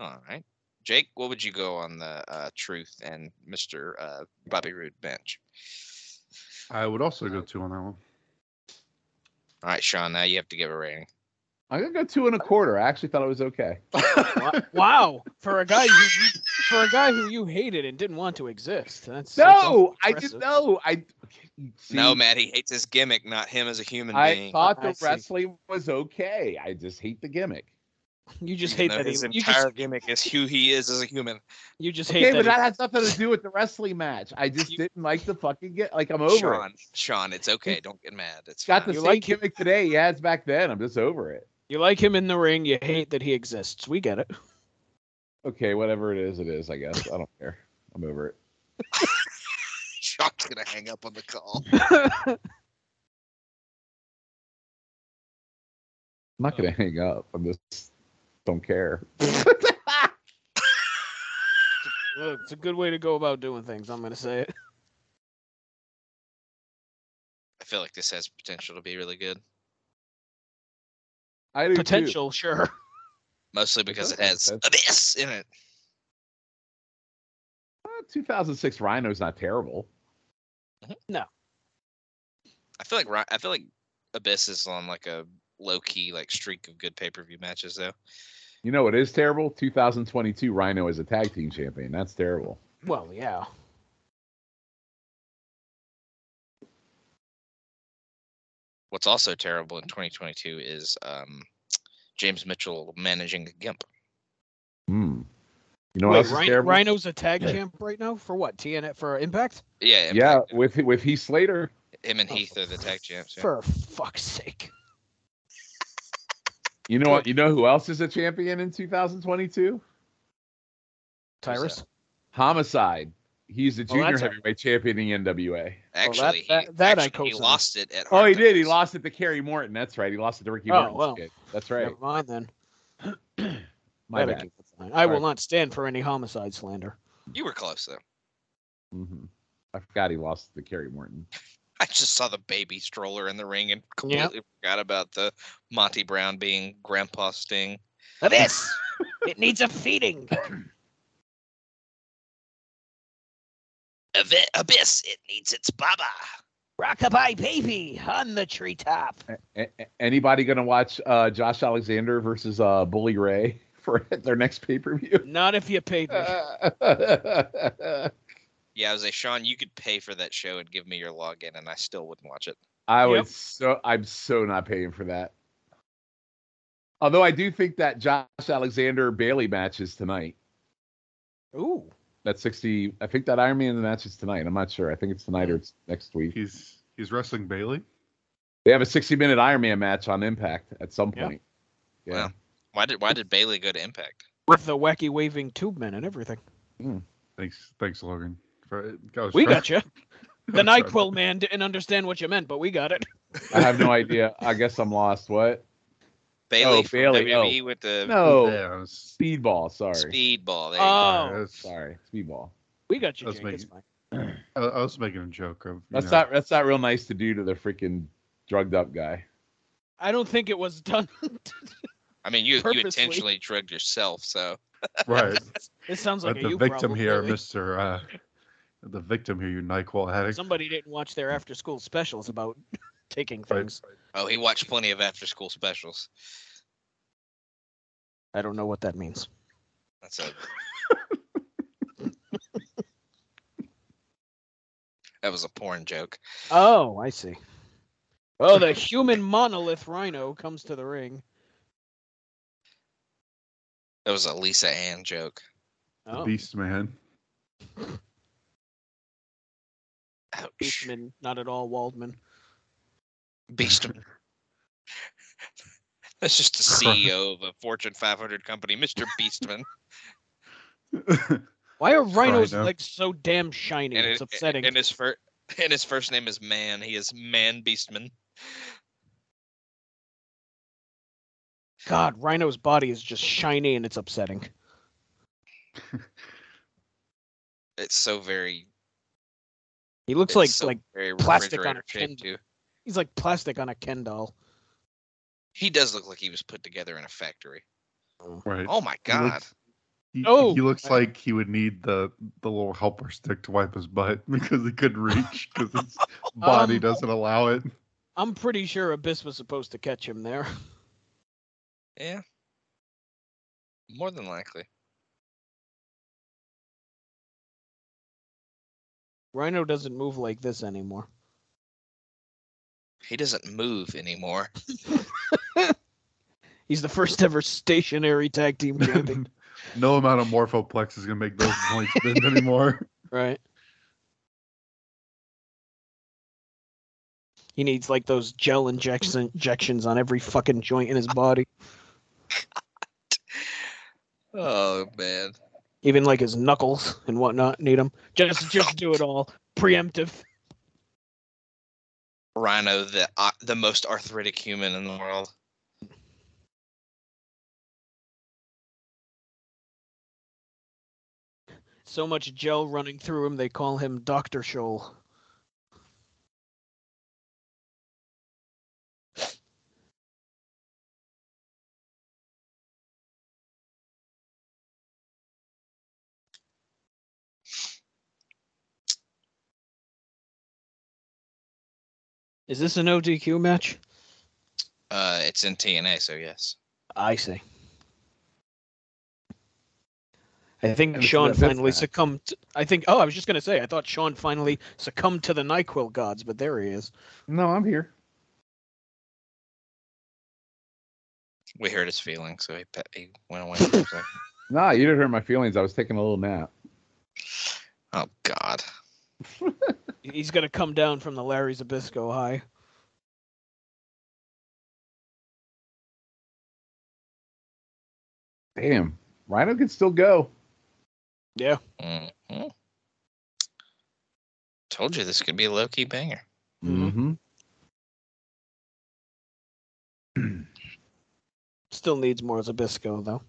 C: All right. Jake, what would you go on the uh, truth and Mr. Uh, Bobby Roode match?
D: I would also go two on that one.
C: All right, Sean, now you have to give a rating.
F: I'm gonna go two and a quarter. I actually thought it was okay.
E: Wa- wow, for a guy who you, for a guy who you hated and didn't want to exist. That's that's
F: No, I just
E: impressive.
F: know I. See,
C: no, Matt, he hates his gimmick, not him as a human
F: I
C: being.
F: thought the
E: I see.
F: wrestling was okay. I just hate the gimmick.
E: You just
C: Even
E: hate
C: though
E: that he,
C: his
E: you
C: entire
E: just
C: gimmick is who he is as a human.
E: you just hate
F: Okay,
E: that.
F: but that has nothing to do with the wrestling match. I just
C: You-
F: didn't like the fucking get. Like I'm over
C: Sean,
F: it.
C: Sean, it's okay. Don't get mad. It's
F: It's got
C: fine.
F: the same
E: like it.
F: gimmick today he has back then. I'm just over it.
E: he, you like him in the ring. You hate that he exists. We get it.
F: Okay, whatever it is, it is. I guess I don't care. I'm over it.
C: Sean's gonna hang up on the call.
F: I'm not
E: Oh.
F: gonna hang up. I'm just don't care.
E: Look, It's a good way to go about doing things. I'm gonna say it.
C: I feel like this has potential to be really good,
F: I do too.
E: Potential, sure.
C: mostly because it
F: does.
C: has
F: That's-
C: abyss in it.
F: Uh, 2006 Rhino's not terrible.
C: I feel like Ri- I feel like abyss is on like a low key like streak of good pay per view matches though.
F: You know what is terrible? 2022 Rhino is a tag team champion. That's terrible.
E: Well, yeah.
C: What's also terrible in 2022 is um, James Mitchell managing a gimp.
F: Hmm. You know what
E: Wait,
F: else is
E: Rhino,
F: terrible?
E: Rhino's a tag
F: Yeah.
E: champ right now for what? TNF for Impact?
C: Yeah, and
F: yeah, with with Heath Slater.
C: him and
E: Oh,
C: Heath are the tag champs. Yeah.
E: For fuck's sake.
F: You know what? You know who else is a champion in 2022?
E: Tyrus.
F: Homicide. He's the
E: Well,
F: junior
E: that's a-
F: heavyweight champion in the NWA.
C: Actually, he,
E: that- that I
C: actually he
E: co-signed.
C: lost it at.
F: Oh, he
C: Hard
F: did. He
C: Knocks.
F: lost it to Kerry Morton. That's right. He lost it to Ricky
E: Oh,
F: Morton.
E: well.
F: That's right.
E: Never mind then.
F: My
E: That I
F: bad.
E: can find. I will
F: Sorry.
E: not stand for any homicide slander.
C: You were close though.
F: Mhm. I forgot he lost to Kerry Morton.
C: I just saw the baby stroller in the ring and completely forgot about the Monty Brown being Grandpa Sting.
E: Abyss! it needs a feeding.
C: Avi- Abyss, it needs its baba.
E: Rockabye baby on the treetop.
F: A- a- anybody going to watch uh, Josh Alexander versus uh, Bully Ray for their next pay per view?
E: Not if you paid me.
F: I
C: Yeah, I was like, Sean, you could pay for that show and give me your login, and I still wouldn't watch it.
F: would so I'm so not paying for that. Although I do think that Josh Alexander Bailey match is tonight.
E: Ooh.
F: That 60, I think that Iron Man match is tonight. I'm not sure. I think it's tonight or it's next week.
D: He's he's wrestling Bailey.
F: They have a 60 minute Iron Man match on Impact at some
E: Yeah.
F: point. Yeah.
C: Wow. Why did Why did Bailey go to Impact?
E: With the wacky waving tube men and everything.
D: Thanks, thanks, Logan. For, I was
E: We
D: trying-
E: got you. The
D: I'm sorry.
E: NyQuil man didn't understand what you meant, but we got it.
F: I have no idea. I guess I'm lost. What?
C: Bailey from E
F: Bailey, oh.
C: WWE went to
F: No. Uh,
D: Yeah, I was-
F: Speedball. Sorry.
C: Speedball. There you go.
D: I
E: Oh,
D: was-
F: Sorry. Speedball.
E: we got you,
D: Let's
E: Jake.
D: make
E: It's
D: it-
E: fine.
D: I I was making a joke of. you
F: That's
D: know,
F: not that's not real nice to do to the freaking drugged up guy.
E: I don't think it was done.
C: I mean, you you
E: Purposely.
C: intentionally drugged yourself, so
D: right.
E: It sounds like
D: But
E: a
D: the
E: you
D: victim
E: problem,
D: here,
E: really.
D: Mister. Uh, the victim here, you Nyquil addict.
E: Somebody didn't watch their after-school specials about taking
D: Right.
E: things.
C: oh, he watched plenty of after school specials.
E: I don't know what that means.
C: That's a. that was a porn joke.
E: Oh, I see. Oh, the human monolith rhino comes to the ring.
C: That was a Lisa Ann joke.
D: The
E: Oh,
D: Beast man.
C: Ouch.
H: Beastman, not at all Waldman.
C: Beastman. That's just the CEO of a Fortune 500 company, Mr. Beastman.
E: Why are rhinos
D: Rhino.
E: legs so damn shiny?
C: And,
E: it's
C: it-
E: upsetting.
C: and his first and his first name is Man. He is Man Beastman.
E: God, Rhino's body is just shiny and it's upsetting.
C: It's so very.
E: He looks
C: it's
E: like
C: so
E: like
C: very
E: plastic on a
C: refrigerator shaped,
E: tin.
C: too.
E: he's like plastic on a Ken doll.
C: He does look like he was put together in a factory.
D: Right.
C: Oh my
D: He
C: God!
D: looks- He,
E: Oh.
D: he looks like he would need the the little helper stick to wipe his butt because he couldn't reach because his body
E: Um,
D: doesn't allow it.
E: I'm pretty sure Abyss was supposed to catch him there.
C: Yeah. More than likely.
E: Rhino doesn't move like this anymore.
C: He doesn't move anymore.
E: He's the first ever stationary tag team champion.
D: no amount of morphoplex is gonna make those joints bend anymore.
E: right. He needs like those gel injection injections on every fucking joint in his body.
C: Oh man.
E: Even like his knuckles and whatnot need them. Just just do it all. Preemptive.
C: Rhino, the uh, the most arthritic human in the world.
E: So much gel running through him they call him Doctor Shoal. Is this an ODQ match?
C: Uh, it's in TNA, so yes.
E: I see. I think
F: And it's
E: Sean
F: the fifth
E: finally
F: match.
E: succumbed. To, I think. Oh, I was just gonna say. I thought Sean finally succumbed to the Nyquil gods, but there he is.
F: No, I'm here.
C: We hurt his feelings, so he pe- he went away. for a second.
F: Nah, you didn't hurt my feelings. I was taking a little nap.
C: oh God.
E: He's gonna come down from the Larry Zabisco high.
F: Damn, Rhino can still go.
C: hmm Told you this could be a low key banger.
F: Mm-hmm.
E: Still needs more Zabisco though.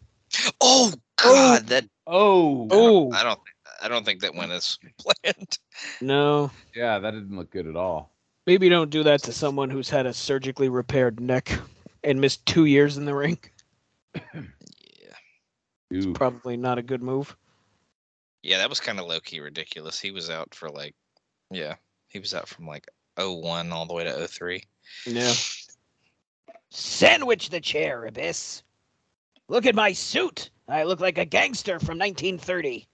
C: Oh God, that.
F: Oh,
E: Oh
C: I don't. I don't think that went as planned.
E: no,
F: yeah, that didn't look good at all.
E: maybe don't do that to someone who's had a surgically repaired neck and missed two years in the ring.
C: Yeah.
F: Ooh.
E: Probably not a good move.
C: Yeah, that was kind of low key ridiculous. He was out for like, yeah, he was out from like 01 all the way to 03.
E: Yeah.
I: Sandwich the chair, Abyss. Look at my suit. I look like a gangster from 1930.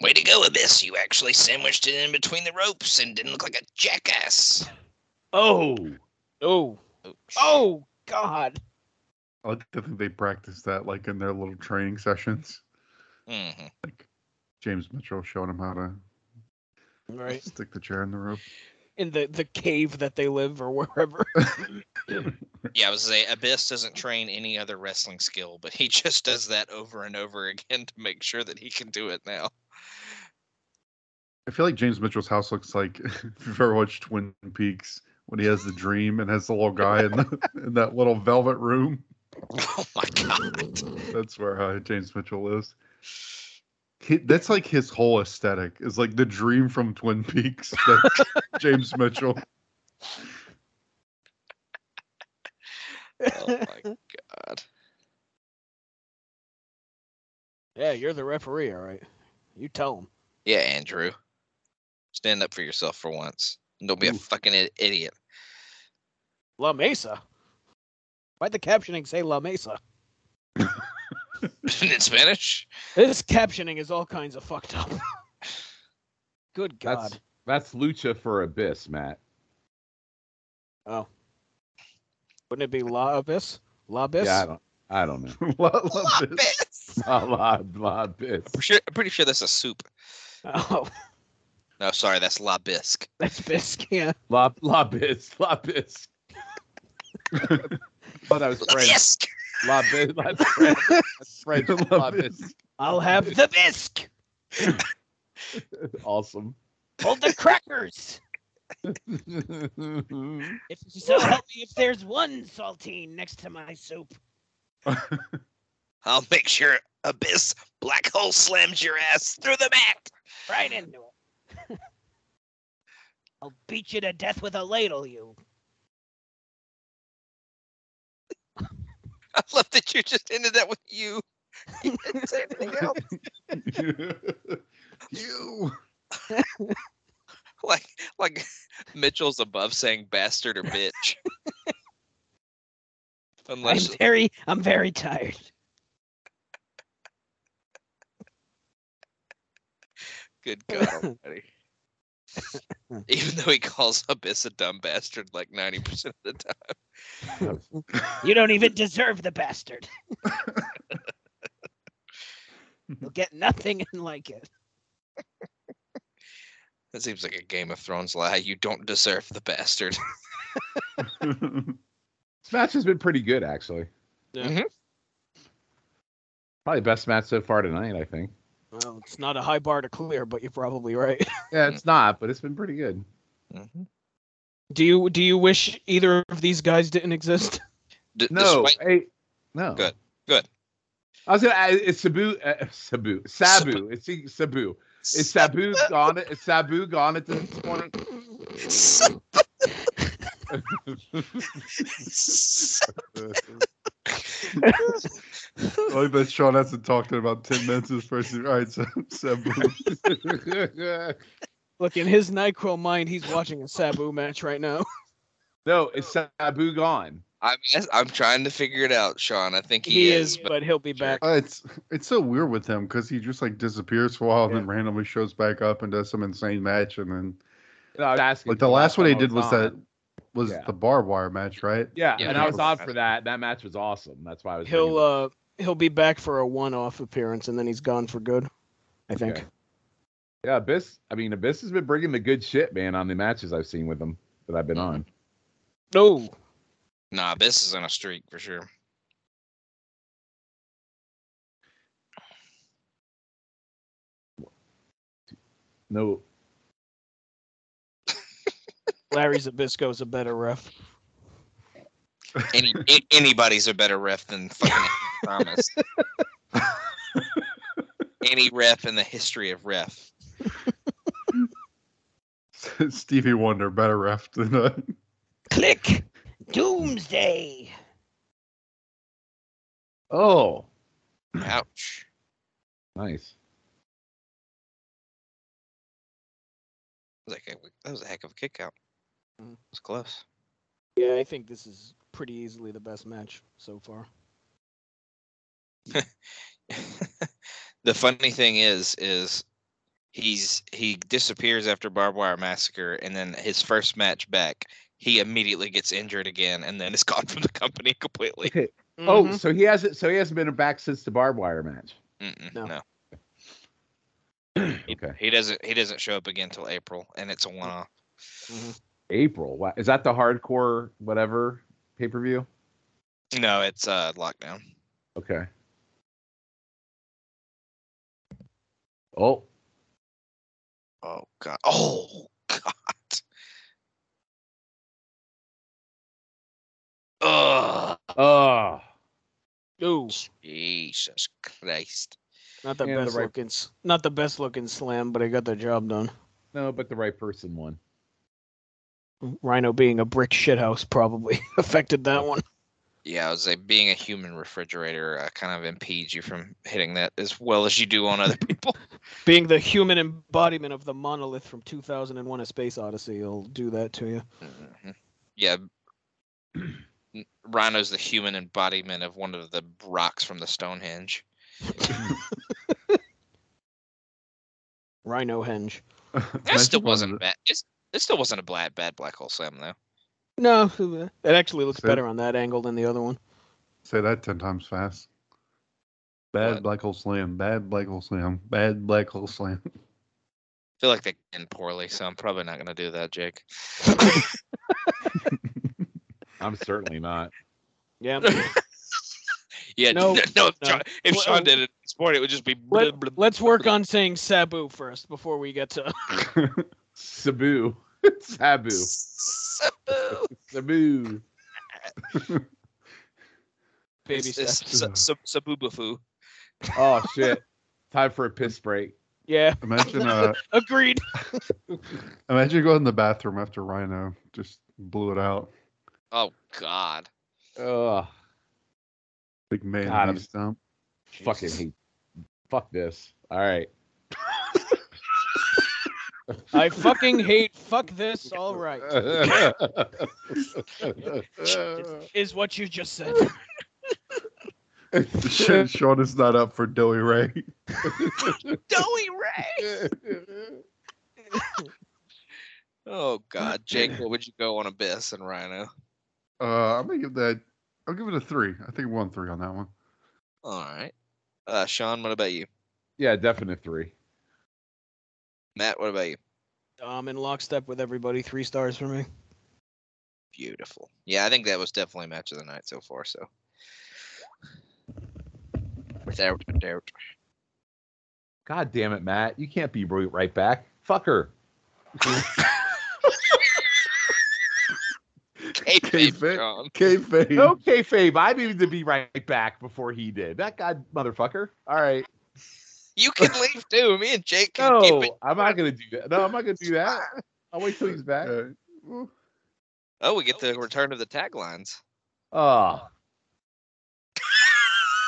C: Way to go, Abyss. You actually sandwiched it in between the ropes and didn't look like a jackass.
F: Oh,
E: Oh.
C: Ouch.
E: Oh God.
D: I like to think they practice that like in their little training sessions.
C: Mhm.
D: Like James Mitchell showing him how to
E: Right.
D: stick the chair in the rope.
E: In the the cave that they live or wherever.
C: Yeah, I was say Abyss doesn't train any other wrestling skill, but he just does that over and over again to make sure that he can do it now.
D: I feel like James Mitchell's house looks like if you've ever watched Twin Peaks when he has the dream and has the little guy in, the, in that little velvet room.
C: Oh my god.
D: That's where uh, James Mitchell lives. He, that's like his whole aesthetic is like the dream from Twin Peaks. That James Mitchell.
C: Oh my god.
E: yeah, you're the referee, all right. You tell him.
C: Yeah, Andrew. Stand up for yourself for once. and Don't be a fucking i- idiot.
E: La Mesa. Why'd the captioning say La Mesa?
C: In Spanish?
E: This captioning is all kinds of fucked up. Good God.
F: that's that's lucha for abyss, Matt.
E: Wouldn't it be La Abyss? La Abyss?
F: Yeah, I don't, I don't know.
D: La- La Bis-
C: Abyss.
F: la, la, la, abyss.
C: I'm pretty sure, I'm pretty sure that's a soup.
E: Oh,
C: No, sorry, that's La Bisque.
E: that's Fisk. Yeah.
F: La La Biz, La Biz. oh, that was
C: La
F: French.
C: Bisque.
F: La Biz, La French. That's French.
D: La
F: La Biz.
J: I'll have the bisque.
F: Awesome.
J: Hold the crackers.
F: That's
J: If so help me, if there's one saltine next to my soup,
C: I'll make sure Abyss Black Hole slams your ass through the mat.
J: right into it. I'll beat you to death with a ladle, you.
C: I love that you just ended that with you. You didn't say anything else.
D: you.
C: Like, like Mitchell's above saying bastard or bitch.
J: I'm
C: Unless
J: very, I'm very tired.
C: Good God Almighty. Even though he calls Abyss a dumb bastard like 90% of the time.
J: You don't even deserve the bastard. You'll get nothing and like it.
C: That seems like a Game of Thrones lie. You don't deserve the bastard.
F: This match has been pretty good, actually.
G: Yeah.
C: Mhm.
F: Probably best match so far tonight, I think.
E: Well, it's not a high bar to clear, but you're probably right.
F: Yeah,
C: Mm-hmm.
F: it's not, but it's been pretty good.
G: Do you do you wish either of these guys didn't exist?
C: D-
F: No,
C: despite-
F: hey, no.
C: Good, good.
F: I was gonna. add, Is Sabu? Uh, Sabu. Sabu. It's he- Sabu. Is Sabu gone? Is Sabu gone at this point?
D: I like that Sean hasn't talked in about 10 minutes this person. All right, so, so
G: Look, in his NyQuil mind, he's watching a Sabu match right now.
F: no, is Sabu gone?
C: I'm, I'm trying to figure it out, Sean. I think he,
G: He
C: is.
G: is, but he'll be back.
D: Uh, it's it's so weird with him because he just like disappears for a while and then randomly shows back up and does some insane match and then
F: No, I was asking
D: like the
F: for
D: last one he
F: I
D: did was
F: on.
D: that was
F: Yeah.
D: the barbed wire match, right?
F: Yeah,
C: Yeah,
F: and
D: that
F: I was
D: was-
F: on for that. That match was awesome. That's why I was.
G: He'll
F: bringing it
G: uh
E: He'll be back for a one-off appearance, and then he's gone for good. I think.
F: Okay. Yeah, Abyss. I mean, Abyss has been bringing the good shit, man, on the matches I've seen with him that I've been on.
G: no.
C: Nah, Abyss is on a streak for sure.
F: No,
E: Larry Zabisco's a better ref.
C: Any, a- anybody's a better ref than fucking Thomas. Any ref in the history of ref.
D: Stevie Wonder, better ref than uh,
J: Click. Doomsday.
F: Oh,
C: Ouch.
F: nice.
C: That was, like a, that was a heck of a kick out. It
E: Mhm.
C: was close.
E: Yeah, I think this is pretty easily the best match so far.
C: the funny thing is is he's he disappears after barbed wire massacre and then his first match back he immediately gets injured again and then is gone from the company completely
E: Mm-hmm.
G: Mm-hmm.
F: Oh, so he hasn't. So he hasn't been back since the barbed wire match.
C: Mm-mm,
E: No.
C: no
F: Okay,
C: he doesn't he doesn't show up again till april and it's a one-off
G: Mm-hmm.
F: April. Wow. Is that the hardcore whatever pay per view?
C: no it's uh lockdown
F: Okay. Oh,
C: oh god oh god oh
F: oh,
E: Ooh,
C: jesus christ
E: not the
F: And the
E: best
F: right-
E: looking, s- not the best looking slam, but I got the job done.
F: no, but the right person won.
E: Rhino being a brick shithouse probably affected that one.
C: Yeah, I was like being a human refrigerator uh, kind of impedes you from hitting that as well as you do on other people.
E: Being the human embodiment of the monolith from 2001: A Space Odyssey, will do that to you.
C: Mhm. yeah, N- Rhino's the human embodiment of one of the rocks from the Stonehenge.
E: Rhino Henge.
C: That still wasn't bad. It's, it still wasn't a bad bad black hole slam though.
E: No, it actually looks
D: So-
E: better on that angle than the other one.
D: Say that 10 times fast. Bad
C: What?
D: black hole slam, bad black hole slam, bad black hole slam.
C: feel like they end poorly, so I'm probably not gonna do that, Jake.
F: I'm certainly not.
G: Yeah.
C: Yeah,
G: No,
C: no, no. If,
G: no.
C: Sean, if
G: Well,
C: Sean did it this morning, it would just be.
G: Let,
C: blub, blub.
G: let's work on saying Sabu first before we get to.
F: Sabu. Sabu.
C: Sabu.
F: Sabu.
G: Baby
C: It's- it's
G: steps.
C: sa- sa- Sabubafoo.
F: Oh shit. Time for a piss break.
G: Yeah,
D: Imagine uh,
G: agreed.
D: imagine going in the bathroom after Rhino just blew it out.
C: Oh God.
F: Ugh.
D: Big man
F: God, I'm-
D: stump.
F: Fucking hate. Fuck this. All right.
G: I fucking hate. Fuck this. All right.
D: Uh.
G: Is what you just said.
D: Shit, Sean is not up for Doey Ray.
C: Doey Ray. Oh God, Jake, what would you go on Abyss and Rhino?
D: Uh, I'm gonna give that. I'll give it a three. I think one three on that one.
C: All right. Uh, Sean, what about you?
F: yeah, definite three.
C: Matt, what about you?
G: I'm um, in lockstep with everybody. Three stars for me.
C: Beautiful. Yeah, I think that was definitely match of the night so far. So, without a doubt,
F: God damn it, Matt. You can't be right right back. Fuck her.
C: Kayfabe,
D: Kayfabe.
C: Sean.
D: Kayfabe.
F: Okay, Fabe. I needed to be right back before he did. That god motherfucker. All right.
C: You can leave too. Me and Jake can keep it.
F: No, I'm not gonna do that. No, I'm not gonna do that. I'll wait till he's back.
D: Uh, well,
C: Oh, we get the return of the taglines.
F: Oh,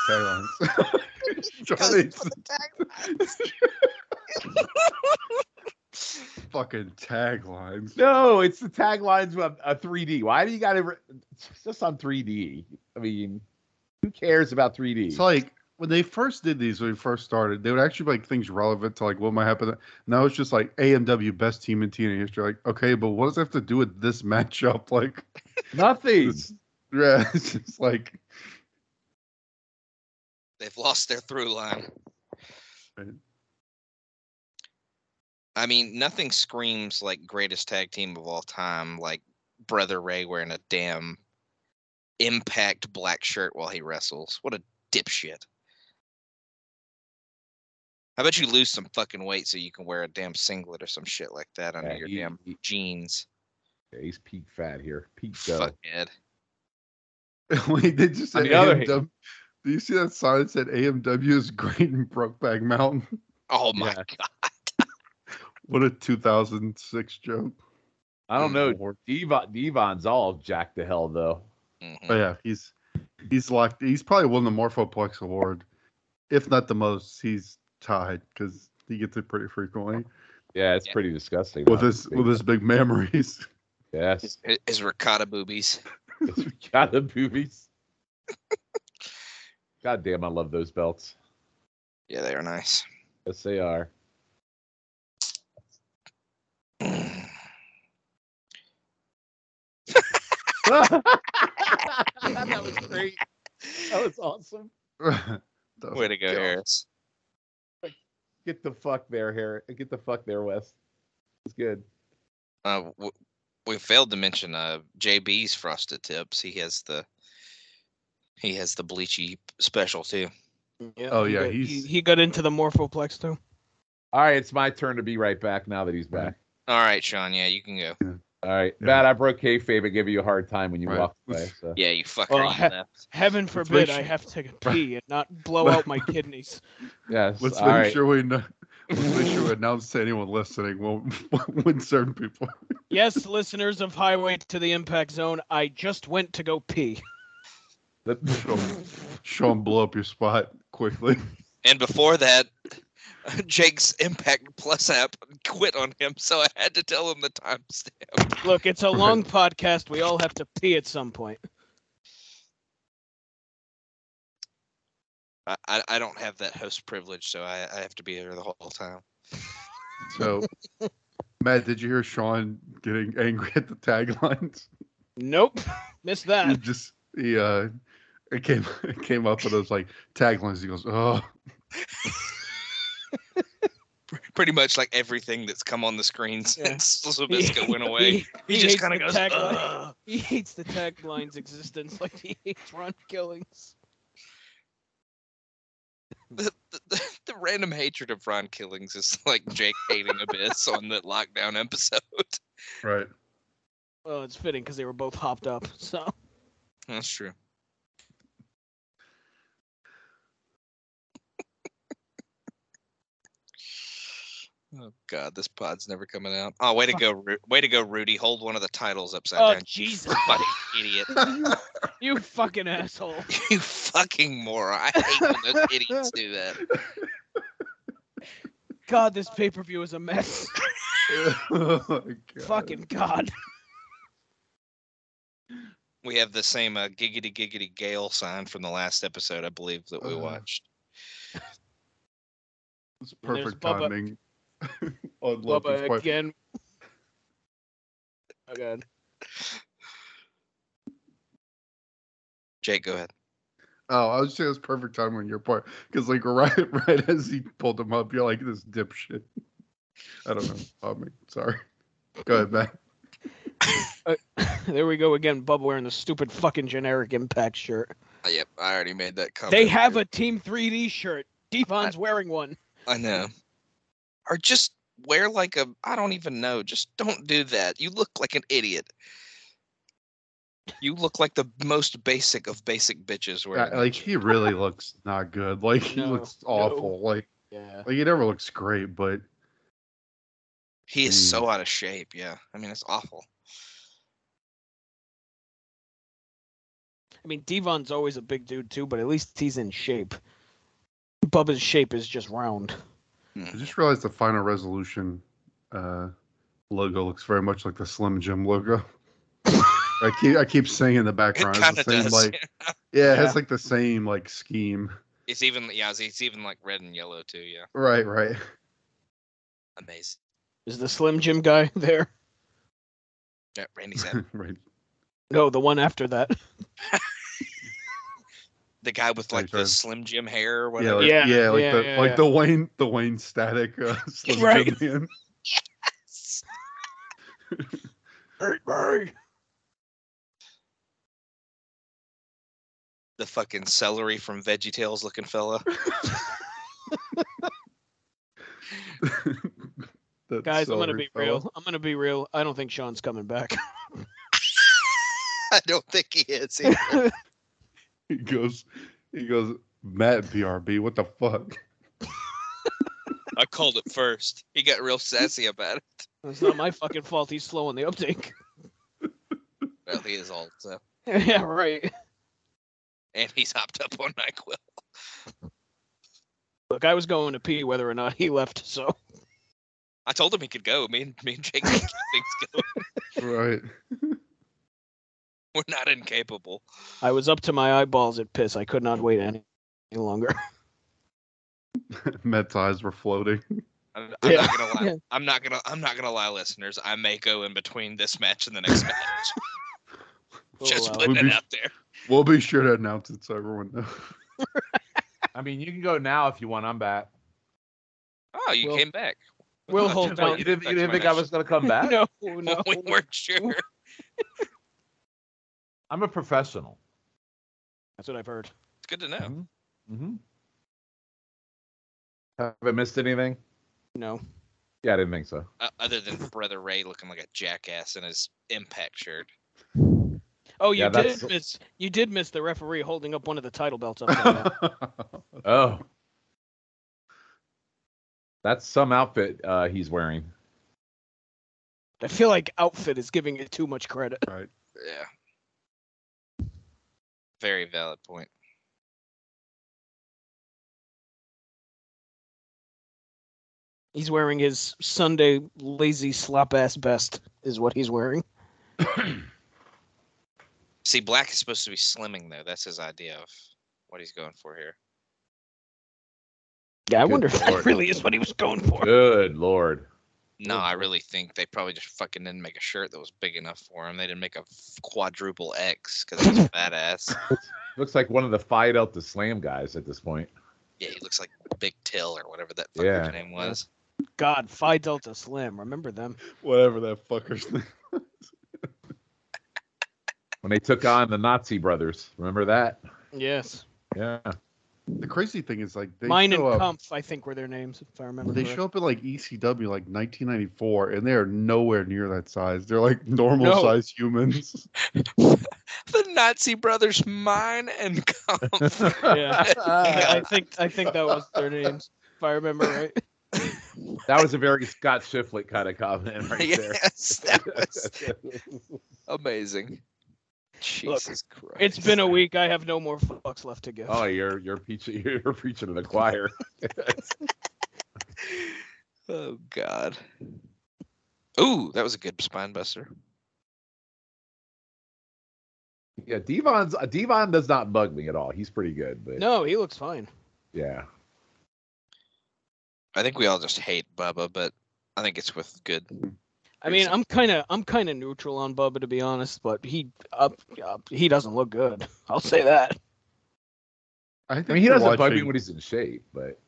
D: taglines. Sean
C: Goes
D: hates
C: for the taglines.
D: fucking taglines.
F: No, it's the taglines of a 3D. Why do you got to just on 3D? I mean, who cares about 3D?
D: It's like when they first did these, when we first started, they would actually like things relevant to like what might happen. Now it's just like AMW best team in TNA history. Like, okay, but what does it have to do with this matchup? Like,
F: Nothing.
D: it's, yeah, it's just like
C: They've lost their through line.
D: Right.
C: I mean, nothing screams like greatest tag team of all time, like Brother Ray wearing a damn impact black shirt while he wrestles. What a dipshit. How about you lose some fucking weight so you can wear a damn singlet or some shit like that under
F: Yeah,
C: your
F: he-
C: damn
F: he-
C: jeans?
F: Yeah, he's peak fat here. Peak go.
C: Fuckhead.
D: Wait, they just
F: On
D: said
F: the other
D: AMW. Do you see that sign that said AMW is great in Brokeback Mountain?
C: Oh my
F: Yeah.
C: god.
D: What a 2006 joke.
F: I don't know.
D: Lord.
F: Devon, Devon's all jacked to hell though.
C: Mhm.
D: Oh
F: Mm.
D: yeah, he's he's locked. He's probably won the Morphoplex award, if not the most. He's tied because he gets it pretty frequently
F: Yeah, it's
C: Yeah.
F: pretty disgusting.
D: with
F: huh?
D: his with his big memories.
F: yes,
C: His- His ricotta boobies.
F: it's got the boobies. God damn, I love those belts.
C: Yeah, they are nice.
F: Yes, they are. that was great. That was awesome.
C: Way to go,
D: God.
C: Harris.
F: Get the fuck there, Harry. Get the fuck there, Wes. It's good.
C: Uh, w- we failed to mention uh JB's frosted tips. He has the he has the bleachy special too.
G: Yeah,
D: Oh, yeah,
G: got- he,
D: he's-
G: he got into the Morphoplex too.
F: All right, it's my turn to be right back now that he's back.
C: All right, Sean. Yeah, you can go.
F: All right,
D: Yeah.
F: Matt, I broke kayfabe and gave you a hard time when you
D: Right.
F: walked away. So.
C: Yeah, you fucker.
G: Well,
C: you
G: he-
C: left.
G: Heaven
D: make
G: forbid
D: sure-
G: I have to take a pee and not blow out my kidneys.
F: Yes.
D: Let's
F: all
D: make
F: right.
D: sure we know. Let's make sure we announce to anyone listening when, when certain people.
G: Yes, listeners of Highway to the Impact Zone, I just went to go pee.
D: Show 'em- show 'em blow up your spot quickly.
C: And before that, Jake's Impact Plus app quit on him, so I had to tell him the timestamp.
G: Look, it's a long podcast. We all have to pee at some point.
C: I, I I don't have that host privilege, so I, I have to be here the whole time.
D: So, Matt, did you hear Sean getting angry at the taglines?
G: Nope, missed
D: He
G: that.
D: just he uh, it came it came up with those like taglines. He goes, "Oh,
C: pretty much like everything that's come on the screen since Slaviska went away.
E: He,
C: He, just
E: hates
C: kind
E: the
C: of goes,
E: tagline.
C: "Ugh."
E: He hates the tagline's existence like he hates Ron Killings.
C: the, the, the random hatred of Ron Killings is like Jake hating Abyss on the lockdown episode.
D: Right.
E: Well, it's fitting because they were both hopped up. So
C: That's true. Oh God, this pod's never coming out. Oh, way to go, Ru- way to go, Rudy! Hold one of the titles upside
E: Oh
C: down.
E: Jesus,
C: Fucking idiot!
D: Oh
E: you fucking asshole.
C: You fucking moron! I hate when those idiots do that.
E: God, this pay per view is a mess.
D: Oh, my God.
E: fucking God.
C: We have the same uh, giggity giggity Gale sign from the last episode, I believe, that we
D: Uh.
C: watched.
D: It's
E: And there's
D: perfect
E: Bubba-
D: timing. on Loki's
E: Bubba
D: part.
E: again. Oh God.
C: Jake, go ahead.
D: Oh, I was saying it's perfect timing on your part because, like, right, right as he pulled him up, you're like this dipshit. I don't know. Bob Mc- sorry. Go ahead, Matt.
E: There we go again. Bubba wearing the stupid fucking generic Impact shirt.
C: Uh, yep, I already made that comment.
E: They have a Team 3D shirt. Devon's wearing one.
C: I know. Or just wear like a I don't even know. Just don't do that. You look like an idiot. You look like the most basic of basic bitches wearing.
D: Yeah, like he really looks not good. Like he
E: No,
D: looks awful. Like
E: Yeah.
D: like he never looks great, but
C: he is
D: Mm.
C: so out of shape. Yeah, I mean it's awful.
E: I mean, Devon's always a big dude too, but at least he's in shape. Bubba's shape is just round.
C: Hmm.
D: I just realized the final resolution uh logo looks very much like the Slim Jim logo. I keep I keep saying in the background.
C: it
D: It's
C: kind
D: the
C: of
D: same
C: does.
D: like yeah, it has like the same like scheme.
C: it's even yeah, it's- it's even like red and yellow too. Yeah,
D: Right, right.
C: amazing.
E: Is the Slim Jim guy there?
C: Yeah, Randy Savage,
D: right.
E: No, the one after that.
C: the guy with like the
D: Sorry.
C: slim Jim hair or
D: Yeah,
C: whatever.
D: like, yeah,
E: Yeah,
D: like
E: yeah,
D: the
E: yeah,
D: like
E: yeah.
D: the Wayne the Wayne static uh, Slim
E: Right.
D: Jim man.
C: The fucking celery from Veggie Tales looking fella.
D: That
E: Guys, I'm gonna
D: celery
E: be
D: fella.
E: real. I'm gonna be real. I don't think Sean's coming back.
C: I don't think he is. either.
D: He goes he goes, Matt PRB, what the fuck?
C: I called it first. He got real sassy about it.
E: It's not my fucking fault. He's slow on the uptake.
C: Well, he is old, so
E: yeah, right.
C: and he's hopped up on Nyquil.
E: Look, I was going to pee whether or not he left. So
C: I told him he could go. Me and me and Jake can keep things going.
D: Right.
C: We're not incapable.
E: I was up to my eyeballs at piss. I could not wait any, any longer.
D: Matt's eyes were floating.
C: I'm, I'm
E: Yeah.
C: not gonna lie.
E: Yeah.
C: I'm not gonna. I'm not gonna lie, listeners. I may go in between this match and the next match. Just
E: Oh, wow.
C: putting
D: Would
C: it
D: be-
C: out there.
D: We'll be sure to announce it so everyone knows.
F: I mean, you can go now if you want. I'm back.
C: Oh, you
E: Well-
C: came back.
E: We'll
C: Oh,
E: hold
C: didn't know
E: on.
F: you didn't, you didn't think I was gonna come back?
E: No, no.
C: We weren't sure.
F: I'm a professional.
E: That's what I've heard.
C: It's good to know.
F: Mm-hmm. Have I missed anything?
E: No.
F: Yeah, I didn't think so.
C: Uh, other than brother Ray looking like a jackass in his impact shirt.
E: Oh, you
F: Yeah,
E: did
F: that's-
E: miss. You did miss the referee holding up one of the title belts upside down.
F: Oh, that's some outfit uh, he's wearing.
E: I feel like outfit is giving it too much credit.
D: right.
C: Yeah. Very valid point.
E: He's wearing his Sunday lazy slop ass best is what he's wearing.
C: See, Black is supposed to be slimming though. That's his idea of what he's going for here.
E: Yeah, I
F: Good
E: wonder if that
F: lord.
E: really is what he was going for.
F: Good lord.
C: No,
E: Mm-hmm.
C: I really think they probably just fucking didn't make a shirt that was big enough for him. They didn't make a quadruple X because he's a badass.
F: Looks like one of the fight out the slam guys at this point.
C: Yeah, he looks like Big Till or whatever that fucker's
F: Yeah.
C: name was.
E: God, Phi Delta Slim. Remember them?
D: Whatever that fucker's name.
F: when they took on the Nazi brothers. Remember that?
E: Yes.
F: Yeah.
D: The crazy thing is like they
E: Mine and
D: show up.
E: Kumpf, I think, were their names, if I remember.
D: They
E: correct.
D: show up in like ECW like 1994, and they are nowhere near that size. They're like normal
C: No.
D: size humans.
C: the Nazi brothers, mine and Kampf.
E: Yeah. I think I think that was their names, if I remember right.
F: That was a very Scott Shiflett kind of comment right
C: yes,
F: there.
C: that was amazing. Jesus Christ!
E: It's been a week. I have no more fucks left to give.
F: oh, you're you're preaching you're preaching to the choir.
C: Oh God. Ooh, that was a good spine buster.
F: yeah, Devon's uh, Devon does not bug me at all. He's pretty good, but
E: No, he looks fine.
F: yeah.
C: I think we all just hate Bubba, but I think it's with good.
E: I mean, I'm kind of I'm kind of neutral on Bubba to be honest, but he up, up he doesn't look good. I'll say that.
D: I think
F: I mean, he
D: you're
F: doesn't bug me
D: watching-
F: when he's in shape, but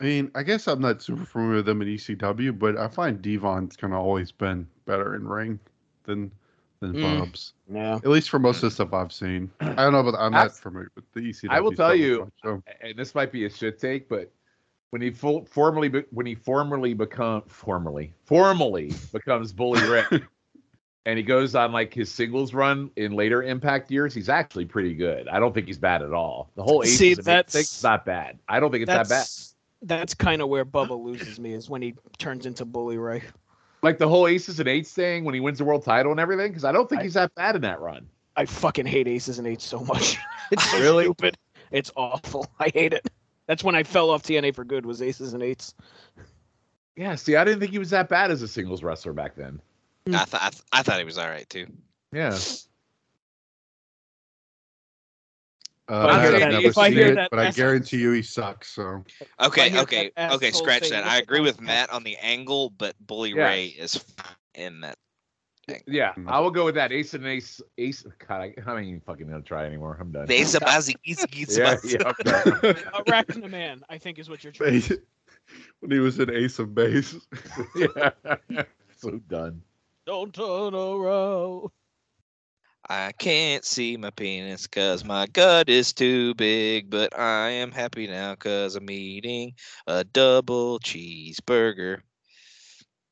D: I mean, I guess I'm not super familiar with them in ECW, but I find Devon's kind of always been better in ring than than
E: Mm.
D: Bub's,
E: Yeah.
D: at least for most of the stuff I've seen. I don't know, but I'm not
F: Abs-
D: familiar with the ECW.
F: I will
D: stuff
F: tell
D: as
F: you-
D: much, so.
F: and this might be a shit take, but when he full, formally be, when he formally become formally formally becomes Bully Rick, and he goes on like his singles run in later Impact years, he's actually pretty good. I don't think he's bad at all. The whole
E: See,
F: ages of it
E: that's-
F: thing's not bad. I don't think it's that bad.
E: That's that's kind of where Bubba loses me is when he turns into Bully Ray.
F: Like the whole aces and eights thing when he wins the world title and everything, because I don't think
E: I-
F: he's that bad in that run.
E: I fucking hate aces and eights so much. It's so
F: Really?
E: stupid. It's awful. I hate it. That's when I fell off TNA for good was aces and eights.
F: Yeah, see, I didn't think he was that bad as a singles wrestler back then.
C: I thought I, th- I thought he was all right too.
F: Yeah.
D: Uh,
F: I'm
D: I've
F: saying
D: never
F: if I
D: seen
F: hear
D: it,
E: that
D: but I
E: message-
D: guarantee you he sucks. So
C: Okay,
E: hear
C: okay,
E: that
C: okay.
E: asshole
C: Scratch
E: say
C: that.
E: look
C: I
E: at
C: agree
E: my
C: with
E: ass.
C: Matt on the angle, but Bully
F: Yeah.
C: Ray is f- in that.
F: Yeah,
D: Mm.
F: I will go with that. Ace and ace, ace. God, I, I ain't even fucking gonna try anymore. I'm done.
C: They sabazi, easy, easy,
F: yeah,
C: sabazi.
F: yeah, I'm done.
E: Arachna Man, I think is what you're trying.
D: when he was an ace of base,
F: yeah. So done.
E: Don't turn around.
C: I can't see my penis because my gut is too big, but I am happy now because I'm eating a double cheeseburger.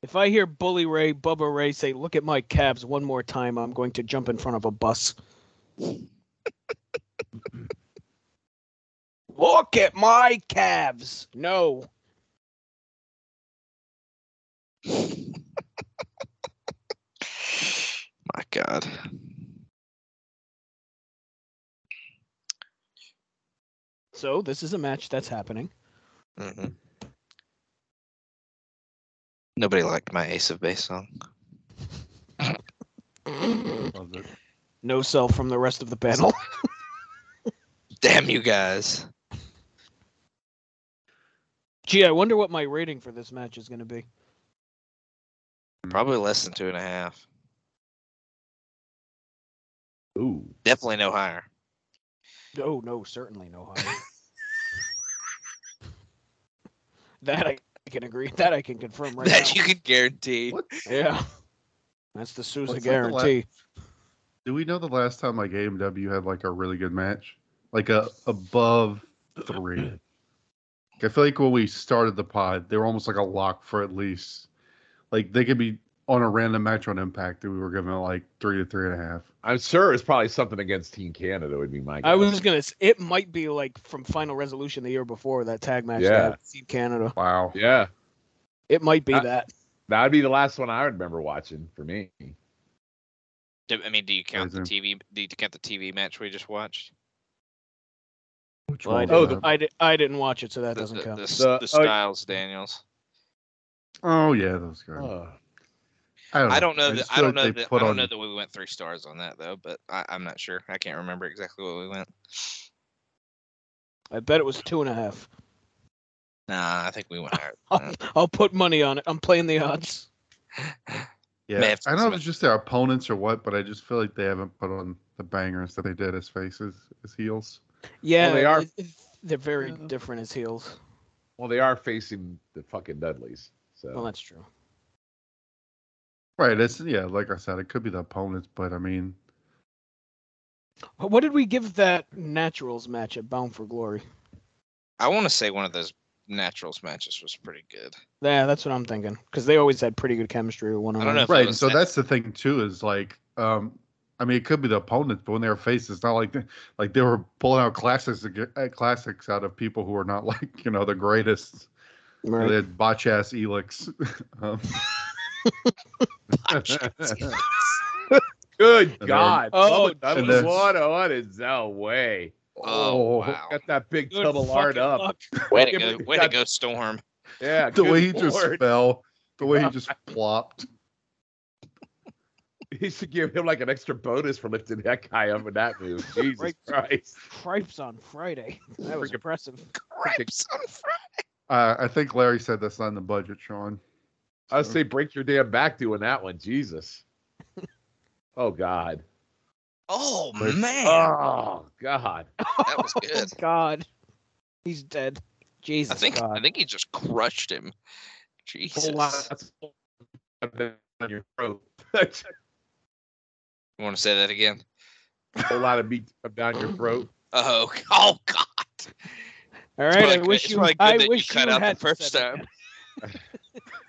E: If I hear Bully Ray, Bubba Ray say, "Look at my calves" one more time, I'm going to jump in front of a bus. Look at my calves. No.
C: My God.
E: So this is a match that's happening.
C: hmm Nobody liked my Ace of Base song.
D: Loves it.
E: No self from the rest of the panel.
C: Damn you guys.
E: Gee, I wonder what my rating for this match is going to be.
C: Probably less than two and a half.
F: Ooh.
C: Definitely no higher.
E: No, Oh, no, certainly no higher. that I can agree. That I can confirm right
C: that
E: now.
C: you can guarantee.
D: What?
E: Yeah. That's the Sousa
D: What's that, the la-
E: guarantee.
D: Do we know the last time like AMW had like a really good match, like a above three? Like, I feel like when we started the pod, they were almost like a lock for at least, like they could be on a random match on Impact that we were giving it like three to three and a half.
F: I'm sure it's probably something against Team Canada would be my guess.
E: I was gonna. s- It might be like from Final Resolution the year before that tag match.
F: Yeah.
E: Yeah. That Team Canada.
D: Wow.
F: Yeah,
E: It might be
F: I-
E: that.
F: that would be the last one I remember watching for me.
C: Do- I mean, do you count the
D: Crazy.
C: TV? Do you count the TV match we just watched?
D: Which
E: Well, I,
D: one
E: didn't,
D: was
E: oh,
D: that?
E: I, di- I didn't watch it, so that
C: The-
E: doesn't
C: the,
E: count.
C: The, s-
F: The-
C: the
F: oh, y-
C: Styles Daniels.
D: oh yeah, those guys.
F: Oh.
C: I don't know. That,
D: just
C: I
D: feel
C: don't
D: like
C: know.
D: they
C: That, I
D: put
C: don't
D: on-
C: know that we went three stars on that though. But I, I'm not sure. I can't remember exactly what we went.
E: I bet it was two and a half.
C: Nah, I think we went higher. than
E: I'll,
C: that.
E: I'll put money on it. I'm playing the odds.
C: May
D: Yeah,
C: have
D: I
C: to
D: don't know if
C: submit-
D: it's just their opponents or what, but I just feel like they haven't put on the bangers that they did as faces, as heels.
E: Yeah,
F: they are-
E: it- it- they're very
D: Yeah.
E: different as heels.
F: Well, they are facing the fucking Dudleys. So
E: Well, that's true.
D: Right. It's yeah, like I said, it could be the opponents, but I mean,
E: Wh- What did we give that naturals match at Bound for Glory?
C: I want to say one of those naturals matches was pretty good.
E: Yeah, that's what I'm thinking. Because they always had pretty good chemistry with one
C: I
E: another.
C: don't know. If it
D: right.
C: was
D: So
C: that-
D: that's the thing too is like, um, I mean, it could be the opponents, but when they were faced, it's not like they, like they were pulling out classics to get- uh, classics out of people who are not like you know the greatest. You know,
E: Right.
D: They had botch ass Elix. um,
F: good
D: then-
F: God.
E: Oh,
F: that
D: and then-
F: what on is no way.
C: Oh,
D: Oh,
C: wow.
F: Got that big
E: Good
F: tub of lard
E: fucking
F: up.
E: luck.
C: Way to
F: give
C: go,
F: me
C: way to
F: that-
C: go, Storm.
F: Yeah.
D: the
F: good
D: way he just
F: lord.
D: fell, the way he just plopped.
F: He should give him like an extra bonus for lifting that guy up with that move. Jesus
E: Right.
F: Christ.
E: Cripes on Friday. That was
F: Freaking-
E: impressive.
C: Cripes on Friday.
D: Uh, I think Larry said that's not in the budget, Sean.
F: I would say break your damn back doing that one. Jesus. Oh God.
C: Oh
D: Cripes.
C: man,
F: Oh God.
C: that was good.
E: Oh God. He's dead. Jesus.
C: I think
E: God.
C: I think he just crushed him. Jesus.
F: Whole lot of- on your throat. Whole
C: You want to say that again?
F: lot of meat down your throat.
C: Oh, oh God.
E: All
C: It's
E: right.
C: probably
E: I
C: good-
E: wish
C: it's
E: you.
C: probably good
E: I
C: that you
E: wish you,
C: cut out the
E: had
C: first
E: said that.
C: time.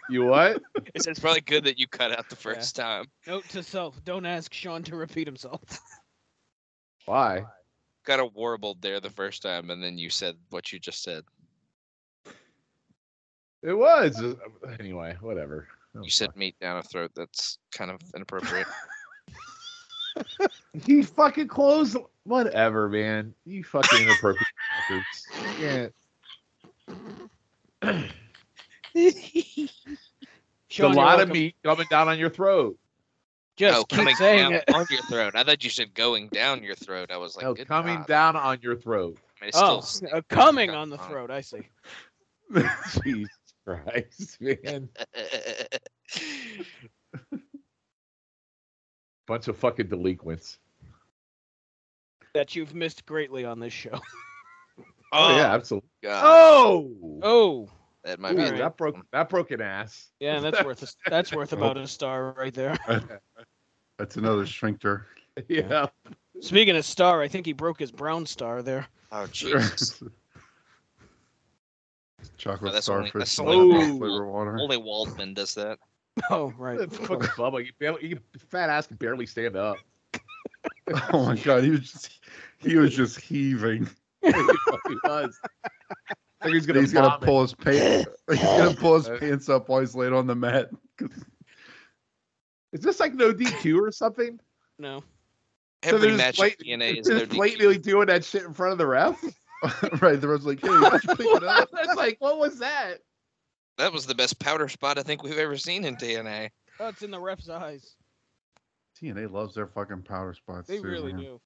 F: You what?
C: It's, it's probably good that you cut out the first time.
E: Note to self: Don't ask Sean to repeat himself.
F: Why?
C: Got a warbled there the first time, and then you said what you just said.
F: It was. uh, Anyway, whatever.
C: You said meat down a throat. That's kind of inappropriate.
F: He fucking closed. Whatever, man. You fucking inappropriate. fuckers. yeah.
E: Sean,
F: a
E: you're
F: lot of
E: welcome.
F: meat coming down on your throat.
E: Just
C: no,
E: keep
C: Oh, coming
E: saying
C: down
E: it.
C: on your throat. I thought you said going down your throat. I was like,
F: no,
C: good
F: coming
C: God.
F: down on your throat.
C: I mean, it's
E: Oh,
C: still
E: uh, coming on the throat. I see.
F: Jesus Christ, man. Bunch of fucking delinquents.
E: That you've missed greatly on this show.
F: Oh, yeah, absolutely.
D: uh,
C: God.
F: Oh,
E: Oh,
C: That might
F: Ooh,
C: be
E: alright.
F: that broke that broke an ass.
E: yeah, that's worth a, that's worth about a star right there.
D: That's another sphincter.
F: Yeah.
E: Speaking of star, I think he broke his brown star there.
C: Oh, Jesus.
D: Chocolate
C: No, Oh, that's only-
D: starfish
C: that's
D: and
C: only
D: lemon
F: the-
D: flavored water.
C: Only Waldman does that.
E: Oh, right.
F: Fucking Bubba, you barely, you, fat ass can barely stand up.
D: Oh my god, he was just he was just heaving.
F: he fucking was. Like he's gonna,
D: he's gonna
F: vomit.
D: pull his pants. he's gonna pull his
F: Uh,
D: pants up while he's laid on the mat.
F: Is this like no DQ or something?
E: No.
F: So
C: Every
F: they're just
C: match
F: blat-
C: of TNA is
F: they're
C: their
F: just blatantly doing that shit in front of the ref.
D: right, the ref's like, "Hey, why'd you pick it up?"
F: That's like, what was that?
C: That was the best powder spot I think we've ever seen in TNA.
E: Oh, it's in the ref's eyes.
D: TNA loves their fucking powder spots.
E: They
D: too,
E: really
D: man.
E: do.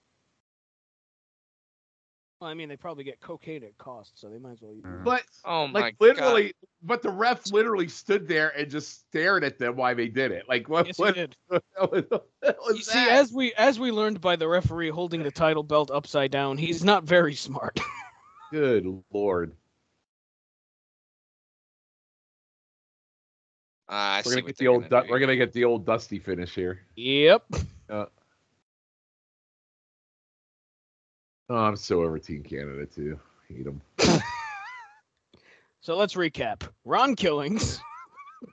E: Well, I mean, they probably get cocaine at cost, so they might as well.
D: Yeah.
F: But
C: Oh my
F: like literally, but the ref literally stood there and just stared at them while they did it. Like what?
E: Yes, he
F: what,
E: did.
F: what was
E: You see,
F: that?
E: as we as we learned by the referee holding the title belt upside down, he's not very smart.
F: Good lord,
C: God. Ah, I
F: we're
C: see
F: gonna
C: what
F: get the
C: they're
F: old.
C: gonna
F: du-
C: do.
F: we're gonna get the old dusty finish here.
E: yep.
F: Oh, I'm so over Team Canada too. Hate them.
E: So let's recap. Ron Killings.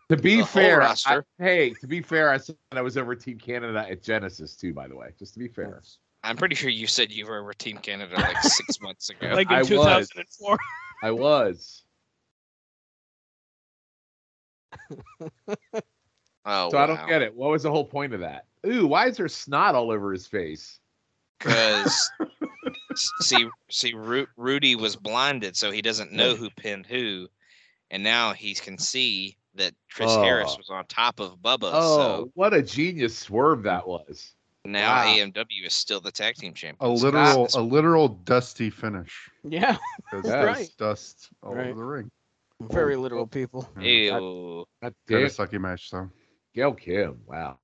F: To
C: The
F: be
C: whole
F: fair, I-
C: roster.
F: hey, to be fair, I said I was over Team Canada at Genesis too. By the way, just to be fair.
C: I'm pretty sure you said you were over Team Canada like six months ago.
E: like in
F: I was.
E: 2004.
F: I was.
C: oh,
F: So I don't get it. What was the whole point of that? Ooh, why is there snot all over his face?
C: Because see, see, Ru- Rudy was blinded, so he doesn't know who pinned who, and now he can see that Chris
F: Oh.
C: Harris was on top of Bubba.
F: oh,
C: Uh, So
F: what a genius swerve that was.
C: now
F: wow.
C: AMW is still the tag team
D: A
C: champion.
D: literal a literal dusty finish.
E: Yeah.
D: 'cause
F: Yes.
D: there's dust all
E: Right.
D: over the ring.
E: Very literal people.
C: Ew.
F: That
D: Had a
F: damn
D: sucky match, so
F: Gail Kim. Wow.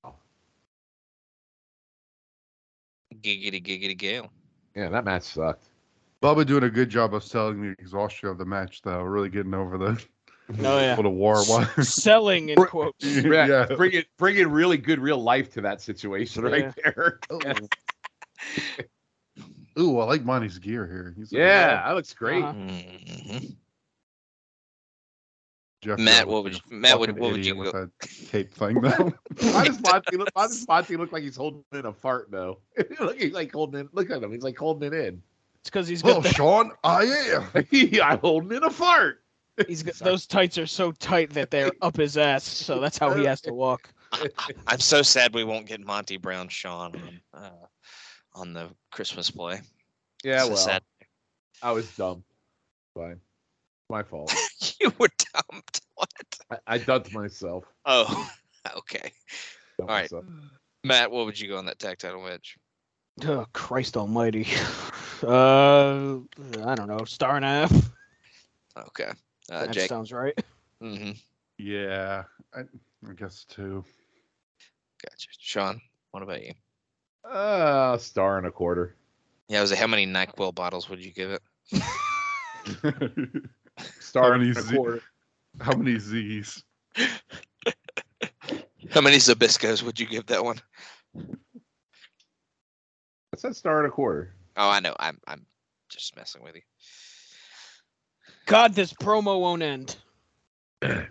C: Giggity giggity gale.
F: Yeah, that match sucked.
D: Bubba doing a good job of selling the exhaustion of the match though, really getting over the
E: Oh yeah.
D: What a war was.
E: Selling in quotes.
F: Yeah,
D: yeah.
F: Bring it, bring in really good real life to that situation right there. Yeah, Oh,
D: Ooh, I like Monty's gear here. He's a-
F: that looks great.
E: Uh-huh.
C: Mhm.
D: Jeff
C: Matt,
D: Jarvis
C: what
D: is
C: would
D: a
C: you- Matt, what-
D: fucking
C: what would
D: idiot
C: you
D: with that cape thing though?
F: Why does Monty look? Why does Monty look like he's holding in a fart though? look, he's like holding in. Look at him. He's like holding it in.
E: It's because he's
F: Oh,
D: well,
E: got the,
D: Sean, I am.
F: yeah, I'm holding in a fart.
E: he's got those tights are so tight that they're up his ass, so that's how he has to walk.
C: I'm so sad we won't get Monty Brown Sean on, uh, on the Christmas play.
F: Yeah,
C: So
F: well,
C: sad.
F: I was dumb. Fine, my fault.
C: you were dumped. What?
F: I, I dumped myself.
C: Oh, okay.
F: Dumped
C: All right.
F: myself.
C: Matt, what would you go on that tag title match?
E: Oh Christ Almighty. Uh, I don't know. Star and a half.
C: Okay. Uh,
E: That
C: Jake.
E: sounds right.
C: Mm-hmm.
D: Yeah, I, I guess too.
C: Gotcha. Sean, what about you?
F: Uh, star and a quarter.
C: Yeah, I was like, how many NyQuil bottles would you give it?
F: Star
D: Barney
F: and a
D: Z.
F: quarter.
D: How many Z's?
C: How many Zabiscos would you give that one?
F: I said star and a quarter.
C: Oh, I know. I'm I'm just messing with you.
E: God, this promo won't end.
F: It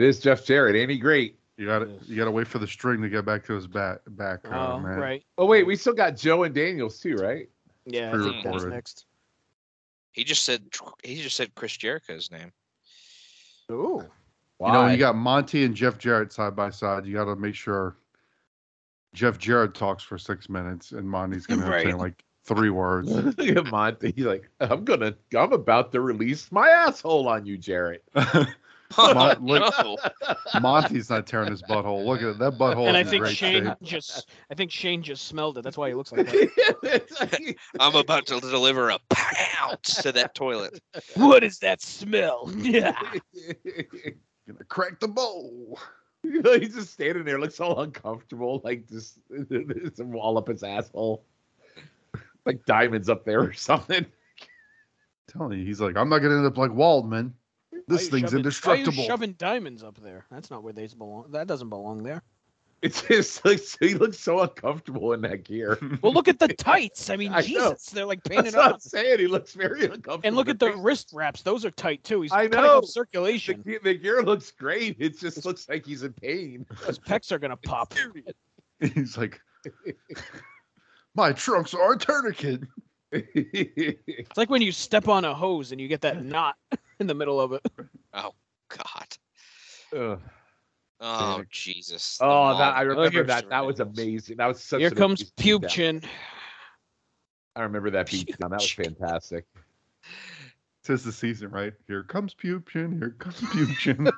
F: is Jeff Jarrett. Ain't he great?
D: You got to You got to wait for the string to get back to his back. Back. Oh,
E: Oh,
D: man.
E: right.
F: Oh wait, we still got Joe and Daniels too, right?
E: Yeah, I think that was
D: Pre-recorded.
E: next.
C: He just said he just said Chris Jericho's name.
E: Ooh.
F: Why?
D: You know, when you got Monty and Jeff Jarrett side by side. You got to make sure Jeff Jarrett talks for six minutes, and Monty's going to say like three words.
F: Look at Monty. He's like, I'm gonna, I'm about to release my asshole on you, Jarrett.
D: Mon- look,
C: Oh, no.
D: Monty's not tearing his butthole. Look at it. That butthole
E: and I
D: is in
E: think
D: great
E: Shane
D: shape.
E: just I think Shane just smelled it. That's why he looks like that.
F: It's like-
C: I'm about to deliver a pounce to that toilet.
E: what is that smell? Yeah.
D: Gonna crack the bowl.
F: He's just standing there, looks all uncomfortable, like just it's all up his asshole, like diamonds up there or something.
D: I'm telling you, he's like, I'm not gonna end up like Waldman. This
E: Why you
D: thing's
E: shoving- Why
D: indestructible.
E: you shoving diamonds up there? That's not where they belong. That doesn't belong there.
F: It's just like so he looks so uncomfortable in that gear.
E: Well, look at the tights. I mean,
F: I know.
E: Jesus, they're like
F: That's
E: painted
F: what
E: on.
F: I'm saying. He looks very uncomfortable.
E: uh, And look at the
F: face-
E: wrist wraps; those are tight too. He's
F: I
E: cutting
F: know.
E: off
F: The,
E: circulation.
F: gear- the gear looks great. It just looks like he's in pain.
E: His pecs are gonna pop.
D: he's like, my trunks are a tourniquet.
E: It's like when you step on a hose and you get that knot in the middle of it.
C: God.
F: Ugh.
C: Oh
D: Yeah.
C: Jesus. the
F: Oh, that
C: mom.
F: I remember
E: here's
F: that.
C: the
F: That was
C: revenge.
F: amazing. That was such.
E: Here
F: an
E: comes
F: amazing beatdown.
E: pube chin.
F: I remember that beat down. That was fantastic.
D: Tis the season, right? Here comes Pupin. Here comes Pupin.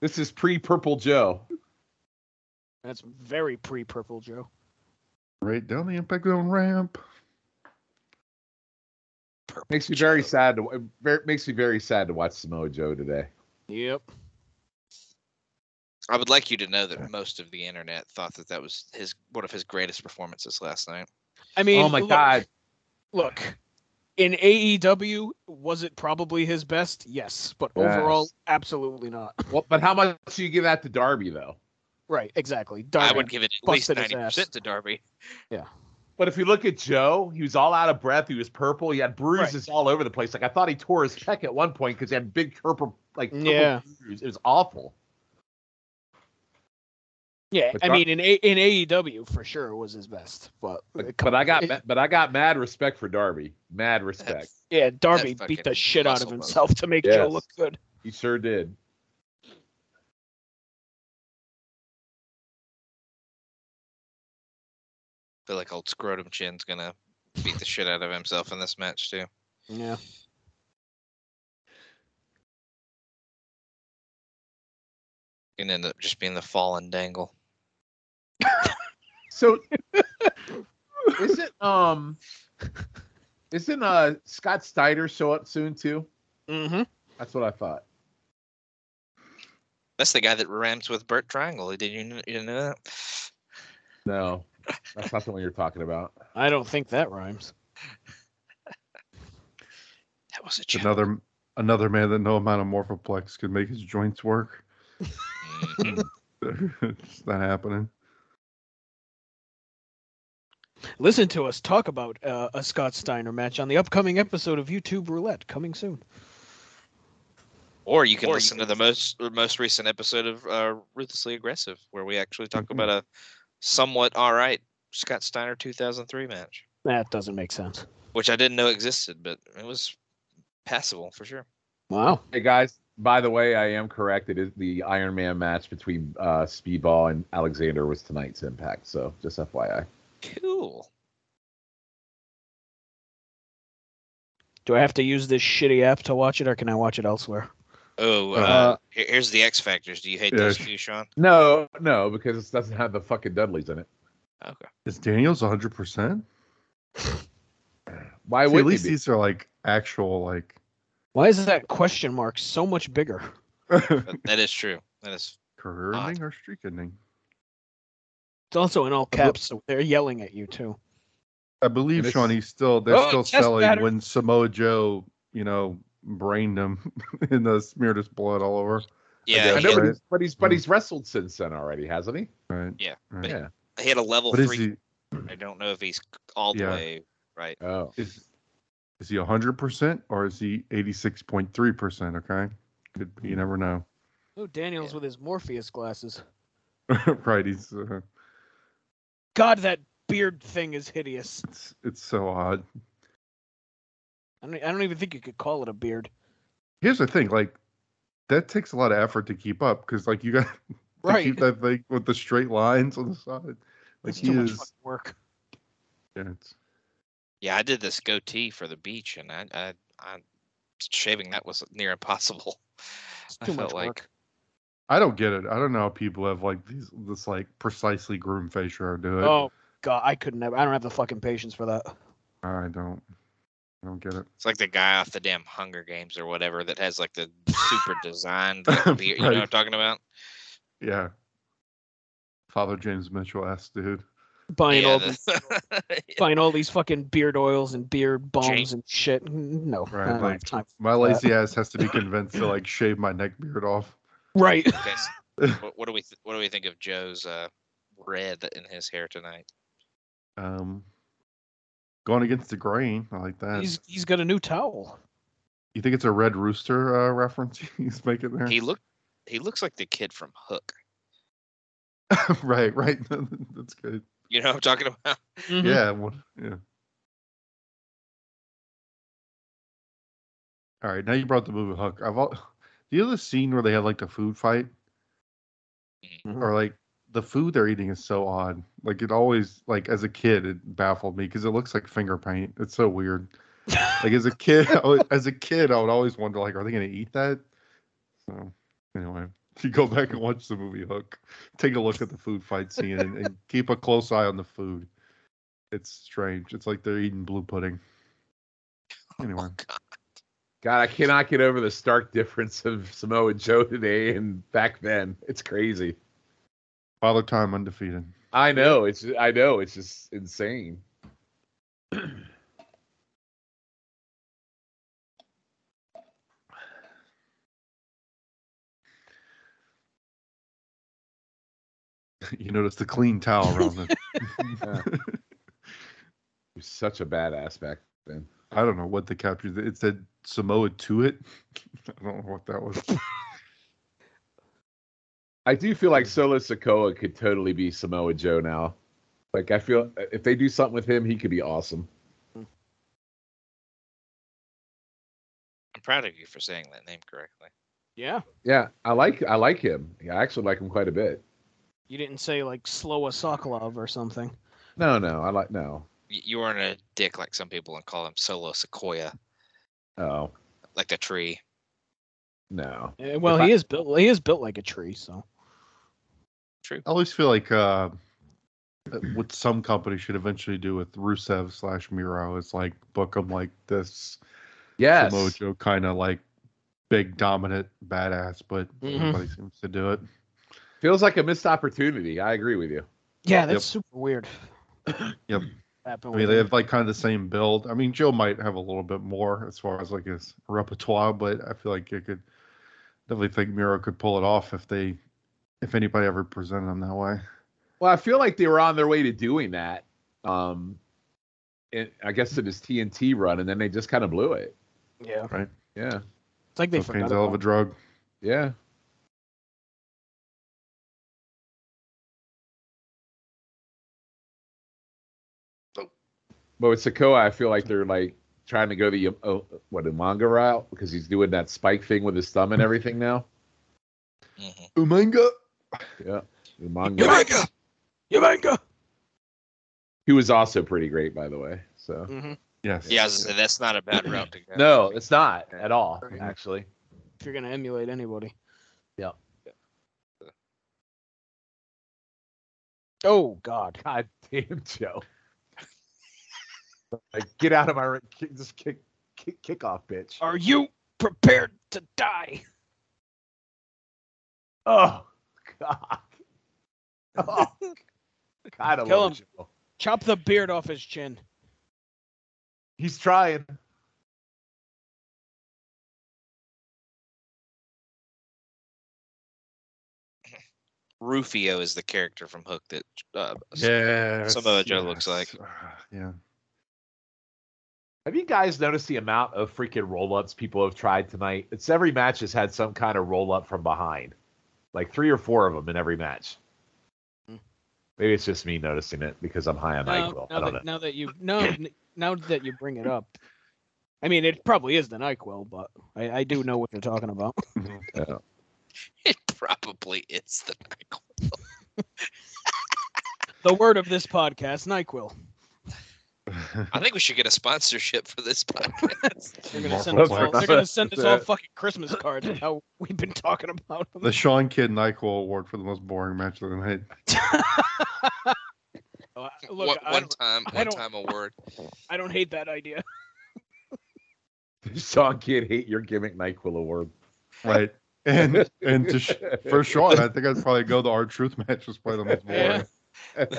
F: This is pre Purple Joe.
E: That's very pre-purple, Joe.
D: right down the impact zone ramp.
C: Purple
F: Makes me very
C: Joe.
F: sad. To, very, makes me very sad to watch Samoa Joe today.
E: Yep.
C: I would like you to know that most of the internet thought that that was his one of his greatest performances last night.
E: I mean,
F: oh my
E: look-
F: God!
E: Look, in AEW, was it probably his best? Yes, but overall,
F: Yes.
E: absolutely not.
F: Well, but how much do you give that to Darby though?
E: Right? Exactly.
C: I would give it at least
E: busted his
C: ninety percent
E: ass.
C: to Darby.
F: But if you look at Joe, he was all out of breath. He was purple. He had bruises all over the place. Like I thought he tore his pec at one point because he had big purple like purple
E: Yeah.
F: bruise. It was awful.
E: Yeah,
F: But
E: I
F: Dar-
E: mean, in a- in AEW for sure was his best, but
F: But,
E: come
F: but I
E: on,
F: got
E: it-
F: ma- but I got mad respect for Darby. Mad respect.
C: That's-
E: yeah, Darby
C: that
E: beat
C: fucking
E: the shit out of
C: muscle was-
E: himself to make Joe
F: Yes.
E: look good.
F: He sure did.
C: I feel like old scrotum chin's gonna beat the shit out of himself in this match too.
E: Yeah,
C: Gonna end up just being the fallen dangle.
F: So is it um isn't uh Scott Steiner show up soon too?
E: mm-hmm.
F: That's what I thought.
C: That's the guy that rhymes with Burt Triangle. Did you kn- you didn't know that?
F: No, that's not the one you're talking about.
E: I don't think that rhymes.
C: That was a joke.
D: Another another man that no amount of morphoplex could make his joints work.
C: Mhm.
D: it's not happening.
E: Listen to us talk about uh, a Scott Steiner match on the upcoming episode of YouTube Roulette coming soon.
C: or you can
K: Or you
C: listen to the most most recent episode of uh, Ruthlessly Aggressive, where we actually talk about a somewhat all right Scott Steiner 2003 match,
E: That doesn't make sense.
C: which I didn't know existed, but it was passable for sure.
E: Wow.
F: Hey guys, by the way, I am correct. It is the Iron Man match between uh, Speedball and Alexander was tonight's impact. So just FYI.
C: Cool.
E: Do I have to use this shitty app to watch it, or can I watch it elsewhere?
C: Oh, uh,
D: Uh,
C: here- here's the X Factors. Do you hate
D: yeah,
C: those
D: sh-
C: two, Sean?
F: No, no, because it doesn't have the fucking Dudleys in it.
C: Okay.
D: Is Daniels 100%?
F: Why
D: See, at
F: would
D: least
F: least be?
D: these are like actual, like,
E: Why is that question mark so much bigger?
C: But that is true. That is
D: career
C: Odd.
D: ending or streak ending?
E: It's also in all caps, so they're yelling at you too.
D: I believe,
F: And it's-
D: Sean, he's still, they're
K: Oh,
D: still
K: chest
D: selling
K: batter.
D: when Samoa Joe, you know, brained him in the smeared his blood all over.
C: yeah. He Hmm.
F: I know, but
C: had,
D: Right.
F: he's, but he's but he's wrestled since then already, hasn't he?
D: Right.
C: Yeah,
D: Right.
C: but-
F: Yeah.
C: he had a level
D: But is
C: three.
D: he,
C: I don't know if he's all the
D: Yeah.
C: way right.
F: Oh,
D: is, is he 100% or is he 86.3%? Okay. Could, you never know.
E: Oh, Daniels with his Morpheus glasses.
D: right. He's, uh,
E: God, that beard thing is hideous.
D: it's, it's so odd.
E: I don't, I don't even think you could call it a beard.
D: here's the thing like that takes a lot of effort to keep up because like you got to
E: Right.
D: keep that thing with the straight lines on the side like
E: It's
D: he
E: too much
D: is
E: fucking work.
D: yeah, it's,
C: Yeah, I did this goatee for the beach, and I, I, I shaving that was near impossible.
E: It's
C: I
E: too much
C: felt like-
E: work.
D: i don't get it i don't know how people have like these this like precisely groomed facial or do it
E: Oh God, I could never. I don't have the fucking patience for that.
D: i don't i don't get it
C: It's like the guy off the damn Hunger Games or whatever that has like the super designed. Like, beard, You know what I'm
D: Right.
C: talking about?
D: yeah father james mitchell ass dude
E: Buying all these,
C: the-
E: buying all these fucking beard oils and beard balms
C: Jane-
E: and shit. Mm, No,
D: Right,
E: I don't have
D: like-
E: time.
D: my lazy ass has to be convinced to like shave my neck beard off
E: Right.
C: Okay, so what, what do we th- what do we think of Joe's uh, red in his hair tonight?
D: um going against the grain i like that
E: He's he's got a new towel.
D: you think it's a red rooster uh, reference he's making there
C: He looked he looks like the kid from Hook.
D: right, right. That's good.
C: You know what I'm talking about?
E: Mm-hmm.
D: Yeah, one- yeah. All right, now you brought the movie Hook. I've all, do you know the scene where they have like the food fight,
E: Mhm.
D: or like the food they're eating is so odd. Like it always, like as a kid, it baffled me because it looks like finger paint. It's so weird. like as a kid, I would- as a kid, I would always wonder, like, are they gonna eat that? So anyway, you go back and watch the movie Hook. Take a look at the food fight scene and, and keep a close eye on the food. It's strange. It's like they're eating blue pudding. Anyway,
C: Oh,
F: God, I cannot get over the stark difference of Samoa Joe today and back then. It's crazy.
D: Father Time undefeated.
F: I know. It's I know. It's just insane.
D: You notice the clean towel around it.
F: He was such a badass back then.
D: I don't know what the caption. It said Samoa to it. I don't know what that was.
F: I do feel like Solo Sokoa could totally be Samoa Joe now. Like I feel if they do something with him, he could be awesome.
C: I'm proud of you for saying that name correctly.
E: Yeah.
F: Yeah, I like I like him. Yeah, I actually like him quite a bit.
E: You didn't say like Slowa Sokolov or something.
F: No, no, I like no.
C: Y- You aren't a dick like some people and call him Solo Sequoia,
F: Oh
C: like the tree.
F: no.
E: Eh, Well,
F: If
E: he is built. He is built like a tree. So
D: I always feel like uh, what some companies should eventually do with Rusev slash Miro is like book them like this
F: Yes.
D: Samoa Joe kind of like big dominant badass, but
E: Mhm.
D: nobody seems to do it.
F: Feels like a missed opportunity. I agree with you.
E: yeah,
D: that's
E: that's super weird. happen
D: I mean,
E: with
D: they
E: him.
D: have like kind of the same build. I mean, Joe might have a little bit more as far as like his repertoire, but I feel like it could definitely think Miro could pull it off if they, if anybody ever presented him that way.
F: Well, I feel like they were on their way to doing that. Um, and I guess to this TNT run, and then they just kind of blew it.
E: Yeah,
F: Yeah,
E: it's like they forgot.
D: Cocaine's a hell of
E: about
D: a drug.
F: yeah. But with Sokoa, I feel like they're like trying to go the uh, what Umanga route because he's doing that spike thing with his thumb and everything now.
C: Mhm.
D: Umanga.
F: Umanga,
J: Eureka! Eureka!
F: he was also pretty great, by the way. So
E: Mm-hmm.
D: Yes.
C: Yeah, I was gonna say, that's not a bad route to go.
F: no, it's not at all,
E: Right.
F: actually.
E: it. If you're gonna emulate anybody,
G: Oh God.
F: God damn, Joe. like, get out of my ring. Kick, just kick, kick, kick off, bitch.
G: Are you prepared to die?
F: Oh, God. Oh, God, I
G: Kill
F: love
G: him.
F: Joe.
G: Chop the beard off his chin.
F: He's trying.
C: Rufio is the character from Hook that uh,
D: Yeah.
C: Samoa Joe looks like.
D: Yeah.
F: Have you guys noticed the amount of freaking roll ups people have tried tonight? It's every match has had some kind of roll up from behind, like three or four of them in every match.
G: Hmm.
F: Maybe it's just me noticing it because I'm high on
G: Now,
F: NyQuil. I
G: now,
F: don't know.
G: that, now that you no, n- now that you bring it up, I mean it probably is the Nyquil, but I, I do know what you're talking about.
C: it probably is the Nyquil.
G: The word of this podcast, Nyquil.
C: I think we should get a sponsorship for this podcast.
G: They're gonna
D: Marvel
G: send us
D: Flex.
G: all, they're gonna
F: That's
G: send us all
F: it.
G: fucking Christmas cards of how we've been talking about them.
D: The Sean Kidd Nyquil Award for the most boring match of the night.
G: Oh, I- Look,
C: One
G: I,
C: one
G: don't-
C: time,
G: I
C: one
G: don't-
C: time award.
G: I don't hate that idea.
F: Sean Kidd, hate your gimmick NyQuil award.
D: Right. And and to sh- for Sean, I think I'd probably go the R Truth match was probably the most boring.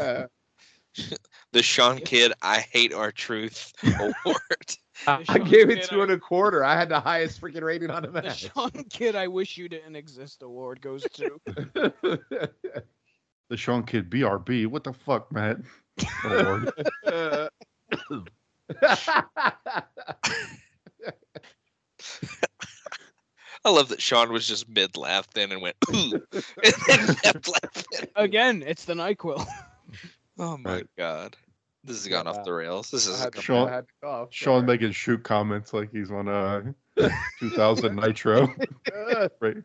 G: Yeah.
C: The Sean Kidd I Hate Our Truth award.
F: I, I
G: Sean
F: gave it
G: Kidd,
F: two
G: I-
F: and a quarter. I had the highest freaking rating on the
G: uh, The
F: match.
G: Sean Kid, I wish you didn't exist award goes to.
D: The Sean Kidd BRB. What the fuck, Matt? Award.
C: I love that Sean was just mid laugh then and went ooh, and then left laughing.
G: Again, it's the Nyquil.
C: Oh my
D: Right.
C: god, this has gone off the rails. This is
D: Sean-
F: Sean,
D: Sean making shoot comments like he's on uh 2000 Nitro. right.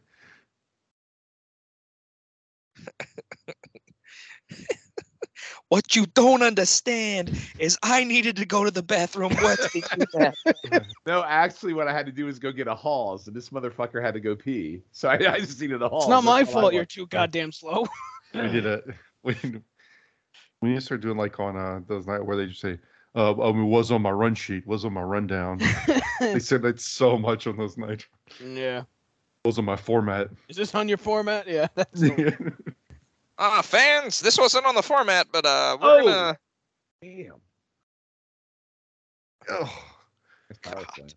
C: what you don't understand is I needed to go to the bathroom. What did you have?
F: No, actually, what I had to do was go get a Halls, and this motherfucker had to go pee. So I, I just needed a Halls.
G: It's not my
F: That's all I
G: fault you're
F: want.
G: too goddamn slow.
D: We did a we we need to start doing like on uh those night where they just say uh, I mean, was on my run sheet, was on my rundown. they said that so much on those nights.
G: Yeah.
D: Was on my format.
G: Is this on your format? Yeah. That's the-
D: That's
C: Ah, fans, this wasn't on the format, but uh, we're
F: Oh.
C: gonna.
F: Damn.
C: Oh.
F: That's what I was
C: God.
F: saying.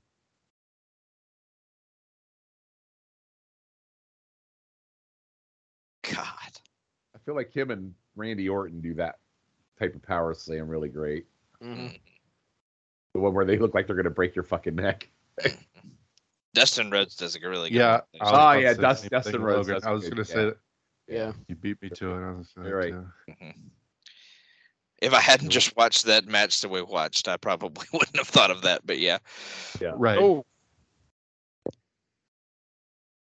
C: God.
F: I feel like him and Randy Orton do that type of power slam really great. Mm-hmm.
G: Mhm.
F: The one where they look like they're gonna break your fucking neck.
C: Dustin Rhodes does a really good
D: Yeah, uh,
C: one.
D: I was
F: Oh,
D: about
F: yeah,
D: to say
F: Dust-
D: the same
F: Dustin
D: thing,
F: Rhodes,
D: Logan.
F: that's
D: I was
F: good,
D: going to
F: yeah.
D: say that.
G: Yeah.
D: You beat me to it. I was gonna say
F: You're
D: that, too.
F: right.
C: If I hadn't just watched that match that we watched, I probably wouldn't have thought of that. But yeah,
D: Right.
G: Oh,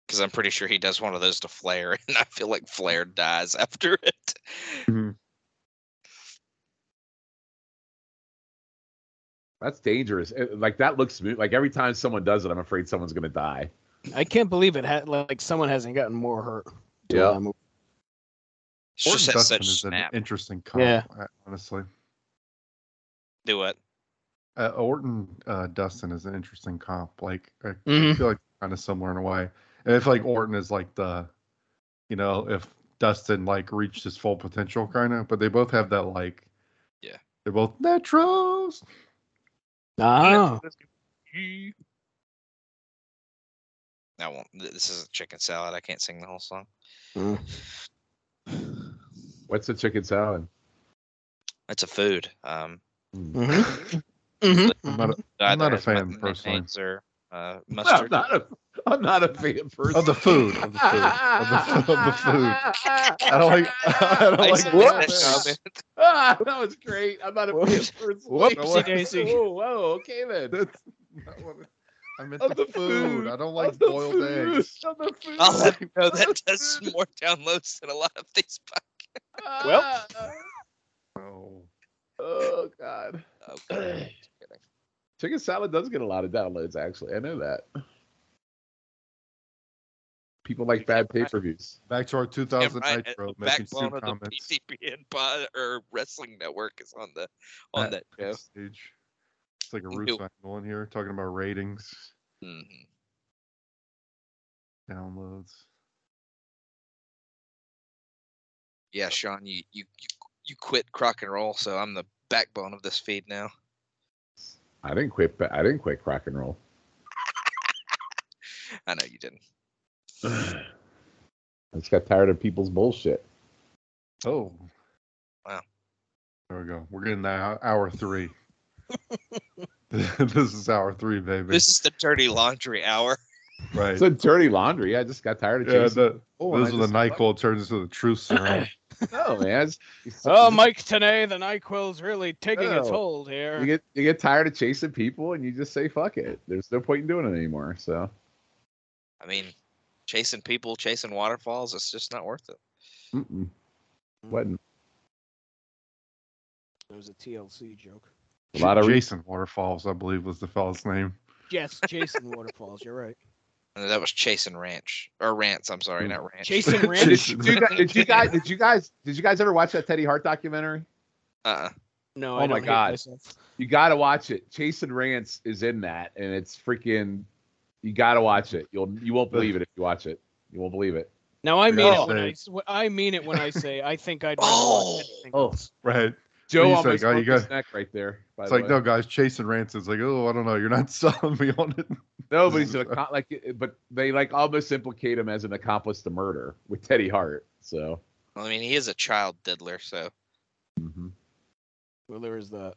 C: because I'm pretty sure he does one of those to Flair, and I feel like Flair dies after it.
F: That's dangerous. It- like that looks smooth. Like every time someone does it, I'm afraid someone's gonna die.
G: I can't believe it. Had like someone hasn't gotten more hurt. doing
F: Yeah.
G: that move.
C: It's
D: Orton
C: just had
D: Dustin
C: such
D: is
C: snap.
D: an interesting comp,
G: Yeah.
D: uh, honestly.
C: Do it.
D: Uh, Orton uh, Dustin is an interesting comp. Like I
G: Mhm.
D: feel like kind of similar in a way. And I feel like Orton is like the, you know, if Dustin like reached his full potential, kind of. But they both have that like,
C: Yeah.
D: They're both Natros.
F: Mm-hmm.
G: Ah,
E: Oh,
C: I won't. th- This is a chicken salad. I can't sing the whole song.
F: What's the chicken salad? Hmm.
C: It's a food. Um,
D: Mm-hmm.
G: mm-hmm.
F: Mm-hmm.
D: I'm not a- I'm
C: either
D: not a
C: has
D: fan,
C: mutton and
D: personally.
C: eggs Or uh,
F: I'm
C: mustard.
F: not a, I'm not a fan
D: of
F: person.
G: Oh,
D: the food. Of the food. Of the, of the food. I don't like. I don't
C: I
D: like.
C: said
D: what?
C: that
F: Ah, that was great. I'm not a fan
E: Whoops.
F: person.
E: Whoopsie daisy.
F: Whoa, whoa, okay then.
D: That's not what I- I meant
F: Of
D: the
F: the
D: food.
F: food.
D: I don't like
F: Of the
D: boiled
F: food.
D: eggs.
F: Of the food.
C: I'll let you know that does more downloads than a lot of these. podcasts.
F: well.
D: Oh.
F: Oh God.
C: Oh, God.
F: Chicken salad does get a lot of downloads. Actually, I know that. People like bad pay per views.
D: Back to our 2000
C: right, at
D: Nitro, making two
C: Backbone of the
D: comments.
C: PCPN pod or Wrestling Network is on the on that show.
D: Stage. It's like a
C: Ew.
D: roof angle in here talking about ratings,
C: Mhm.
D: downloads.
C: Yeah, Sean, you you you you quit Crock and Roll, so I'm the backbone of this feed now.
F: I didn't quit. I didn't quit crack and roll.
C: I know you didn't.
F: I just got tired of people's bullshit.
D: Oh.
C: Wow.
D: There we go. We're getting that hour three. this is hour three, baby.
C: This is the dirty laundry hour.
D: right.
F: It's a dirty laundry. I just got tired of
D: yeah,
F: chasing.
D: the,
F: oh,
D: those are the NyQuil turns into the truth serum.
F: No, man. It's-
G: Oh, Mike, today the Nyquil's really taking its
F: Oh.
G: hold
F: You
G: here.
F: get you get tired of chasing people, and you just say fuck it. There's no point in doing it anymore. So
C: I mean, chasing people, chasing waterfalls, it's just not worth it.
F: mm-mm. what?
E: it was a TLC joke.
F: A lot of re-
D: Jason Waterfalls, I believe, was the fellow's name.
E: Yes, Jason Waterfalls. You're right.
C: And Uh, that was chasing ranch or rants. I'm
D: Hmm.
C: sorry, not ranch.
G: Jason Ranch.
F: did, you, did you guys? Did you guys? Did you guys ever watch that Teddy Hart documentary?
C: Uh-uh.
E: No, I
F: Oh my
E: don't hate
F: God.
E: myself.
F: You got to watch it. Jason Rance is in that, and it's freaking. You got to watch it. You'll you won't believe it if you watch it. You won't believe it.
G: Now I mean
D: No.
G: it when I, s- I mean it when I say I think I'd rather
C: Oh!
G: watch anything.
F: Oh,
D: Right.
F: Joe
D: He's like,
F: almost
D: oh, you
F: broke his
D: got-
F: neck right there. By
D: It's
F: the
D: like,
F: way.
D: no, guys, Jason Rance is like, oh, I don't know. You're not selling me on it.
F: no, but he's an accom- like, but they like almost implicate him as an accomplice to murder with Teddy Hart. So
C: Well, I mean, he is a child diddler, so
D: Mm-hmm.
E: Well, there is that.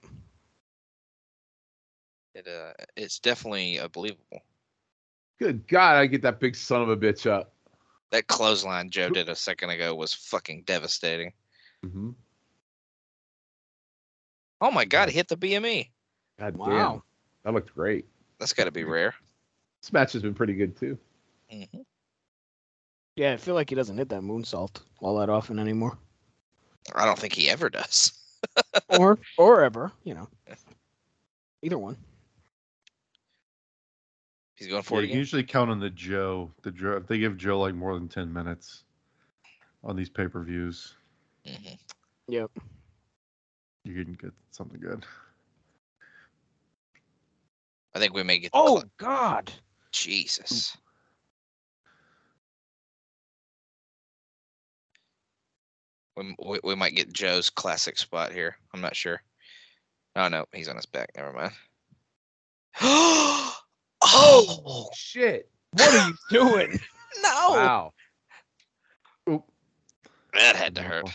C: it uh, it's definitely uh, believable.
F: good God, I get that big son of a bitch up.
C: That clothesline Joe did a second ago was fucking devastating.
F: Mm-hmm.
C: Oh my god, he hit the BME.
F: God damn,
E: Wow.
F: that looked great.
C: That's got to be rare.
F: This match has been pretty good too.
C: Mhm.
E: Yeah, I feel like he doesn't hit that moonsault all that often anymore,
C: I don't think he ever does.
E: or or ever. You know, either one.
C: He's going for it
D: Yeah, you can
C: again.
D: usually count on the Joe. The Joe, if they give Joe like more than ten minutes on these pay per views,
C: Mhm.
D: you can get something good.
C: I think we may get. the
J: Oh,
C: clo-
J: God.
C: Jesus. We, we, we might get Joe's classic spot here. I'm not sure. Oh no, he's on his back. Never mind. oh
F: Shit!
J: What are you doing?
C: no!
F: Wow,
C: That had to
D: Oh,
C: hurt.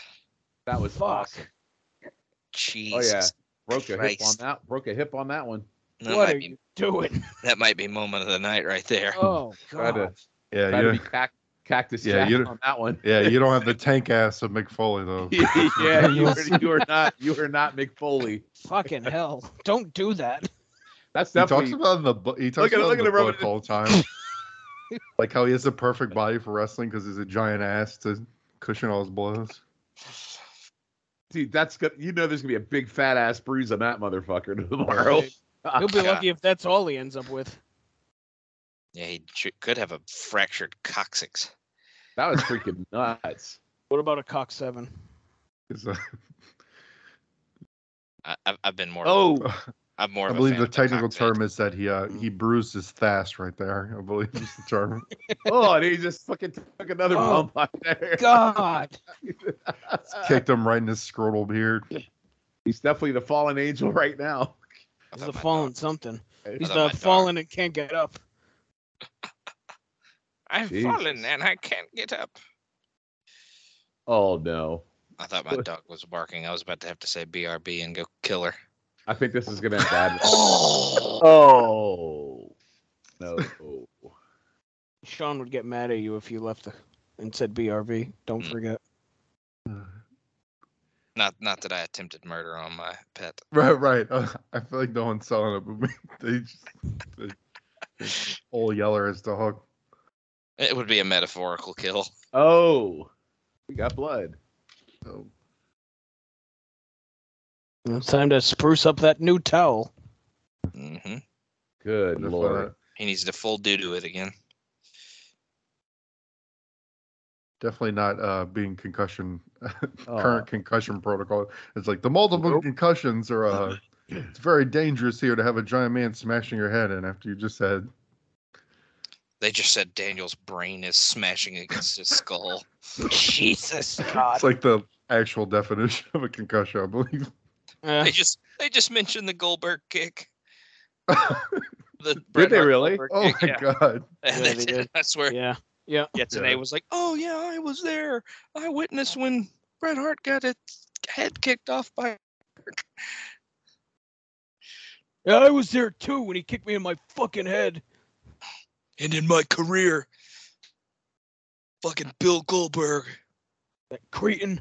F: that was awesome. Oh,
C: Jesus.
F: Broke a hip on
C: Christ.
F: that. Broke a hip on that one.
C: That
J: what
C: might
J: are
C: be
J: you doing?
C: that might be moment of the night right there.
J: Oh,
F: Try to-
J: God.
D: Yeah,
F: Try
D: you
F: to
D: don't,
F: be cac- cactus
D: Yeah,
F: Jack
D: you don't-
F: on that one.
D: yeah, you don't have the tank ass of McFoley though.
F: yeah, you are, you are not you are not Mick Foley.
J: Fucking hell. Don't do that.
F: That's
D: He talks
F: definitely
D: about in the bu- he talks
F: Look at-
D: about
F: look
D: in
F: at
D: the
F: him rubbing
D: book all the time, like how he has the perfect body for wrestling because he's a giant ass to cushion all his blows.
F: dude. That's good. You know, there's gonna be a big fat ass bruise on that motherfucker tomorrow.
G: He'll be
C: God.
G: lucky if that's all he ends up with.
C: Yeah, he ch- could have a fractured coccyx.
F: That was freaking nuts.
G: What about a cock seven?
D: It's a-
C: I, I've, I've been more.
F: Oh,
C: I'm more.
D: I
C: of a
D: believe
C: fan
D: the
C: of
D: technical
C: cockpit. Mm.
D: term is that he uh, he bruised his thast right there. I believe is the term.
F: oh, and he just fucking took another
J: Oh,
F: bump out there.
J: God.
D: Kicked him right in his scrotal beard.
F: He's definitely the fallen angel right now.
C: I
G: He's
C: thought
G: a
C: my
G: fallen
C: dog-
G: something.
C: I
G: He's
C: thought my
G: not
C: dog-
G: fallen and can't get up.
C: I've
F: Jesus.
C: fallen and I can't get up.
F: Oh no.
C: I thought my dog was barking. I was about to have to say BRB and go kill her.
F: I think this is gonna end bad.
G: Oh.
F: no.
G: Sean would get mad at you if you left the, and said BRB. Don't
C: Mm.
G: forget.
C: Not not that I attempted murder on my pet.
D: Right, right. Uh, I feel like no one's selling it, but they just they, they old Yeller is the hook.
C: It would be a metaphorical kill.
F: Oh. We got blood.
D: So,
G: It's time to spruce up that new towel.
C: hmm
F: Good
D: that's
F: lord.
D: what I-
C: He needs to full doo doo it again.
D: definitely not uh, being concussion
F: Oh.
D: current concussion protocol. It's like the multiple
F: Nope.
D: concussions are. Uh, it's very dangerous here to have a giant man smashing your head in after you just said
C: They just said Daniel's brain is smashing against his skull.
J: Jesus God.
D: it's like the actual definition of a concussion, I believe.
G: Eh,
C: They just they just mentioned the Goldberg kick. The
F: Did
C: Bret
F: they
C: Hart
F: really?
C: Goldberg
D: Oh
C: kick,
D: my
C: yeah.
D: god.
C: And
G: Yeah,
C: they
G: they
C: did.
G: did.
C: That's where
G: yeah.
C: Yetsude
D: Yeah.
C: was like, "Oh yeah, I was there. I witnessed when Bret Hart got his head kicked off by."
G: yeah. I was there too when he kicked me in my fucking head.
C: And in my career, fucking Bill Goldberg,
G: That cretin.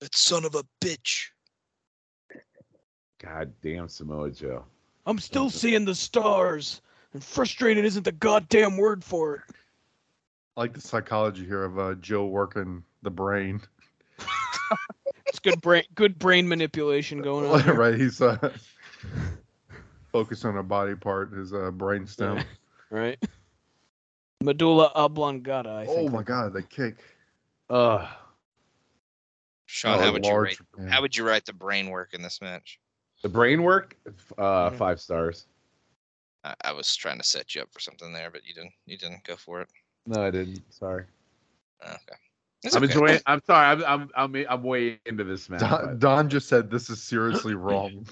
C: that son of a bitch.
F: God damn Samoa Joe.
G: I'm still seeing the stars. And frustrated isn't the goddamn word for it.
D: I like the psychology here of uh, Joe working the brain.
G: It's good brain, good brain manipulation going on. here.
D: right, he's uh, focused on a body part, his uh, brain stem.
G: Right. Medulla oblongata. I
D: Oh
G: think.
D: my god, the kick.
F: Ugh.
C: Sean,
D: Oh,
C: how would you
D: large-
C: rate?
D: yeah.
C: How would you rate the brain work in this match?
F: The brain work,
G: Yeah.
F: uh, five stars.
C: I, I was trying to set you up for something there, but you didn't. You didn't go for it. Oh,
F: No, I didn't. Sorry.
C: Okay. It's
F: I'm
C: okay.
F: enjoying. I'm sorry. I'm I'm I'm I'm way into this match. by the
D: Don, Don just said this is seriously wrong.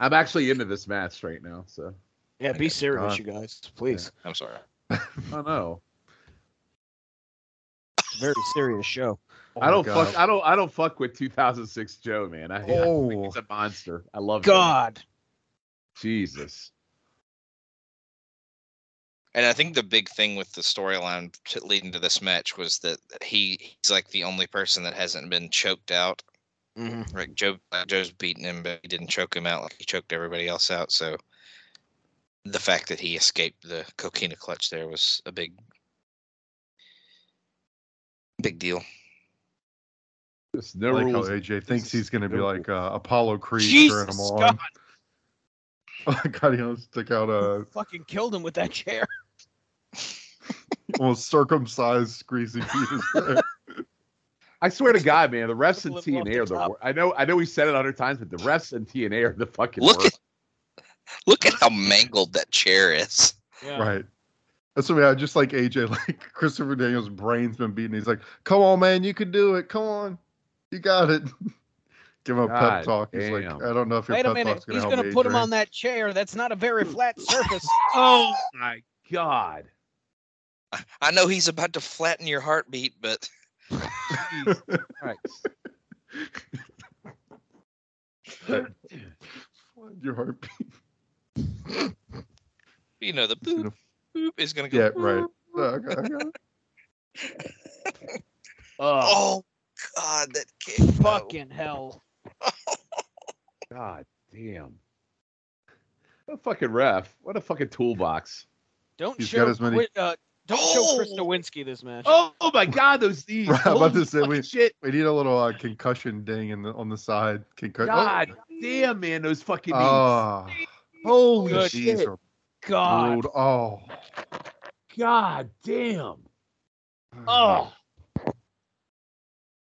F: I'm actually into this match right now, so
G: Yeah,
C: Okay.
G: be serious,
D: God.
G: you guys, please.
C: I'm sorry.
F: I don't know.
G: Very serious show.
D: Oh
F: I
D: my
F: don't
D: God.
F: fuck. I don't. I don't fuck with 2006 Joe, man. I, I think
D: Oh.
F: he's a monster. I love him.
D: Uh,
G: God.
F: Jesus.
C: And I think the big thing with the storyline t- leading to this match was that he he's like the only person that hasn't been choked out.
G: hmm
C: Like Joe, like Joe's beaten him, but he didn't choke him out like he choked everybody else out. So the fact that he escaped the coquina clutch there was a big, big deal.
F: Just no
D: I like how
F: rules.
D: AJ thinks
F: is
D: he's going to be
F: terrible.
D: like uh, Apollo Creed. cheering
J: Jesus,
D: him on. Oh my God, he almost took out a
G: Fucking killed him with that chair.
D: almost circumcised greasy penis. there.
F: I swear to God, man, the refs and
G: Flip him off
F: TNA are
G: the
F: the.
G: top.
F: Wor- I know. I know. We said it a hundred times, but the refs and TNA are the fucking.
C: Look at
F: worst.
C: look at how mangled that chair is.
G: Yeah.
D: Right. That's what I mean. I just like AJ, like Christopher Daniels' brain's been beaten. He's like, come on, man, you can do it. Come on. You got it. Give him a
F: God
D: pep talk. He's like,
F: damn.
D: I don't know if your
J: Wait a
D: pep
J: minute.
D: talk's going
J: He's
D: to help
J: going to put him
D: Adrian."
J: on that chair. That's not a very flat surface.
F: Oh my God.
C: I- I know he's about to flatten your heartbeat, but
F: Jesus Christ.
D: Your heartbeat.
C: you know the
D: you
C: boop
D: know.
C: boop is gonna go.
D: Yeah, right. Oh, okay, okay.
F: Oh
C: Oh God, that kick!
J: Fucking hell.
F: God damn. What a fucking ref. What a fucking toolbox.
G: Don't
D: He's
G: show.
D: got as many-
G: Quit- uh, don't show Chris
C: Oh!
G: Nowinski this match.
F: Oh, my God, those knees.
D: Right, I'm about
F: Holy
D: to say,
F: fucking
D: we-
F: shit.
D: We need a little uh, concussion ding in the, on the side. Concussion.
F: God damn, man, those fucking knees.
D: Oh, holy
F: Good
D: shit.
F: shit.
G: God.
D: Oh,
F: God damn. Oh,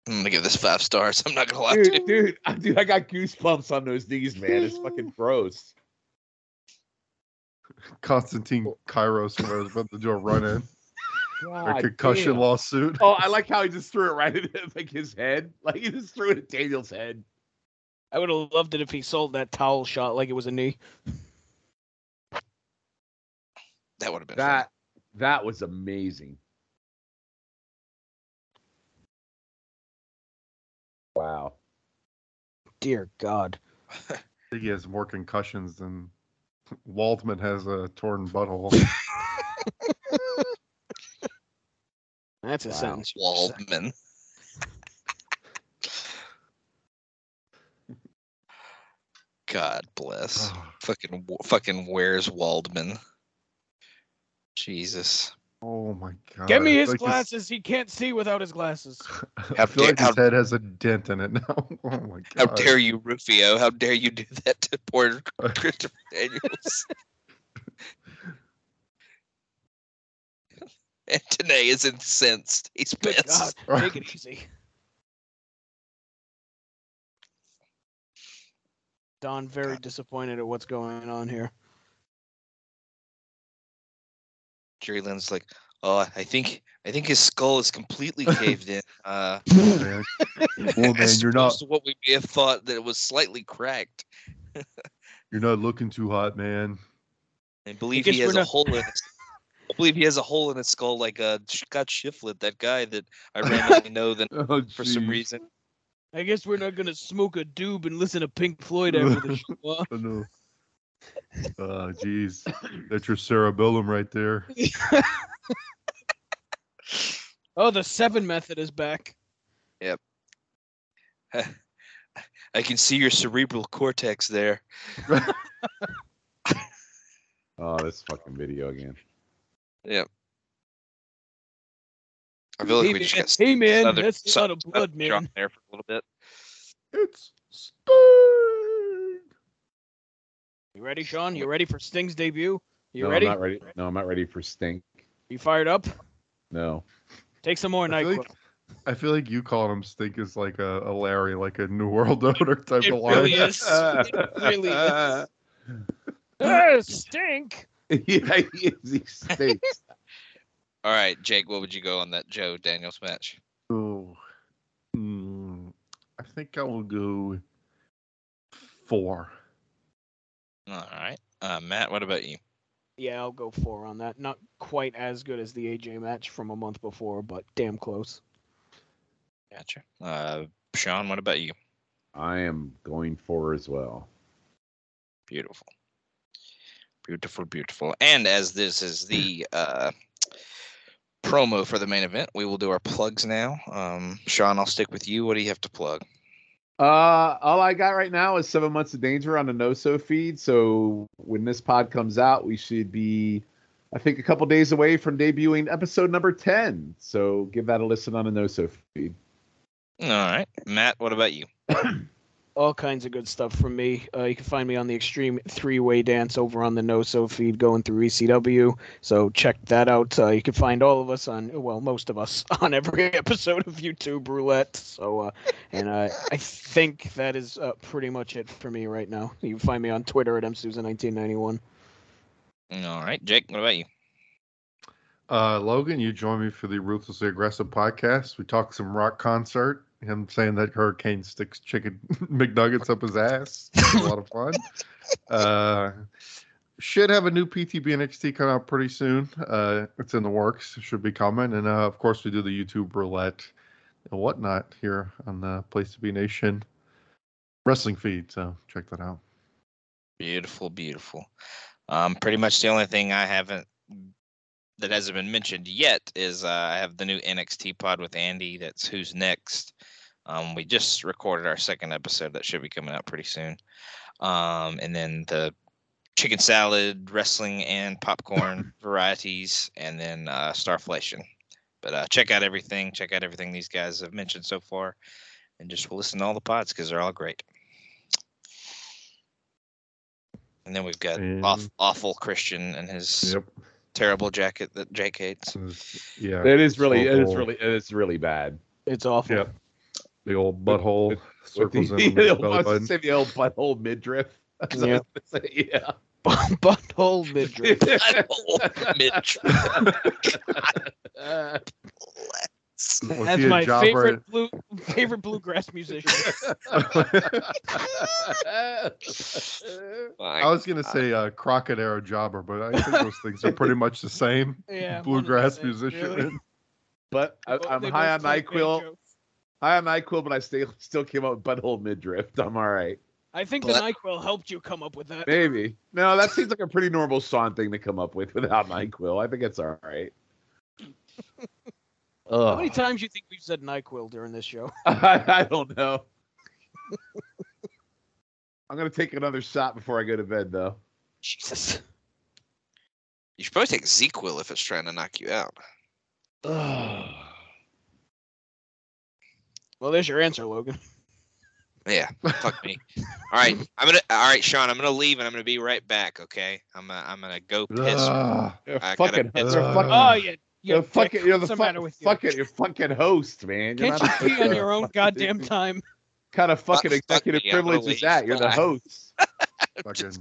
C: I'm gonna give this five stars. I'm not gonna lie to you.
F: dude, dude, I- dude, I got goosebumps on those knees, man. It's fucking gross.
D: Constantine Kairos was about to do a run in. Or
F: God
D: concussion
F: damn.
D: lawsuit.
F: Oh, I like how he just threw it right at like his head. Like he just threw it at Daniel's head.
E: I would have loved it if he sold that towel shot like it was a knee.
C: That would have been
F: That that was amazing. Wow.
E: Dear God.
D: I think he has more concussions than Waldman has a torn butthole.
E: That's a
C: fun.
F: Wow.
E: sentence.
C: Waldman. God bless.
D: Oh,
C: fucking Wa- fucking where's Waldman? Jesus.
D: oh my god.
E: Get me
D: I
E: his
D: feel like
E: glasses. He can't see without his glasses.
D: His,
C: How
D: I feel like
C: dare-
D: his
C: how-
D: head has a dent in it now. oh my god.
C: How dare you, Rufio? How dare you do that to poor Christopher Daniels? and today is incensed. He's
E: Good
C: pissed.
E: God. Take it easy. Don very disappointed at what's going on here.
C: Jerry Lynn's like, oh, I think I think his skull is completely caved in. Uh,
D: man. Well, man,
C: as
D: you're not
C: opposed to what we may have thought that it was slightly cracked.
D: you're not looking too hot, man.
C: I believe
E: guess
C: he has
E: we're
C: a
E: not-
C: hole in. His, I believe he has a hole in his skull, like uh, Scott Shiflett, that guy that I randomly know that
D: Oh,
C: for some
D: geez.
C: reason.
E: I guess we're not gonna smoke a doob and listen to Pink Floyd after the show. huh?
D: Oh no. Oh jeez. That's your cerebellum right there.
E: Oh, the seven method is back.
C: I can see your cerebral cortex there.
F: Oh, this fucking video again.
C: I feel like
E: hey,
C: we just
E: man,
C: got
E: hey, man,
C: Southern-
E: that's a lot of
C: Southern
E: blood,
C: drop
E: man.
C: there for a little bit.
D: It's Sting.
E: You ready, Sean? You ready for Sting's debut? You
F: no,
E: ready?
F: I'm not ready. No, I'm not ready for stink.
E: You fired up?
F: No.
E: Take some more
D: I feel,
E: NyQuil.
D: like, I feel like you calling him stink is like a, a Larry, like a New World Order type
E: It
D: of line.
E: really is. It really is.
L: Ah, stink!
F: yeah, he, is, he stinks.
C: All right, Jake, what would you go on that Joe Daniels match?
D: Oh, hmm, I think I will go four.
C: All right, uh, Matt, what about you?
E: Yeah, I'll go four on that. Not quite as good as the AJ match from a month before, but damn close.
C: Gotcha. Uh, Sean, what about you?
F: I am going for as well.
C: Beautiful. Beautiful, beautiful. And as this is the uh, promo for the main event, we will do our plugs now. Um, Sean, I'll stick with you. What do you have to plug?
F: Uh, all I got right now is seven months of danger on the NoSo feed. So when this pod comes out, we should be, I think, a couple days away from debuting episode number ten. So give that a listen on the NoSo feed.
C: All right, Matt, what about you?
E: All kinds of good stuff from me. Uh, you can find me on the Extreme Three Way Dance over on the No So feed going through ECW. So check that out. Uh, you can find all of us on, well, most of us on every episode of YouTube Roulette. So, uh, and uh, I think that is uh, pretty much it for me right now. You can find me on Twitter at msusan1991.
C: All right, Jake, what about you?
D: Uh, Logan, you join me for the Ruthlessly Aggressive podcast. We talk some rock concert. Him saying that Hurricane sticks chicken McNuggets up his ass. It's a lot of fun. Uh, should have a new PTB NXT come out pretty soon. Uh, it's in the works. It should be coming. And uh, of course, we do the YouTube roulette and whatnot here on the Place to Be Nation wrestling feed. So check that out.
C: Beautiful, beautiful. Um, pretty much the only thing I haven't that hasn't been mentioned yet is uh, I have the new NXT pod with Andy. That's who's next. Um, we just recorded our second episode that should be coming out pretty soon. Um, and then the chicken salad, wrestling, and popcorn varieties, and then uh, starflation. But uh, check out everything. Check out everything these guys have mentioned so far, and just listen to all the pods because they're all great. And then we've got Aw-
D: And-
C: awful Christian and his
D: Yep.
C: terrible jacket that Jake hates.
D: Yeah.
F: It is really, it is
D: Awful.
F: really, it is really bad.
E: It's awful.
D: Yep. The old butthole
F: With the-
D: circles in
F: the
D: the
F: old- I
D: belly
F: was gonna
D: button.
F: say the old butthole midriff. That's what I was gonna say, yeah.
E: Butthole midriff.
C: Oh, Butthole midriff.
J: Uh,
D: Was
J: that's
D: he a
J: my
D: jobber?
J: favorite blue favorite bluegrass musician.
D: I was gonna say uh, crocodile jobber, but I think those things are pretty much the same.
J: Yeah, one and the
D: Bluegrass
J: same,
D: musician.
J: really.
F: but I,
J: Both-
F: I'm
J: they
F: high on
J: both like bad
F: NyQuil.
J: jokes.
F: High on NyQuil, but I still still came up with butthole midriff. I'm all right.
J: I think the
C: But-
J: NyQuil helped you come up with that.
F: Maybe. No, that seems like a pretty normal song thing to come up with without NyQuil. I think it's all right.
E: How many
F: Ugh.
E: times you think we've said Nyquil during this show?
F: I, I don't know. I'm gonna take another shot before I go to bed, though.
J: Jesus.
C: You should probably take Zequil if it's trying to knock you out.
E: Well, there's your answer, Logan.
C: Yeah, fuck me. All right, I'm gonna. All right, Sean, I'm gonna leave and I'm gonna be right back. Okay, I'm. Uh, I'm gonna go piss.
D: Ugh.
F: You're
C: I gotta
F: fucking,
C: piss.
F: you're
D: Uh,
F: fucking,
E: Ah,
J: Oh, yeah.
F: you're fucking, you're the
J: What's the
F: fuck,
J: matter with you?
F: fucking, you're fucking host, man. You're
J: Can't
F: not
J: you pee on
F: the-
J: your own goddamn time?
F: kind of fucking
C: Fuck- fuck
F: executive
C: me, I'm gonna
F: privilege is
C: leave.
F: that? You're the
C: Bye.
F: host.
D: Fucking,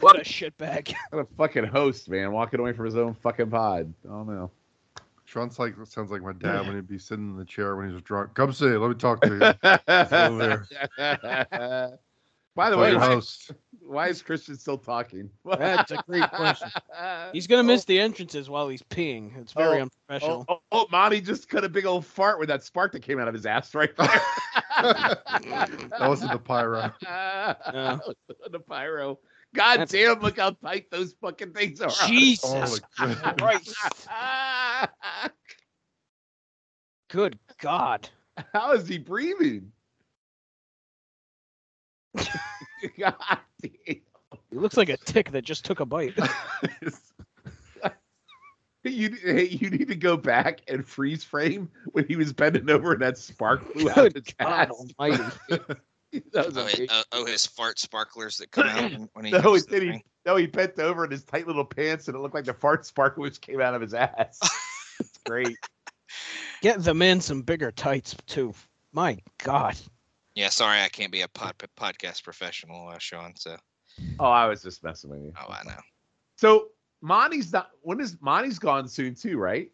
J: What a shitbag.
F: What a fucking host, man, walking away from his own fucking pod. I don't know.
D: Sean's like sounds like my dad when he'd be sitting in the chair when he was drunk. Come sit, let me talk to you. over
F: By the
D: Fucking
F: way, why,
D: host.
F: why is Christian still talking?
E: That's a great question. He's gonna miss the entrances while he's peeing. It's very
F: Oh,
E: unprofessional.
F: Oh, oh, oh, Monty just cut a big old fart with that spark that came out of his ass right there.
D: That wasn't the pyro.
F: the pyro. God
E: That's-
F: damn, look how tight those fucking things are.
D: Oh
J: Jesus
D: my god.
J: Christ. Good God.
F: How is he breathing? God damn.
E: It looks like a tick that just took a bite.
F: You hey, you need to go back and freeze frame when he was bending over and that spark flew out of his
E: Good God
F: ass.
E: Almighty!
F: That was
C: Oh,
F: amazing.
C: his, oh, oh, his fart sparklers that come out when- when he.
F: No,
C: does
F: it
C: the
F: didn't.
C: thing.
F: No, he bent over in his tight little pants, and it looked like the fart spark which came out of his ass. It's great.
E: Get the man some bigger tights too. My God!
C: Yeah, sorry, I can't be a pod, podcast professional, uh, Sean. So,
F: Oh, I was just messing with you.
C: oh, I know.
F: So Monty's not. When is Monty's gone soon too? Right?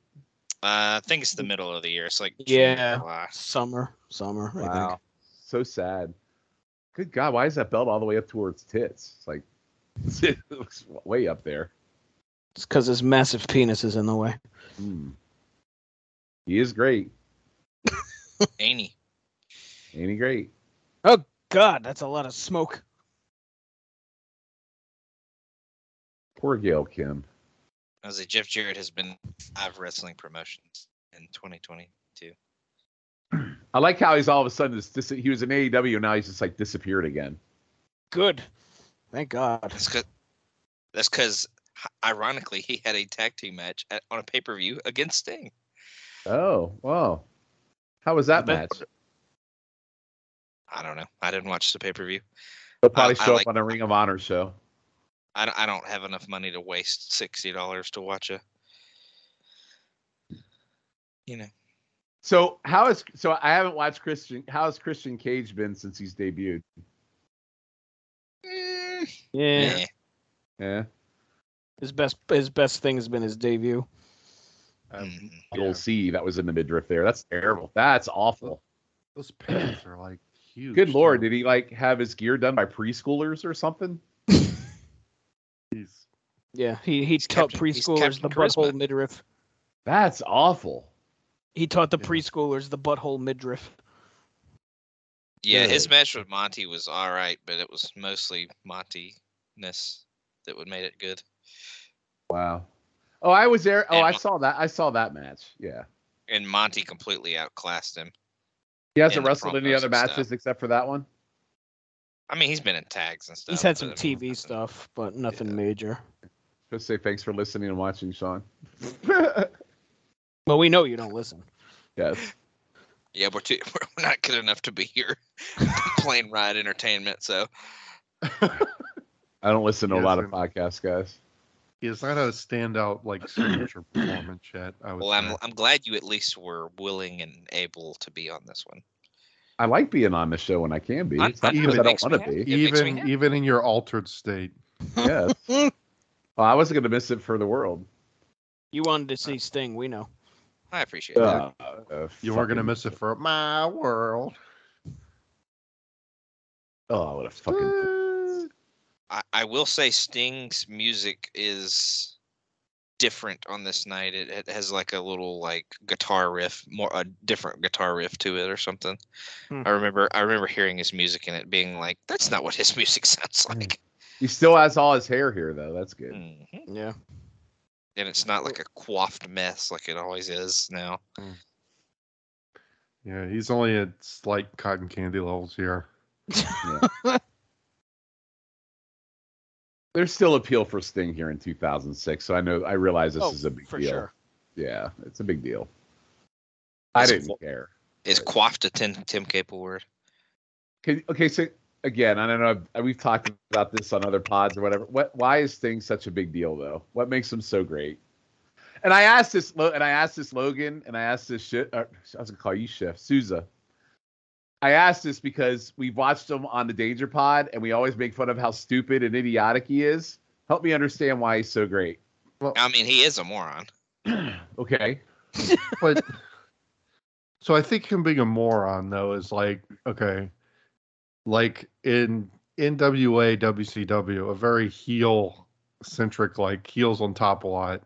C: Uh, I think it's the middle of the year. It's like June,
E: Yeah.
C: July.
E: Summer, summer. I think.
F: So sad. Good God, why is that belt all the way up towards tits? It's like it looks way up there.
E: It's because his massive penis is in the way.
F: Hmm. He is great.
C: Ain't he?
F: Ain't he great?
E: God, that's a lot of smoke.
F: Poor Gail Kim.
C: I was like, Jeff Jarrett has been five wrestling promotions in 2020.
F: I like how he's all of a sudden this. dis- he was in AEW and now he's just like disappeared again.
E: Good. Thank God.
C: That's because, that's because, ironically, he had a tag team match at, on a pay per view against Sting.
F: Oh, wow. How was that
C: The
F: match?
C: best- I don't know. I didn't watch the pay per view.
F: They'll probably
C: I- I
F: show
C: like-
F: up on a Ring of Honor show.
C: I, don't- I don't have enough money to waste sixty dollars to watch a. You know,
F: So how is so? I haven't watched Christian. How has Christian Cage been since he's debuted?
C: Mm,
E: Yeah.
C: eh.
F: Yeah,
E: His best his best thing has been his debut.
D: Um,
C: Mm.
F: You'll
D: yeah.
F: see that was in the midriff there. That's terrible. That's awful.
D: Those pants are like huge.
F: Good lord,
D: too.
F: did he like have his gear done by preschoolers or something?
D: He's-
E: Yeah, he he taught
C: Captain- he's
E: preschoolers
C: Captain
E: the
C: Charisma.
E: butthole midriff.
F: That's awful.
E: He taught the
D: Yeah.
E: preschoolers the butthole midriff.
C: Yeah,
F: Good.
C: his match with Monty was all right, but it was mostly Monty ness that would made it good.
F: Wow. Oh, I was there. Oh,
C: And
F: I
C: Mon-
F: saw that. I saw that match. Yeah.
C: And Monty completely outclassed him.
F: He hasn't
C: And the
F: wrestled any
C: promos
F: other
C: and stuff.
F: matches except for that one.
C: I mean, he's been in tags and stuff.
E: He's had
C: but
E: some
C: I mean,
E: TV
C: nothing-
E: stuff, but nothing major.
F: Just say thanks for listening and watching, Sean.
E: Well, we know you don't listen.
F: yes.
C: Yeah, we're too, we're not good enough to be here. Plane ride entertainment. So
F: I don't listen to
D: Yes,
F: a lot of
D: and-
F: podcasts, guys.
D: He has not had a standout like signature performance yet. I would
C: well,
D: say.
C: I'm I'm glad you at least were willing and able to be on this one.
F: I like being on the show when I can be.
C: I-
F: It's not
C: I know,
F: because
C: it
F: I don't
C: makes me
F: want to
C: happy.
F: be.
C: It makes me
D: even
C: happy.
D: even in your altered state.
F: Yes. well, I wasn't going to miss it for the world.
E: You wanted to see Sting, we know.
C: I appreciate it.
E: Uh,
D: You were gonna miss it for my world.
F: Oh, what a fucking.
C: I, I will say Sting's music is different on this night. It, it has like a little like guitar riff, more a different guitar riff to it or something.
E: Hmm.
C: I remember I remember hearing his music and it being like, that's not what his music sounds
F: Hmm.
C: like.
F: He still has all his hair here, though. That's good.
C: Mhm.
E: yeah.
C: And it's not like a coiffed mess like it always is now.
D: Yeah, he's only at slight cotton candy levels here.
F: There's still appeal for Sting here in 2006, so I know I realize this
E: Oh,
F: is a big
E: for
F: deal.
E: sure.
F: Yeah, it's a big deal. I
C: It's
F: didn't
C: full-
F: care.
C: Is coiffed a Tim Tim Capel word?
F: Okay, okay, so again, I don't know. I've- We've talked about this on other pods or whatever. What? Why is Sting such a big deal though? What makes him so great? And I asked this, Lo- and I asked this Logan, and I asked this shit. Uh, I was gonna call you Chef Souza. I asked this because we've watched him on the Danger Pod, and we always make fun of how stupid and idiotic he is. Help me understand why he's so great.
C: I mean, he is a moron.
F: Okay.
D: but so I think him being a moron though is like okay, like in NWA WCW, a very heel centric like heels on top a lot.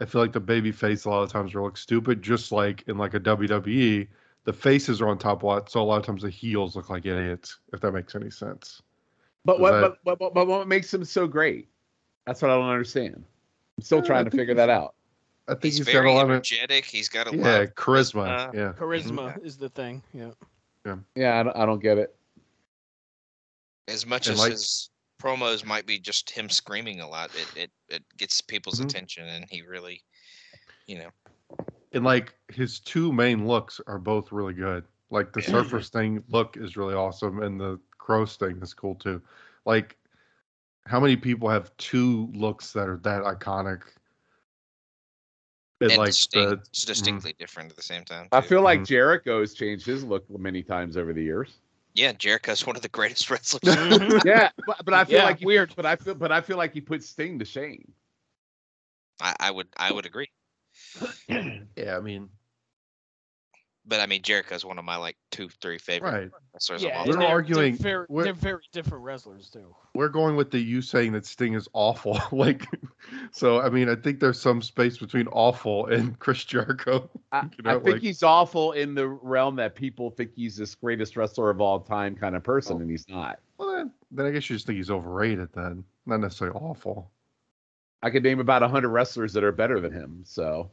D: I feel like the baby face a lot of times are look stupid, just like in like a WWE, the faces are on top a lot, so a lot of times the heels look like idiots, if that makes any sense.
F: But what,
D: But-
F: but, but, but, but what makes him so great? That's what I don't understand. I'm still trying to figure that out.
D: I think
C: He's
D: he's got a
C: very
D: lot of
C: energetic. Uh, He's got a lot
D: yeah,
C: of
D: charisma.
C: charisma.
D: Yeah.
E: Charisma is the thing. Yeah.
F: Yeah, I don't, I don't get it.
C: as much
D: And
C: as
D: like-
C: his promos might be just him screaming a lot, it it, it gets people's
D: Mhm.
C: attention, and he really, you know,
D: and like his two main looks are both really good. Like the surfer thing look is really awesome, and the crow thing is cool too. Like, how many people have two looks that are that iconic? And
C: and
D: like
C: distinct-
D: the mm-hmm.
C: it's distinctly different at the same time.
F: I
C: too.
F: feel like
D: Mhm.
F: Jericho's changed his look many times over the years.
C: yeah, Jericho's one of the greatest wrestlers.
F: Mm-hmm. yeah, but, but I feel
E: Yeah,
F: like weird. But I feel but I feel like he put Sting to shame.
C: I, I would I would agree,
D: yeah, I mean,
C: but I mean Jericho's one of my like two three favorite
D: right.
C: wrestlers
E: Yeah,
C: of all
E: and
D: We're
C: time.
E: they're-
D: arguing-
E: They're very,
D: we're-
E: they're very different wrestlers too.
D: We're going with the you saying that Sting is awful. like, so I mean, I think there's some space between awful and Chris Jericho.
F: I,
D: You know,
F: I think
D: like-
F: he's awful in the realm that people think he's this greatest wrestler of all time kind of person,
D: Oh.
F: and he's not.
D: Well, then, then I guess you just think he's overrated. Then not necessarily awful.
F: I could name about hundred wrestlers that are better than him. So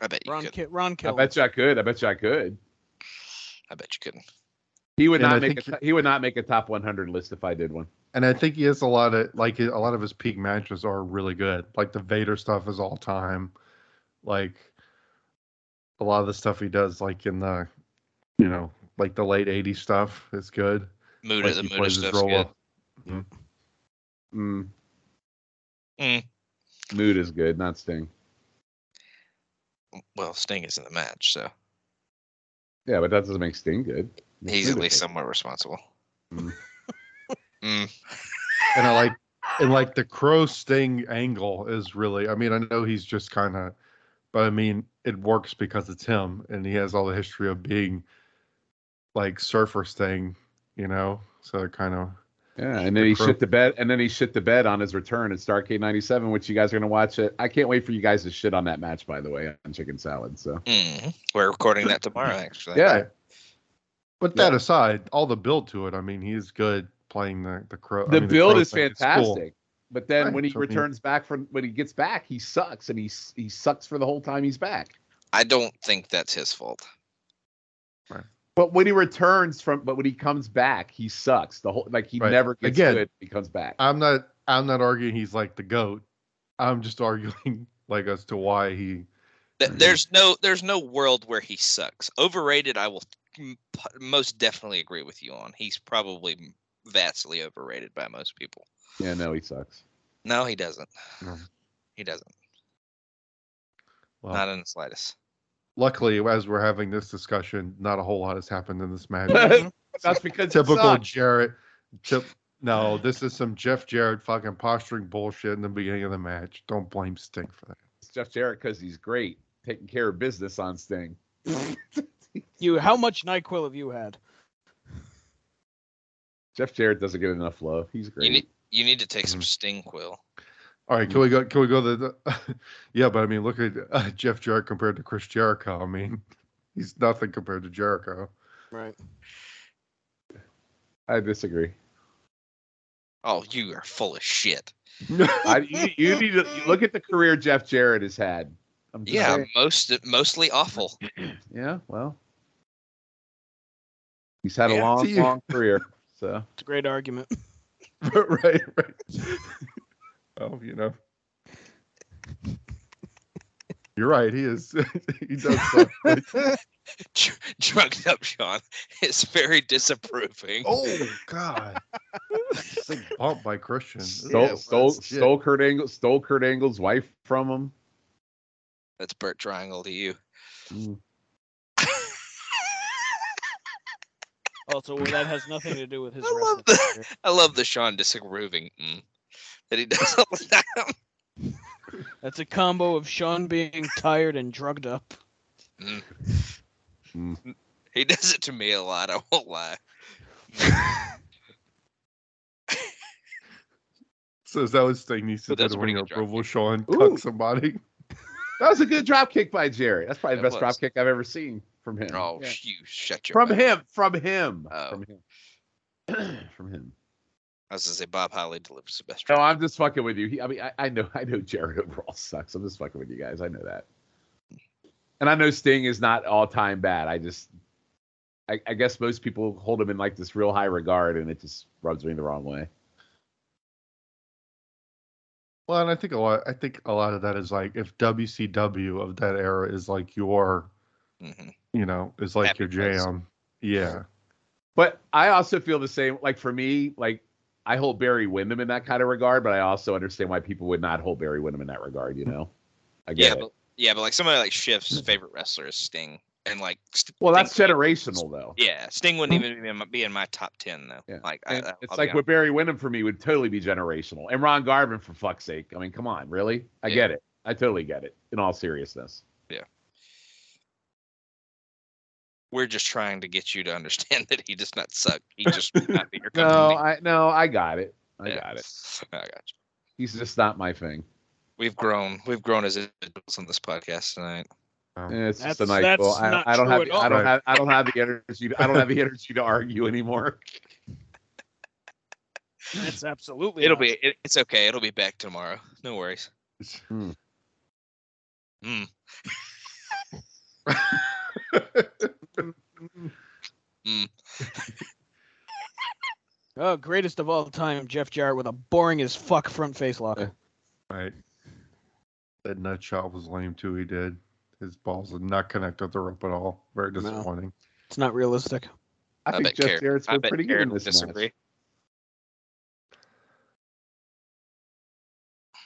C: I bet you
E: Ron
C: could.
E: Ki- Ron
F: I
E: Kill.
F: bet you I could. I bet you I could.
C: I bet you couldn't.
F: He would
D: And
F: not
D: I
F: make a,
D: think-
F: he would not make a top 100 list if I did one.
D: And I think he has a lot of like a lot of his peak matches are really good. Like the Vader stuff is all time. Like a lot of the stuff he does, like in the you know, like the late '80s stuff is good.
C: Muda,
D: Like
C: the
D: he
C: Muda
D: plays his
C: stuff's
D: role
C: good.
D: well.
F: Mm.
C: Mm.
F: Mood is good, not Sting.
C: Well, Sting is in the match, so
F: Yeah, but that doesn't make Sting good. Makes
C: he's
F: Mood
C: at
F: good.
C: least somewhat responsible.
F: Mm.
C: Mm,
D: And I like and like the Crow Sting angle is really. I mean, I know he's just kind of, but I mean, it works because it's him, and he has all the history of being like surfer Sting, you know. So it kind of
F: Yeah, and then he
D: Crow.
F: shit the bed, and then he shit the bed on his return at Starcade '97, which you guys are gonna watch. It. I can't wait for you guys to shit on that match, by the way, on Chicken Salad. So
C: mhm. We're recording that tomorrow, actually.
F: yeah,
D: But
F: Yeah.
D: that aside, all the build to it, I mean, he is good playing the the crow. I
F: the
D: mean,
F: build
D: crow
F: is
D: thing cool.
F: fantastic, but then
D: Right,
F: when he
D: so I mean-
F: returns back from when he gets back, he sucks, and he s- he sucks for the whole time he's back.
C: I don't think that's his fault.
F: But when he returns from, but when he comes back, he sucks. The whole like he
D: Right.
F: never gets
D: Again,
F: good. when He comes back.
D: I'm not I'm not arguing he's like the goat. I'm just arguing like as to why he
C: Th-
D: Mm-hmm.
C: There's no there's no world where he sucks. Overrated, I will m- p- most definitely agree with you on. He's probably m- vastly overrated by most people.
F: yeah, no, he sucks.
C: No, he doesn't.
D: No.
C: He doesn't.
D: Mm-hmm. well,
C: Not in the slightest.
D: luckily as we're having this discussion, not a whole lot has happened in this match.
C: Mm-hmm.
F: That's because he
D: Typical
F: sucks.
D: Jarrett tip no, this is some Jeff Jarrett fucking posturing bullshit in the beginning of the match. Don't blame Sting for that.
F: Jeff Jarrett because he's great, taking care of business on Sting.
E: You, how much Nyquil have you had?
F: Jeff Jarrett doesn't get enough love. He's
C: You
F: great.
C: need you need to take
D: Mm-hmm.
C: some sting quill.
D: All right, can we go? Can we go to the? yeah, but I mean, look at uh, Jeff Jarrett compared to Chris Jericho. I mean, he's nothing compared to Jericho.
E: Right.
F: I disagree.
C: Oh, you are full of shit.
F: I, you, you need to you look at the career Jeff Jarrett has had. I'm just
C: Yeah,
F: saying.
C: most mostly awful.
F: Yeah. Well, he's had a
C: Yeah,
F: long,
D: see you.
F: long career. So
E: It's a great argument.
D: right, right. Oh, you know. You're right. He is. he does. Suck.
C: Dr- Drugged up, Sean. It's very disapproving.
D: oh God. It's like bumped by Christian.
F: stole,
D: Yeah,
F: stole,
D: that's shit.
F: stole Kurt Angle, stole Kurt Angle's wife from him.
C: That's Burt Triangle to you.
D: Mm.
E: Also, well, that has nothing to do with his.
C: I love the I love the Sean disapproving mm, that he does all the time.
E: That's a combo of Sean being tired and drugged up.
C: He does it to me a lot. I won't lie.
D: So is that what Sting needs to
C: But
D: do
C: that's
D: to
C: a
D: win
C: pretty
D: your
C: good drop
D: approval? Sean
F: Ooh.
D: cuck somebody.
F: That was a good drop kick by Jarrett. That's probably the
C: That
F: best
C: was.
F: drop kick I've ever seen from him.
C: Oh,
F: Yeah.
C: sh- you shut your
F: from
C: mouth.
F: him, from him,
C: Oh.
F: from him, from him.
C: I was gonna say Bob Holly delivers the best.
F: No, I'm just fucking with you. He, I mean, I, I know, I know Jared overall sucks. I'm just fucking with you guys. I know that, and I know Sting is not all time bad. I just, I, I guess most people hold him in like this real high regard, and it just rubs me the wrong way.
D: Well, and I think a lot. I think a lot of that is like if WCW of that era is like your,
C: hmm
D: you know, is like your
C: Happy place.
D: jam. Yeah.
F: But I also feel the same. Like for me, like I hold Barry Windham in that kind of regard, but I also understand why people would not hold Barry Windham in that regard. You know, I get
C: Yeah,
F: it.
C: but yeah, but like somebody like Shift's favorite wrestler is Sting, and like St-
F: well, that's
C: Sting-
F: generational though.
C: Yeah, Sting wouldn't even be in my, be in my top ten though.
F: Yeah.
C: Like I,
F: And
C: I,
F: it's
C: I'll be
F: like
C: honest.
F: what Barry Windham for me would totally be generational, and Ron Garvin for fuck's sake. I mean, come on, really? I
C: Yeah.
F: get it. I totally get it. In all seriousness,
C: we're just trying to get you to understand that he does not suck. He just would not be your
F: no,
C: company.
F: I no, I got it. I
C: Yeah.
F: got it.
C: I got you.
F: He's just not my thing.
C: We've grown. We've grown as individuals on this podcast tonight.
F: Eh, It's just a
E: That's-
F: nice.
E: that's
F: well, I,
E: not
F: I don't
E: true
F: have.
E: at
F: I
D: all.
F: don't have. I don't have the energy. To, I don't have the energy to argue anymore.
E: That's absolutely.
C: It'll
E: not
C: be. It, it's okay. It'll be back tomorrow. No worries.
F: Hmm.
C: Mm.
E: Oh, greatest of all time, Jeff Jarrett with a boring as fuck front face lock.
D: Right. That nut shot was lame too. He did. His balls did not connect with the rope at all. Very disappointing.
E: It's not realistic.
F: I,
C: I
F: think
C: bet
F: Jeff
C: Karen-
F: Jarrett's
C: I
F: been
C: bet
F: pretty good
C: Karen
F: in
C: would
F: this
C: disagree.
F: match.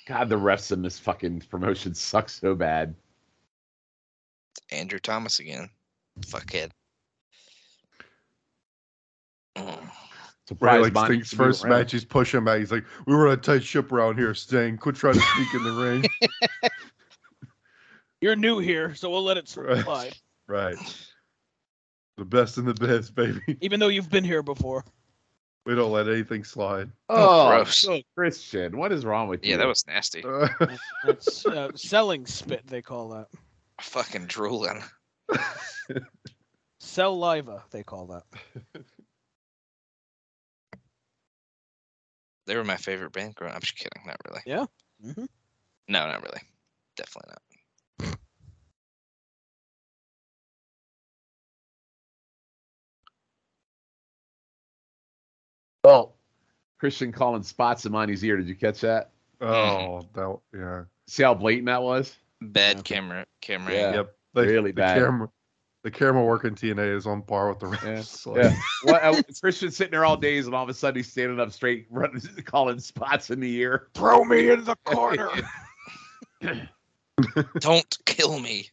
F: God, the refs in this fucking promotion suck so bad.
C: Andrew Thomas again. Fuckhead. Mm.
D: Right,
F: Surprise
D: like
F: Bonnie
D: Sting's
F: to be
D: first
F: around.
D: match, he's pushing him out. He's like, "We were on a tight ship around here, Sting. Quit trying to sneak in the ring."
E: You're new here, so we'll let it
D: Right.
E: slide,
D: Right. The best in the best, baby.
E: even though you've been here before.
D: We don't let anything slide.
F: Oh,
C: gross.
F: so Christian, what is wrong with you?
C: Yeah, that was nasty.
D: Oh,
E: That's uh, selling spit, they call that.
C: Fucking drooling.
E: Sell liva, they call that.
C: They were my favorite band growing up. I'm just kidding. Not really.
E: Yeah? Mhm.
C: No, not really. Definitely not.
F: well, Christian calling spots in Monty's ear. Did you catch that?
D: oh, that yeah.
F: See how blatant that was?
C: Bad camera. Camera.
F: Yeah.
C: angle.
D: Yep. They,
F: Really
D: the
F: bad.
D: Camera, the camera work in TNA is on par with the rest. Like,
F: Yeah. what, uh, Christian sitting there all days, and all of a sudden he's standing up straight, running, calling spots in the ear.
J: Throw me in the corner.
C: Don't kill me.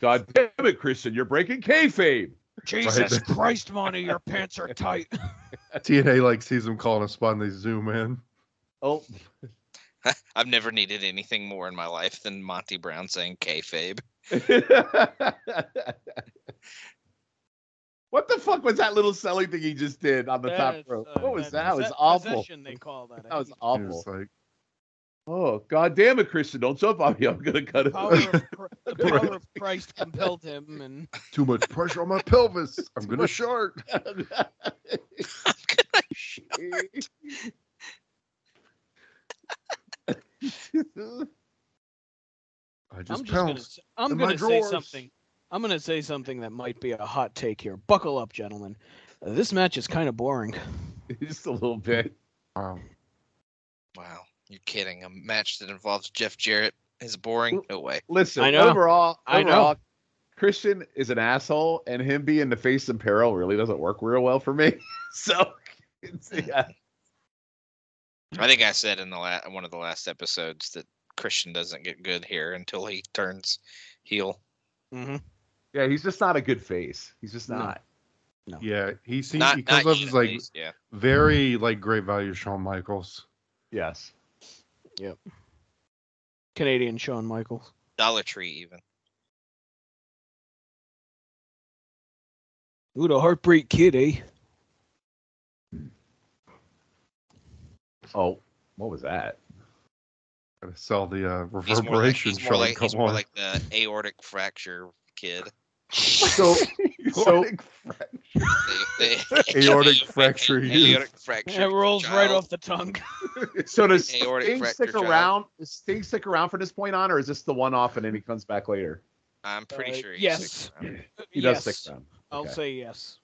F: God damn it, Christian, you're breaking kayfabe.
J: Jesus Christ, Monty, your pants are tight.
D: TNA like sees him calling a spot and they zoom in.
F: Oh,
C: I've never needed anything more in my life than Monty Brown saying kayfabe.
F: what the fuck was that little selling thing he just did on the top rope? What was uh, that? That was awful.
E: uh, They call that.
F: That was
D: It
F: awful.
D: was like,
F: Oh god damn it, Christian! Don't jump on me. I'm gonna cut it.
E: Power of, Chr- the power of Christ compelled him, and
D: too much pressure on my pelvis. I'm gonna short. I just
E: I'm just gonna,
D: pounced.
E: s- I'm
D: in
E: gonna say
D: my drawers.
E: something. I'm gonna say something that might be a hot take here. Buckle up, gentlemen. Uh, this match is kind of boring.
F: Just a little bit.
D: Wow.
C: Wow, you're kidding. A match that involves Jeff Jarrett is boring? No way.
F: Listen,
E: I know.
F: overall,
E: I know.
F: overall, Christian is an asshole, and him being the face in peril really doesn't work real well for me. so, it's, yeah,
C: I think I said in the la- one of the last episodes that Christian doesn't get good here until he turns heel.
F: yeah, he's just not a good face. He's just not.
D: Yeah, he seems
C: Not,
D: because
C: not
D: of his
C: heel
D: like
C: face, yeah.
D: very like great value, Shawn Michaels.
F: Yes.
E: Canadian Shawn Michaels.
C: Dollar Tree even.
E: Ooh, the heartbreak kid, eh?
F: Oh, what was that?
D: Gotta sell the uh,
C: He's more like,
D: reverberation
C: he's more
D: shot.
C: like,
D: come
C: he's more
D: on.
C: like the aortic fracture kid.
D: so So-
C: The- the-
D: Aortic
C: aortic-
D: fracture
C: a-
D: youth.
C: Aortic fracture.
E: It rolls right
C: child.
E: off the tongue.
F: so does
C: Aortic
F: Sting
C: fracture
F: stick
C: child.
F: around? Does Sting stick around from this point on, or is this the one off and then he comes back later?
C: I'm pretty
E: Uh,
C: sure. He's Um,
E: yes.
F: He
E: yes.
F: does stick around.
E: I'll
F: Okay.
E: say yes.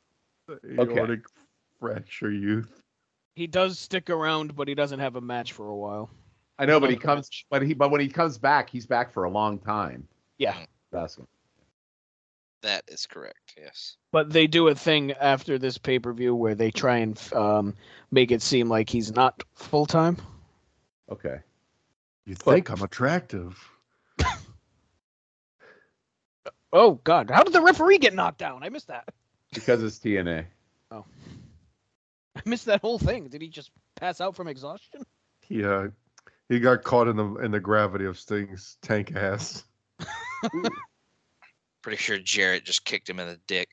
F: okay.
D: Aortic fracture youth.
E: He does stick around, but he doesn't have a match for a while.
F: I know, but he
E: Another
F: comes, but he, but when he comes back, he's back for a long time.
E: Yeah.
C: Mm.
F: That's what-
C: That is correct. Yes.
E: But they do a thing after this pay per view where they try and f- um, make it seem like he's not full time.
F: Okay.
D: You think I'm attractive?
E: Oh God! How did the referee get knocked down? I missed that.
F: Because it's TNA.
E: I missed that whole thing. Did he just pass out from exhaustion?
D: Yeah, uh, he got caught in the in the gravity of Sting's tank ass.
C: Pretty sure Jarrett just kicked him in the dick.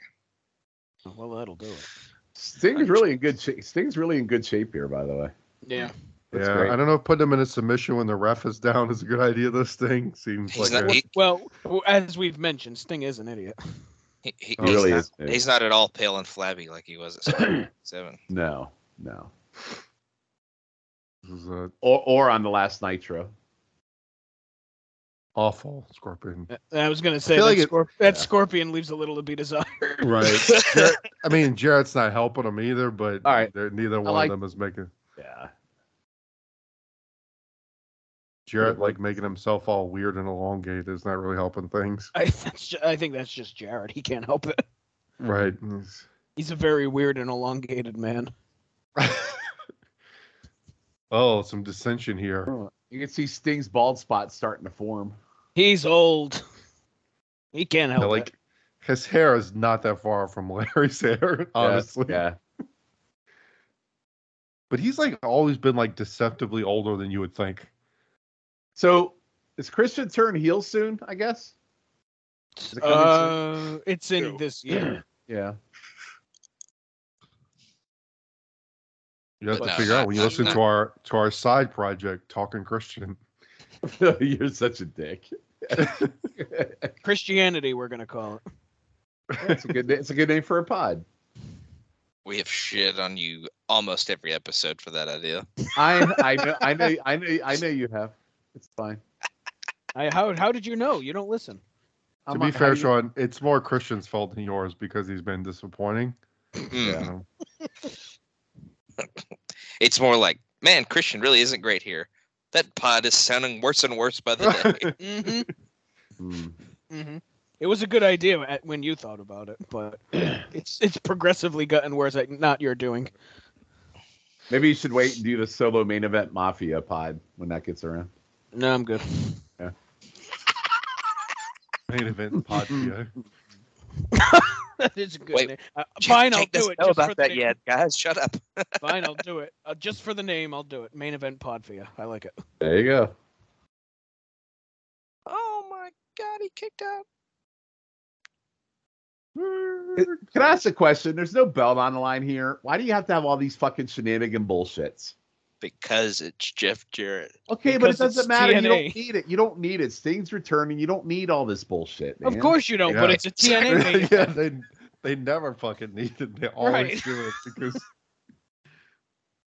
E: Well, that'll do it.
F: Sting's really in good shape. Sting's really in good shape here, by the way.
E: Yeah.
F: That's
D: yeah,
F: great.
D: I don't know if putting him in a submission when the ref is down is a good idea. This thing seems
C: He's
D: like
C: not.
D: a,
C: He,
E: Well, as we've mentioned, Sting is an idiot.
C: he, he-
D: Oh,
C: he's
F: really
C: not,
F: is, yeah.
C: He's not at all pale and flabby like he was at seven.
F: No, no.
D: this is a
F: Or or on the last Nitro.
D: awful Scorpion.
E: I was gonna say
D: feel
E: that,
D: like it-
E: Scorp- that
F: yeah.
E: Scorpion leaves a little to be desired.
D: Right. Jarrett, I mean, Jarrett's not helping him either, but
F: All right.
D: they're- neither one
F: like-
D: of them is making
F: Yeah.
D: Jarrett like making himself all weird and elongated is not really helping things.
E: I, that's ju- I think that's just Jared. He can't help it.
D: Right.
E: He's a very weird and elongated man.
D: Oh, some dissension here.
F: You can see Sting's bald spot starting to form.
E: He's old. He can't help
D: Yeah, like
E: it.
D: his hair is not that far from Larry's hair, honestly.
F: Yeah.
D: But he's like always been like deceptively older than you would think.
F: So is Christian turn heel soon, I guess? Is it coming soon?
E: Uh, it's in this year.
F: yeah.
D: You have
C: But
D: to
C: no,
D: figure out
C: not-
D: when you
C: not-
D: listen
C: not-
D: to our to our side project, Talking Christian.
F: You're such a dick.
E: Christianity, we're gonna call it.
F: It's a good it's a good name for a pod.
C: We have shit on you almost every episode for that idea.
F: I I know I know I know I know you have. It's fine.
E: I, how how did you know? You don't listen.
D: To
F: I'm
D: be
F: a-
D: fair,
F: how do you-
D: Sean, it's more Christian's fault than yours because he's been disappointing.
C: Mm.
D: you know.
C: It's more like, man, Christian really isn't great here. That pod is sounding worse and worse by the day.
E: hmm
F: Hmm.
C: Mm-hmm.
E: hmm It was a good idea at, when you thought about it, but it's it's progressively gotten worse. Like not your doing.
F: Maybe you should wait and do the solo main event mafia pod when that gets around.
E: No, I'm good.
D: Main event podcast.
J: that is a good
C: Wait,
J: name. Uh,
C: Jeff,
J: fine, I'll
C: Jake
J: do
C: doesn't
J: it.
C: Know
J: just for
C: about
J: the
C: that
J: name.
C: yet, guys? Shut up.
J: Fine, I'll do it. Uh, just for the name, I'll do it. Main event pod for you. I like it.
F: There you go.
C: Oh my god, he kicked out.
F: Can I ask a question? There's no belt on the line here. Why do you have to have all these fucking shenanigan bullshits?
C: Because it's Jeff Jarrett.
F: Okay, but
J: Because
F: it doesn't
J: it's
F: matter. You
J: TNA.
F: don't need it. You don't need it. Sting's returning. You don't need all this bullshit.
J: Of
F: man.
J: course you don't, but
D: Yeah.
J: it's a TNA main.
D: yeah, they they never fucking need it. They always
J: Right.
D: do it because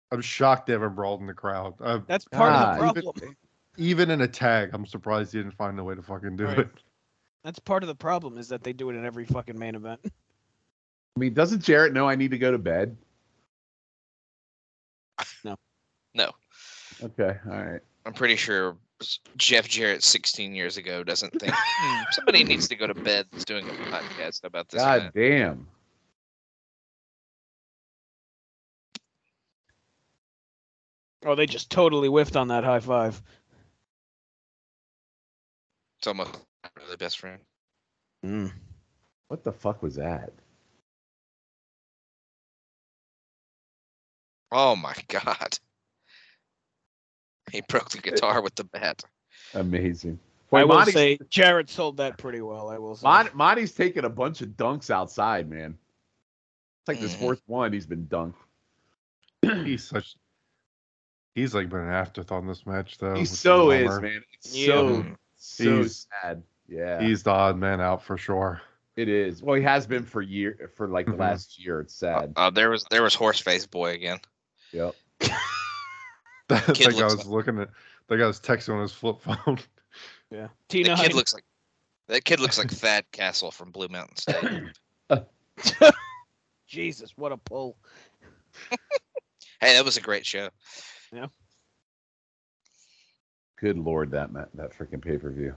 D: I'm shocked they haven't brawled in the crowd. Uh,
J: That's part
F: God.
J: of the problem.
D: even in a tag, I'm surprised they didn't find a way to fucking do
J: Right.
D: it.
J: That's part of the problem is that they do it in every fucking main event.
F: I mean, doesn't Jarrett know I need to go to bed?
J: No.
C: No.
F: Okay. All right.
C: I'm pretty sure Jeff Jarrett 16 years ago doesn't think "Hmm, somebody needs to go to bed that's doing a podcast about this.
F: God
C: event."
F: damn.
J: Oh, they just totally whiffed on that high five.
C: It's almost not really best friend.
F: What the fuck was that?
C: Oh my god. He broke the guitar with the bat.
F: Amazing.
J: I will
F: Monty's,
J: say Jarrett sold that pretty well. I will say.
F: Mon- Monty's taking a bunch of dunks outside, man. It's like this
C: Mhm.
F: fourth one he's been dunked.
D: He's such. He's like been an afterthought in this match, though.
F: He
D: which is a
F: so is,
D: bummer.
F: man. It's
J: Yeah.
F: so so
D: He's-
F: sad. Yeah,
D: He's the odd man out for sure.
F: it is. Well, he has been for year for like the
D: Mhm.
F: last year. It's
C: Oh,
F: sad.
C: oh, there was there was horseface boy again.
F: Yep.
D: That
C: Kid
D: like I
C: looks
D: was looking at. Like I was texting on his flip phone.
J: yeah.
C: The
J: Tina
C: kid
J: Hine-
C: looks like that kid looks like Thad Castle from Blue Mountain State.
J: Jesus, what a pull.
C: Hey, that was a great show.
F: Good lord, that ma- that freaking pay per view.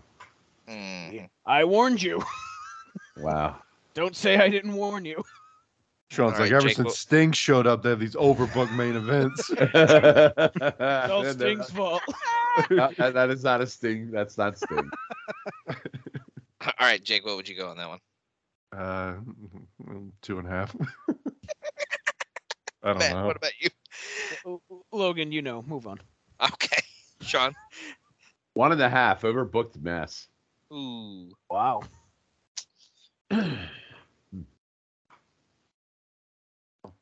C: Mm.
J: I warned you.
F: Wow.
J: Don't say I didn't warn you.
D: Sean's
C: All
D: like,
C: right,
D: ever
C: Jake,
D: since
C: well-
D: Sting showed up, they have these overbooked main events.
J: It's all Sting's
F: that,
J: fault.
F: that- that is not a sting. That's not sting.
C: All right, Jake, what would you go on that one?
D: Uh, mm, two and a half. I don't
C: Matt,
D: know.
C: what about you?
J: L- Logan, you know, move on.
C: Okay, Sean.
F: One and a half overbooked mess.
C: Ooh,
J: Wow.
C: all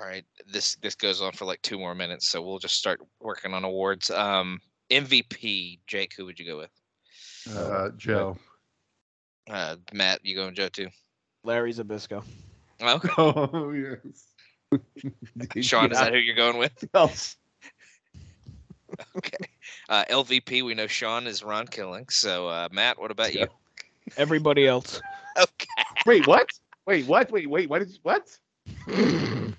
C: right. This this goes on for like two more minutes, so we'll just start working on awards. Um, MVP, Jake, who would you go with?
D: uh, Joe.
C: Uh, Matt, you going Joe too?
J: Larry Zabisco.
C: Oh, Okay,
D: Oh yes.
C: Sean, is that who you're going with?
F: else?
C: Okay. Uh, LVP, we know Sean is Ron Killing. So uh, Matt, what about you?
J: Everybody else.
C: Okay.
F: Wait, what? Wait, what? Wait, wait. What is what? Did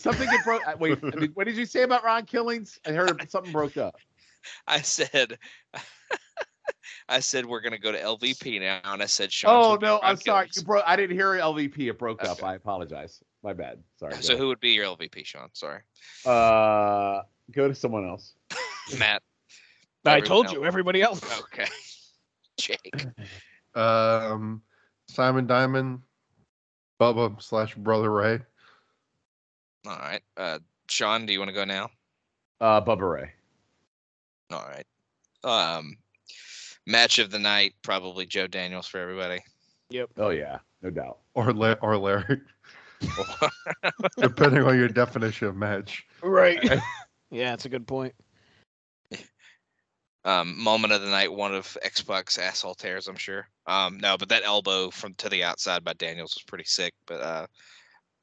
F: something get broke? Wait, I mean, what did you say about Ron Killings? I heard something broke up.
C: I said, I said we're gonna go to LVP now, and I said Sean.
F: Oh no, I'm sorry. You broke. I didn't hear LVP. It broke up. I apologize. My bad. Sorry.
C: so
F: go
C: who would be your LVP, Sean? Sorry,
F: ahead. Uh, go to someone else.
C: Matt.
J: I
C: Everyone
J: told
C: else. Oh.
J: you, everybody else.
C: Okay. Jake.
D: Um, Simon Diamond, Bubba slash Brother Ray.
C: All right. Uh, Sean, do you want to go now?
F: Uh, Bubba Ray.
C: All right. Um, match of the night, probably Joe Daniels for everybody.
F: Oh yeah, no doubt.
D: or La- or Larry, depending on your definition of match.
J: Right. yeah, that's a good point.
C: um, moment of the night, one of Xbox asshole tears, I'm sure. Um, no, but that elbow from to the outside by Daniels was pretty sick. But uh,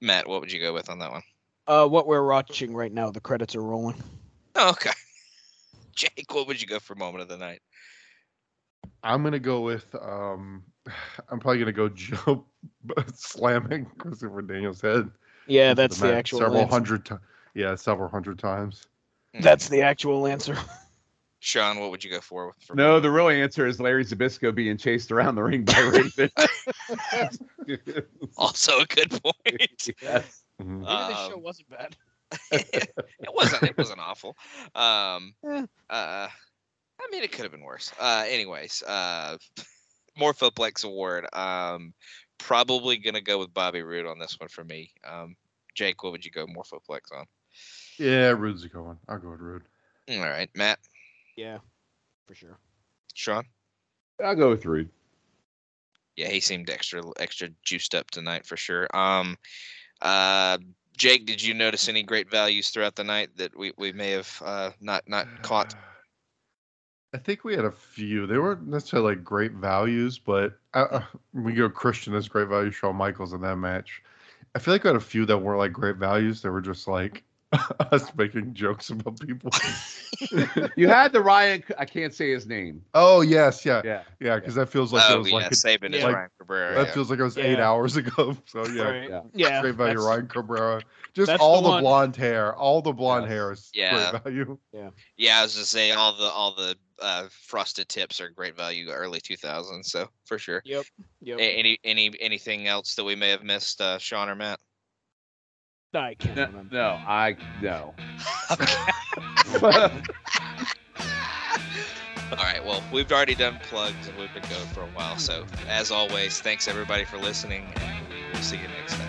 C: Matt, what would you go with on that one?
J: Uh, what we're watching right now, the credits are rolling.
C: Oh, okay. Jake, what would you go for moment of the night?
D: I'm gonna go with um, I'm probably gonna go Joe slamming Christopher Daniels' head.
J: Yeah,
D: into
J: that's the,
D: mat
J: actual.
D: several
J: answer.
D: hundred times. Yeah, several hundred times.
J: That's the actual answer.
C: Sean, what would you go for? with- for
F: No, the real answer is Larry Zabisco being chased around the ring by Raven.
C: Also a good point.
F: yes.
D: Mhm.
J: Maybe
C: Um,
J: this show wasn't bad.
C: it wasn't. It wasn't awful. Um,
J: Eh.
C: uh, I mean, it could have been worse. Uh, anyways, uh, Morphoplex award. Um, probably gonna go with Bobby Roode on this one for me. Um, Jake, what would you go Morphoplex on? Mm,
D: Yeah, Rude's going. I'll go with Rude.
C: All right, Matt,
E: Yeah, for sure.
C: Sean.
F: I'll go with Rude.
C: Yeah, he seemed extra extra juiced up tonight for sure. Um, uh, Jake, did you notice any great values throughout the night that we, we may have uh, not not caught?
D: I think we had a few. They weren't necessarily like great values, but I, uh, we go Christian as great value, Shawn Michaels in that match. I feel like we had a few that weren't like great values. They were just like us making jokes about people.
F: You had the Ryan. I can't say his name.
D: oh yes, yeah,
F: Yeah.
D: yeah, because that feels like it
C: oh
D: was
C: yeah,
D: like a-
C: Saban is
D: like-
C: Ryan Cabrera.
D: that
C: yeah.
D: feels like it was
J: Yeah.
D: eight hours ago. So yeah,
J: Right.
F: yeah.
J: Yeah.
D: great value,
J: that's-
D: Ryan Cabrera. Just
J: that's
D: all
J: the
D: the,
J: one.
D: blonde hair, all the blonde
F: Yes.
D: hair is
C: Yeah.
D: great value.
C: Yeah, I was just saying all the all the uh, frosted tips are great value early 2000s, so for sure.
J: Yep, yep.
C: A- any any anything else that we may have missed, uh, Sean or Matt?
J: I can't
F: No,
J: remember.
F: no, I no.
C: all right, well we've already done plugs and we've been going for a while, so as always, thanks everybody for listening, and we will see you next time.
A: Oh,